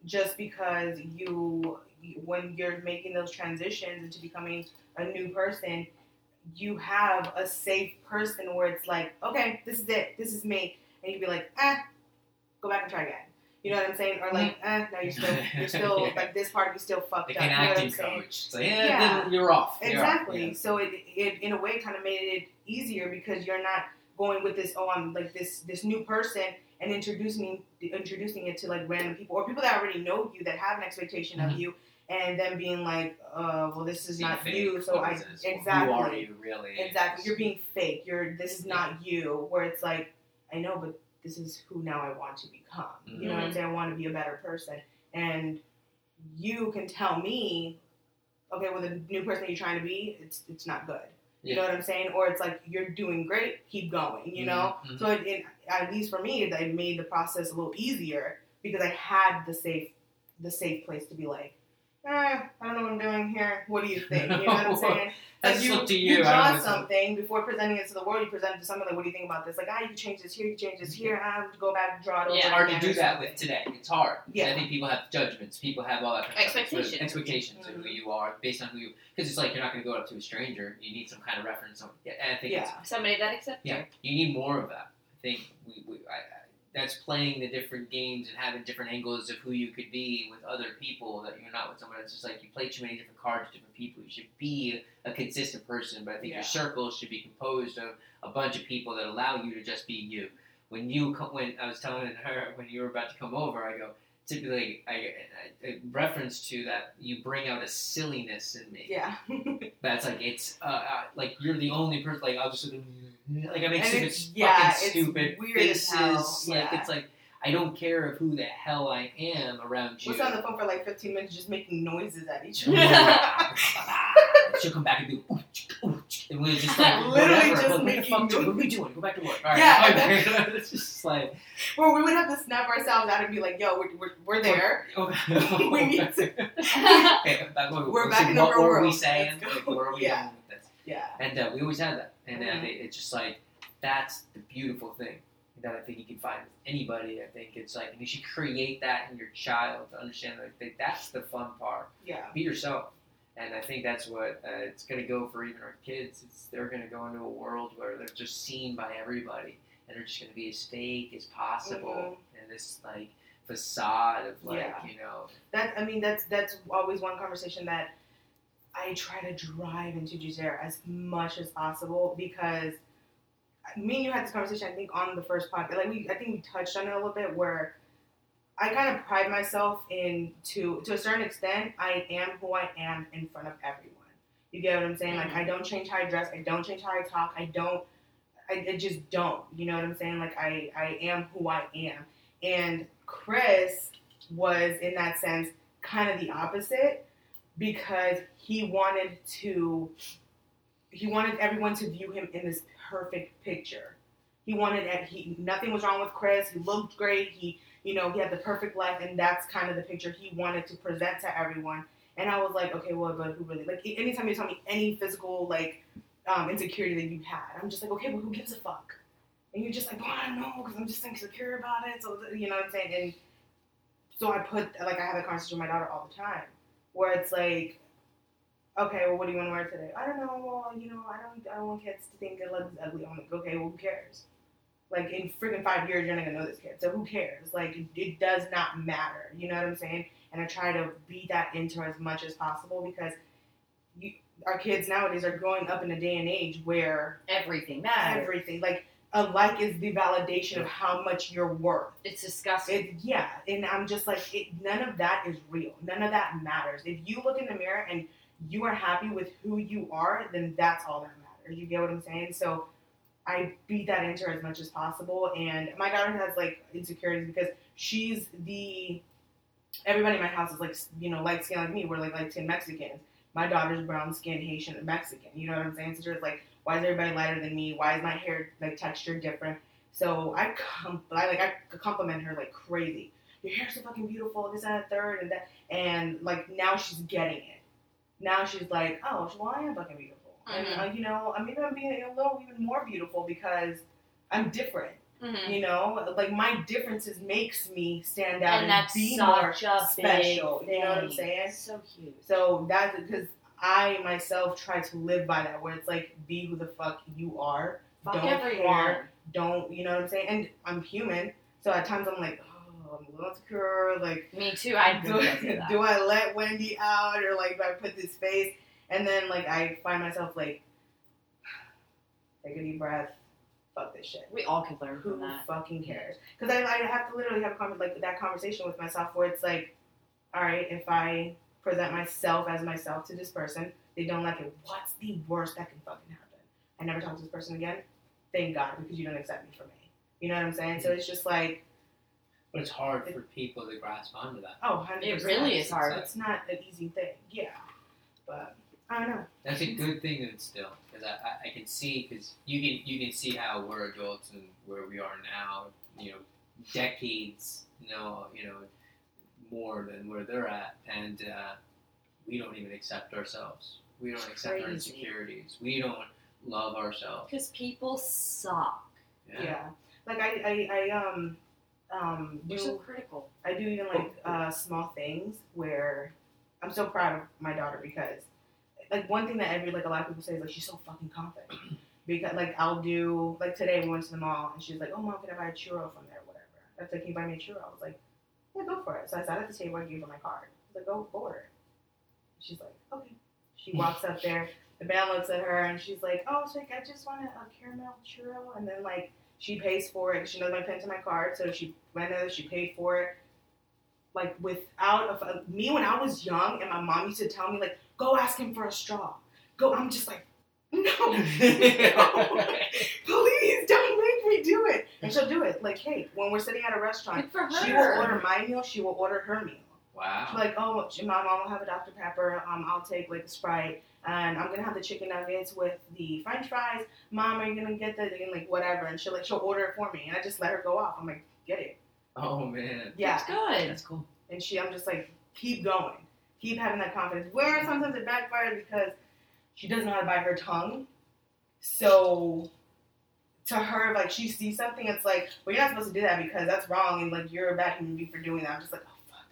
just because you when you're making those transitions into becoming a new person, you have a safe person where it's like, okay, this is it, this is me, and you'd be like, eh, go back and try again. You know what I'm saying? Or like, Mm-hmm. eh, now you're still, you're still Yeah. like this part of you still fucked Like up. an you know what acting I'm saying? coach. It's like, yeah, Yeah. then you're off. You're off. Exactly. Yeah. So it, it in a way kind of made it easier because you're not going with this oh I'm like this this new person and introducing introducing it to like random people or people that already know you that have an expectation of Mhm. you and then being like uh well this is Being not fake. you so What I is this? Who exactly are you really? exactly you're being fake you're this is not you where it's like I know, but this is who now I want to become. You know what Mhm. I'm saying? I want to be a better person. And you can tell me, okay, well, the new person you're trying to be, it's it's not good. You know what I'm saying? Or it's like you're doing great, keep going. You know. Mhm, mhm. So it, it, at least for me, it, it made the process a little easier because I had the safe the safe place to be like. Eh, I don't know what I'm doing here. What do you think? You know what I'm saying? That's Like you, up to you you. I don't draw know. something before presenting it to the world. You present it to someone like, "What do you think about this?" Like, "Ah, you can change this here, you can change this here. Ah, go back, draw it over." Yeah. It's Mm-hmm. hard to again do or that something." with today. It's hard. Yeah. I think people have judgments. People have all that kind of stuff. It's really Expectations. expectations of Mm-hmm. who you are based on who you. Because it's like you're not going to go up to a stranger. You need some kind of reference. On, yeah, and I think it's Yeah, Somebody that accepts yeah. you. You need more of that. I think we, we I, I, that's playing the different games and having different angles of who you could be with other people that you're not with someone that's just like you play too many different cards, with different people. You should be a consistent person, but I think Yeah. your circle should be composed of a bunch of people that allow you to just be you. When you co- when I was telling her when you were about to come over, I go typically I, I, I reference to that you bring out a silliness in me. yeah. That's like it's uh, uh, like you're the only person. Like I'll just like I make And stupid, it's- yeah, fucking it's stupid weird as faces. hell, Like yeah. it's like I don't care of who the hell I am around you. We're on the phone for like 15 minutes, just making noises at each other. She'll come back and do, ooh, chick, ooh, chick, and we're just like, Literally whatever. just what, what the making fuck, dude? noise. What are we doing? Go back to work. All right, Yeah, okay. it's just like, Where we would have to snap ourselves out and be like, "Yo, we're, we're, we're there. okay, We need to. We're back in the what real were we world. saying? Let's Like, go. where are we Yeah. going with this? Yeah, And uh, we always had that. And uh, Mhm. it, it's just like, that's the beautiful thing that I think you can find with anybody. I think it's like, and you should create that in your child to understand like, that that's the fun part. yeah, Be yourself. And I think that's what uh, it's going to go for even our kids. It's, they're going to go into a world where they're just seen by everybody and they're just going to be as fake as possible. And this like facade of like, Yeah. you know, That I mean, that's that's always one conversation that I try to drive into Juzair as much as possible because me and you had this conversation. I think on the first podcast, like we, I think we touched on it a little bit where. I kind of pride myself in to to a certain extent. I am who I am in front of everyone. You get what I'm saying? Like I don't change how I dress. I don't change how I talk. I don't. I, I just don't. You know what I'm saying? Like I I am who I am. And Chris was in that sense kind of the opposite because he wanted to he wanted everyone to view him in this perfect picture. He wanted that he nothing was wrong with Chris. He looked great. He you know, he had the perfect life and that's kind of the picture he wanted to present to everyone. And I was like, okay, well, but who really like anytime you tell me any physical like um, insecurity that you had, I'm just like, okay, well, who gives a fuck? And you're just like, well, I don't know, because I'm just insecure about it. So you know what I'm saying? And so I put like I have a conversation with my daughter all the time where it's like, okay, well, what do you want to wear today? I don't know. Well, you know, I don't. I don't want kids to think that love is ugly. I'm like, okay, well, who cares? Like in freaking five years, you're not gonna know this kid, so who cares? Like it, it does not matter. You know what I'm saying? And I try to beat that into as much as possible because you, our kids nowadays are growing up in a day and age where Everything matters. everything, like a like, is the validation of how much you're worth. It's disgusting. It, yeah, and I'm just like, it, none of that is real. None of that matters. If you look in the mirror and you are happy with who you are, then that's all that matters. You get what I'm saying? So I beat that into her as much as possible. And my daughter has like insecurities because she's the everybody in my house is like you know light skinned like me. We're like light skinned Mexicans. My daughter's brown skinned Haitian and Mexican. You know what I'm saying? So she's like, why is everybody lighter than me? Why is my hair like texture different? So I com- I, like I compliment her like crazy. Your hair's so fucking beautiful. This and that, third and that, and like now she's getting it. Now she's like, oh, well, I am fucking beautiful, Mm-hmm. and uh, you know, I mean, I'm being a little even more beautiful because I'm different. Mhm. You know, like my differences makes me stand out And that's be more such a special. Big You know what I'm thing. saying? So cute. So that's because I myself try to live by that, where it's like be who the fuck you are. Fuck Don't everyone. care. Don't you know what I'm saying? And I'm human, so at times I'm like, oh, I'm a little insecure. Like, Me too. I do, do I let Wendy out or like do I put this face? And then like I find myself like, take a deep breath. Fuck this shit. We all could learn Who from that. fucking cares? Because I, I have to literally have a con- like that conversation with myself where it's like, all right, if I present myself as myself to this person, they don't like it. What's the worst that can fucking happen? I never talk to this person again. Thank God because you don't accept me for me. You know what I'm saying? Mm-hmm. So it's just like, But it's hard for people to grasp onto that. oh, 100%. It really is hard. It's not an easy thing. Yeah. But I don't know. That's a good thing that it's still because I, I, I can see because you can you can see how we're adults and where we are now. You know, decades no you know more than where they're at, and uh, we don't even accept ourselves. We don't accept our Crazy. insecurities. We don't love ourselves. Because people suck. Yeah. Yeah. Like I, I, I um, um, You're so do critical. I do even like uh, small things where I'm so proud of my daughter because like one thing that every like a lot of people say is like she's so fucking confident because like I'll do like today we went to the mall and she's like oh mom can I buy a churro from there or whatever I was like can you buy me a churro I was like yeah go for it so I sat at the table I gave her my card I was like go for it she's like okay she walks up there the man looks at her and she's like oh she's like I just want a, a caramel churro and then like she pays for it she knows my pin to my card so she went there she paid for it like without a, fu- me when I was young, and my mom used to tell me like, "Go ask him for a straw." Go. I'm just like, no, no. please don't make me do it. And she'll do it. Like, hey, when we're sitting at a restaurant, Good for she will her. order my meal. She will order her meal. She's Wow. like, oh, my mom will have a Dr Pepper. Um, I'll take like a Sprite, and I'm gonna have the chicken nuggets with the French fries. Mom, are you gonna get the and, like whatever? And she'll like she'll order it for me, and I just let her go off. I'm like, get it, Oh man. yeah. That's good. That's cool. And she, I'm just like, keep going, keep having that confidence. Where sometimes it backfired because she doesn't know how to bite her tongue. So to her, like she sees something, it's like, well, you're not supposed to do that because that's wrong, and like you're a bad human being for doing that. I'm just like, oh fuck.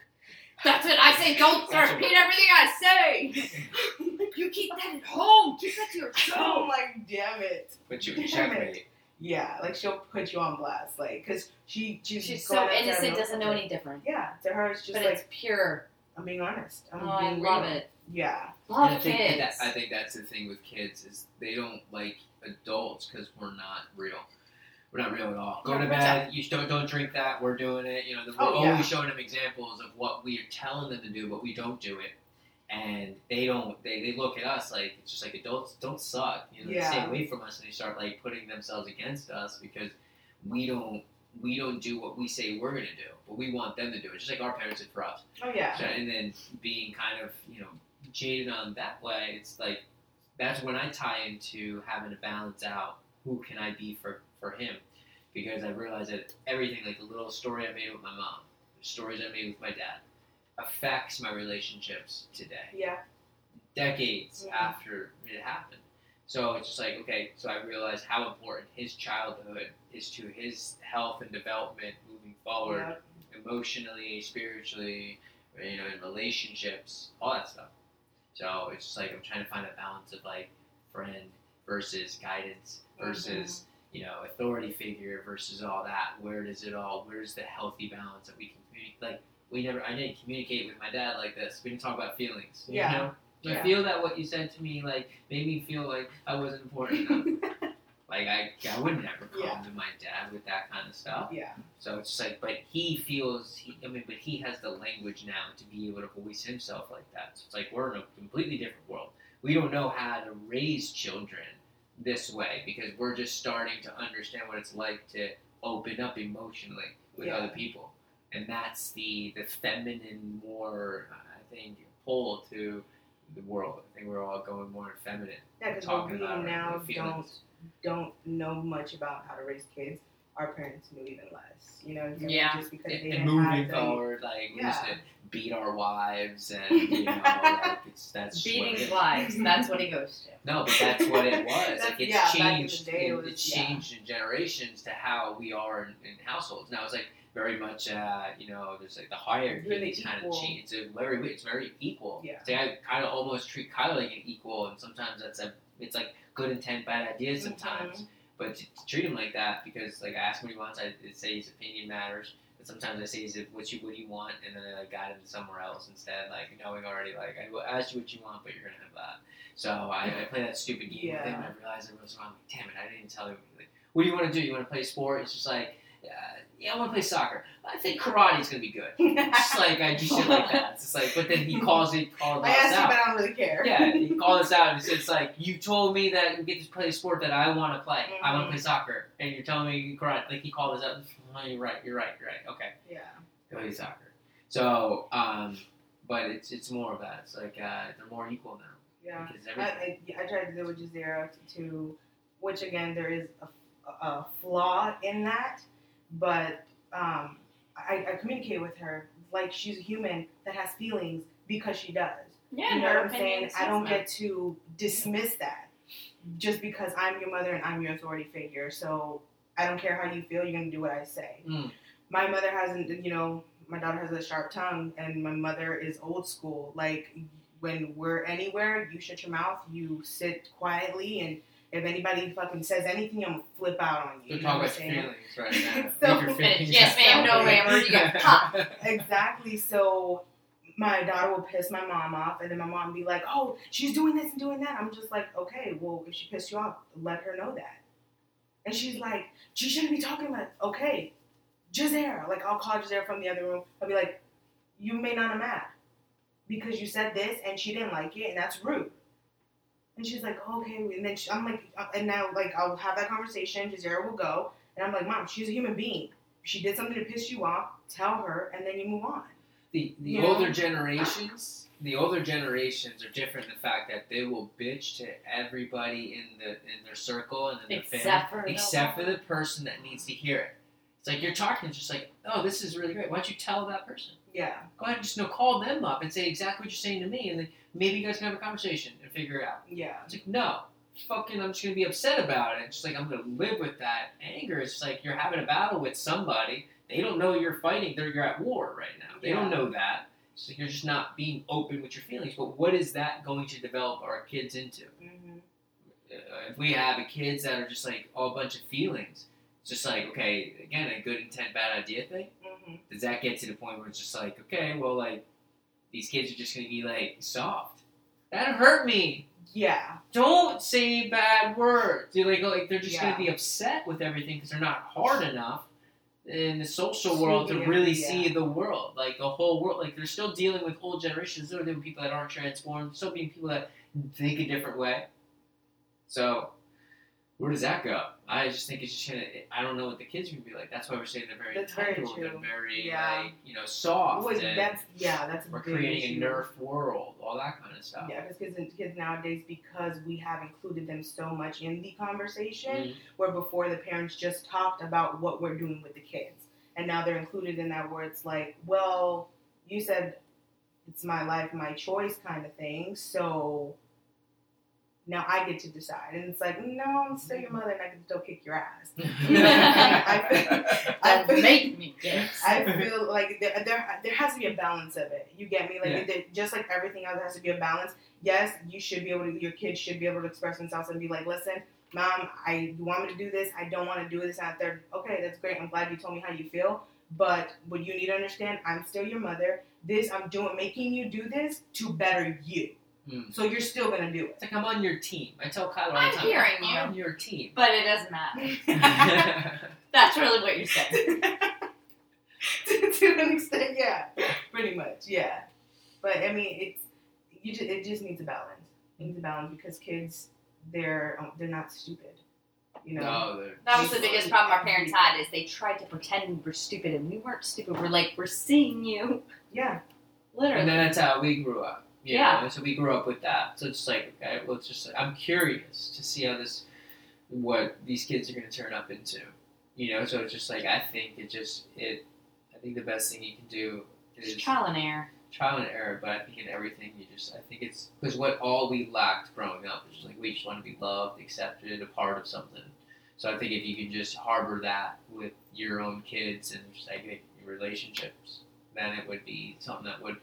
That's what I say. Don't That's repeat everything I say. You keep that at home. Keep that to I'm yourself. like, damn it. But you can checkmate. Yeah, like she'll put you on blast, like, cause she she's, She's going so after innocent, everyone. doesn't know any different. Yeah, to her it's just But like it's pure. I'm being honest. I'm Oh, I being love real. it. Yeah, And I Love think kids. That, I think that's the thing with kids is they don't like adults because we're not real. We're not real at all. Go to Yeah, bed. You don't don't drink that. We're doing it. You know, we're Oh, yeah. always showing them examples of what we are telling them to do, but we don't do it. And they don't. They, they look at us like it's just like adults don't suck. You know, Yeah. they stay away from us and they start like putting themselves against us because we don't we don't do what we say we're gonna do, but we want them to do it. Just like our parents did for us. oh yeah, So- and then being kind of you know jaded on that way it's like that's when i tie into having to balance out who can i be for for him because i realized that everything like the little story i made with my mom the stories i made with my dad affects my relationships today yeah, decades Mhm. after it happened. So it's just like, okay, so I realized how important his childhood is to his health and development moving forward, emotionally, spiritually, you know, in relationships, all that stuff. So it's just like I'm trying to find a balance of like friend versus guidance versus you know authority figure versus all that. Where does it all? Where's the healthy balance that we can communicate? Like we never, I didn't communicate with my dad like this. We didn't talk about feelings. You Yeah. know? I Yeah. feel that what you said to me like made me feel like I wasn't important enough. like I, I would never come Yeah. to my dad with that kind of stuff. yeah. So it's just like, but he feels, he, I mean, but he has the language now to be able to voice himself like that. So it's like we're in a completely different world. We don't know how to raise children this way because we're just starting to understand what it's like to open up emotionally with Yeah. other people, and that's the the feminine more, I think, pull to the world. I think we're all going more feminine, Yeah, because what talking we about our- now our don't feelings. don't know much about how to raise kids. Our parents knew even less. You know, what I'm saying? Yeah. just because they and, didn't and moving have the- forward, like we used Yeah. to beat our wives, and you know, like it's that's just what it Beating is. wives. That's what he goes to. No, but that's what it was. That's- like it's yeah, back in the changed. day, it in- was- it's yeah. changed in generations to how we are in, in households. Now it's like very much, uh, you know, there's like the hierarchy Really is kind of equal. changed. It's a very, it's very equal. Yeah. It's like I kind of almost treat Kyle like an equal, and sometimes that's a, it's like good intent, bad idea Mm-hmm. sometimes. But to, to treat him like that because like I ask him what he wants, I say his opinion matters. But sometimes I say, "Is it what you what do you want?" And then I like, guide him somewhere else instead. Like knowing already, like I will ask you what you want, but you're gonna have that. So I, I play that stupid game with him. Yeah. And I realize it was wrong. Like, damn it, I didn't tell him. Like, what do you want to do? You want to play sport? It's just like, uh, yeah, I want to play soccer. I think karate's gonna be good. It's like I just shit like that. It's just like, but then he calls it called I us asked you, out. but I don't really care. Yeah, he calls us out. And it's, it's like you told me that we get to play a sport that I want to play. I Mm-hmm. want to play soccer, and you're telling me karate. Like he called us out. Oh, you're right. You're right. You're right. Okay, Yeah. go play soccer. So, um, but it's it's more of that. It's like uh, they're more equal now Yeah. because I, everything. I, I tried to do with Jazera to, which again there is a, a flaw in that, but um, I, I communicate with her like she's a human that has feelings because she does. Yeah, you know her what I'm saying? opinion I don't is get to dismiss that just because I'm your mother and I'm your authority figure. So I don't care how you feel. You're gonna do what I say. Mm. My mother hasn't, you know, my daughter has a sharp tongue, and my mother is old school. Like when we're anywhere, you shut your mouth, you sit quietly, and if anybody fucking says anything, I'm gonna flip out on you. Don't you know what I'm talk about saying? your feelings right now. So- Leave your feelings Yes, ma'am, no, ma'am, or you get popped. Exactly. So my daughter will piss my mom off, and then my mom be like, "Oh, she's doing this and doing that." I'm just like, "Okay, well, if she pissed you off, let her know that." And she's like, "She shouldn't be talking about." Okay, Jazair. Like I'll call Jazair from the other room. I'll be like, "You made Nana mad because you said this, and she didn't like it, and that's rude." And she's like, "Okay," and then she, I'm like, uh, and now like I'll have that conversation. Jazair will go, and I'm like, "Mom, she's a human being." she did something to piss you off, tell her, and then you move on. the the Yeah. older generations the older generations are different in the fact that they will bitch to everybody in the in their circle and in their family Except for except for the person that needs to hear it it's like you're talking it's just like oh this is really great why don't you tell that person Yeah. go ahead and just you know, call them up and say exactly what you're saying to me and then maybe you guys can have a conversation and figure it out Yeah. it's like no fucking i'm just gonna be upset about it just like i'm gonna live with that anger it's just like you're having a battle with somebody they don't know you're fighting they're you're at war right now they don't Yeah. know that so you're just not being open with your feelings but what is that going to develop our kids into Mm-hmm. uh, if we have kids that are just like all a bunch of feelings it's just like okay again a good intent bad idea thing Mm-hmm. does that get to the point where it's just like okay well like these kids are just gonna be like soft that hurt me Yeah. don't say bad words. You're like, like they're just Yeah. gonna be upset with everything because they're not hard enough in the social world to Yeah, really yeah. see the world, like the whole world. Like they're still dealing with old generations. There are different people that aren't transformed. Still being people that think a different way. So where does that go? I just think it's just gonna. I don't know what the kids are gonna be like. That's why we're saying they're very That's very intellectual, true. They're very Yeah. like you know soft. Wait, and that's yeah. That's a we're big creating issue. a nerf world, all that kind of stuff. Yeah, because kids, kids nowadays, because we have included them so much in the conversation, Mhm. where before the parents just talked about what we're doing with the kids, and now they're included in that where it's like, well, you said it's my life, my choice, kind of thing, so. Now I get to decide, and it's like, no, I'm still Mm-hmm. your mother, and I can still kick your ass. I That feel- make me get. I feel like there, there there has to be a balance of it. You get me? Like Yeah. there- just like everything else, there has to be a balance. Yes, you should be able to. Your kids should be able to express themselves and be like, "Listen, mom, I you want me to do this. I don't want to do this." Out there, okay, that's great. I'm glad you told me how you feel. But what you need to understand, I'm still your mother. This I'm doing, making you do this to better you. Hmm. So you're still gonna do It's like I'm on your team. I tell Kyle all the I'm time. hearing you." I'm on your team. But it doesn't matter. it That's really what you're saying. to an extent. Yeah, pretty much. Yeah, but I mean, it's you. Just, it just needs a balance. It needs a balance because kids, they're um, they're not stupid. You know. no, they're- That was the biggest problem our parents had is they tried to pretend we were stupid and we weren't stupid. We're like, we're seeing you. Yeah. and Literally. then that's how we grew up. you Yeah. know, So we grew up with that. So it's like, okay, well, it's just I'm curious to see how this, what these kids are going to turn up into. You know, so it's just like I think it just it. I think the best thing you can do is It's trial and error. trial and error, but I think in everything you just I think it's because what all we lacked growing up is just like we just want to be loved, accepted, a part of something. So I think if you can just harbor that with your own kids and just I think your relationships, then it would be something that would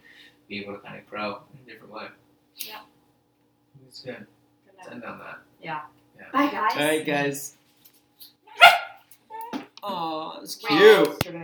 be able to kind of grow in a different way. Yeah. It's good. Let's end on that. Bye, guys. All right, guys. Oh, Wow. Cute. They're gonna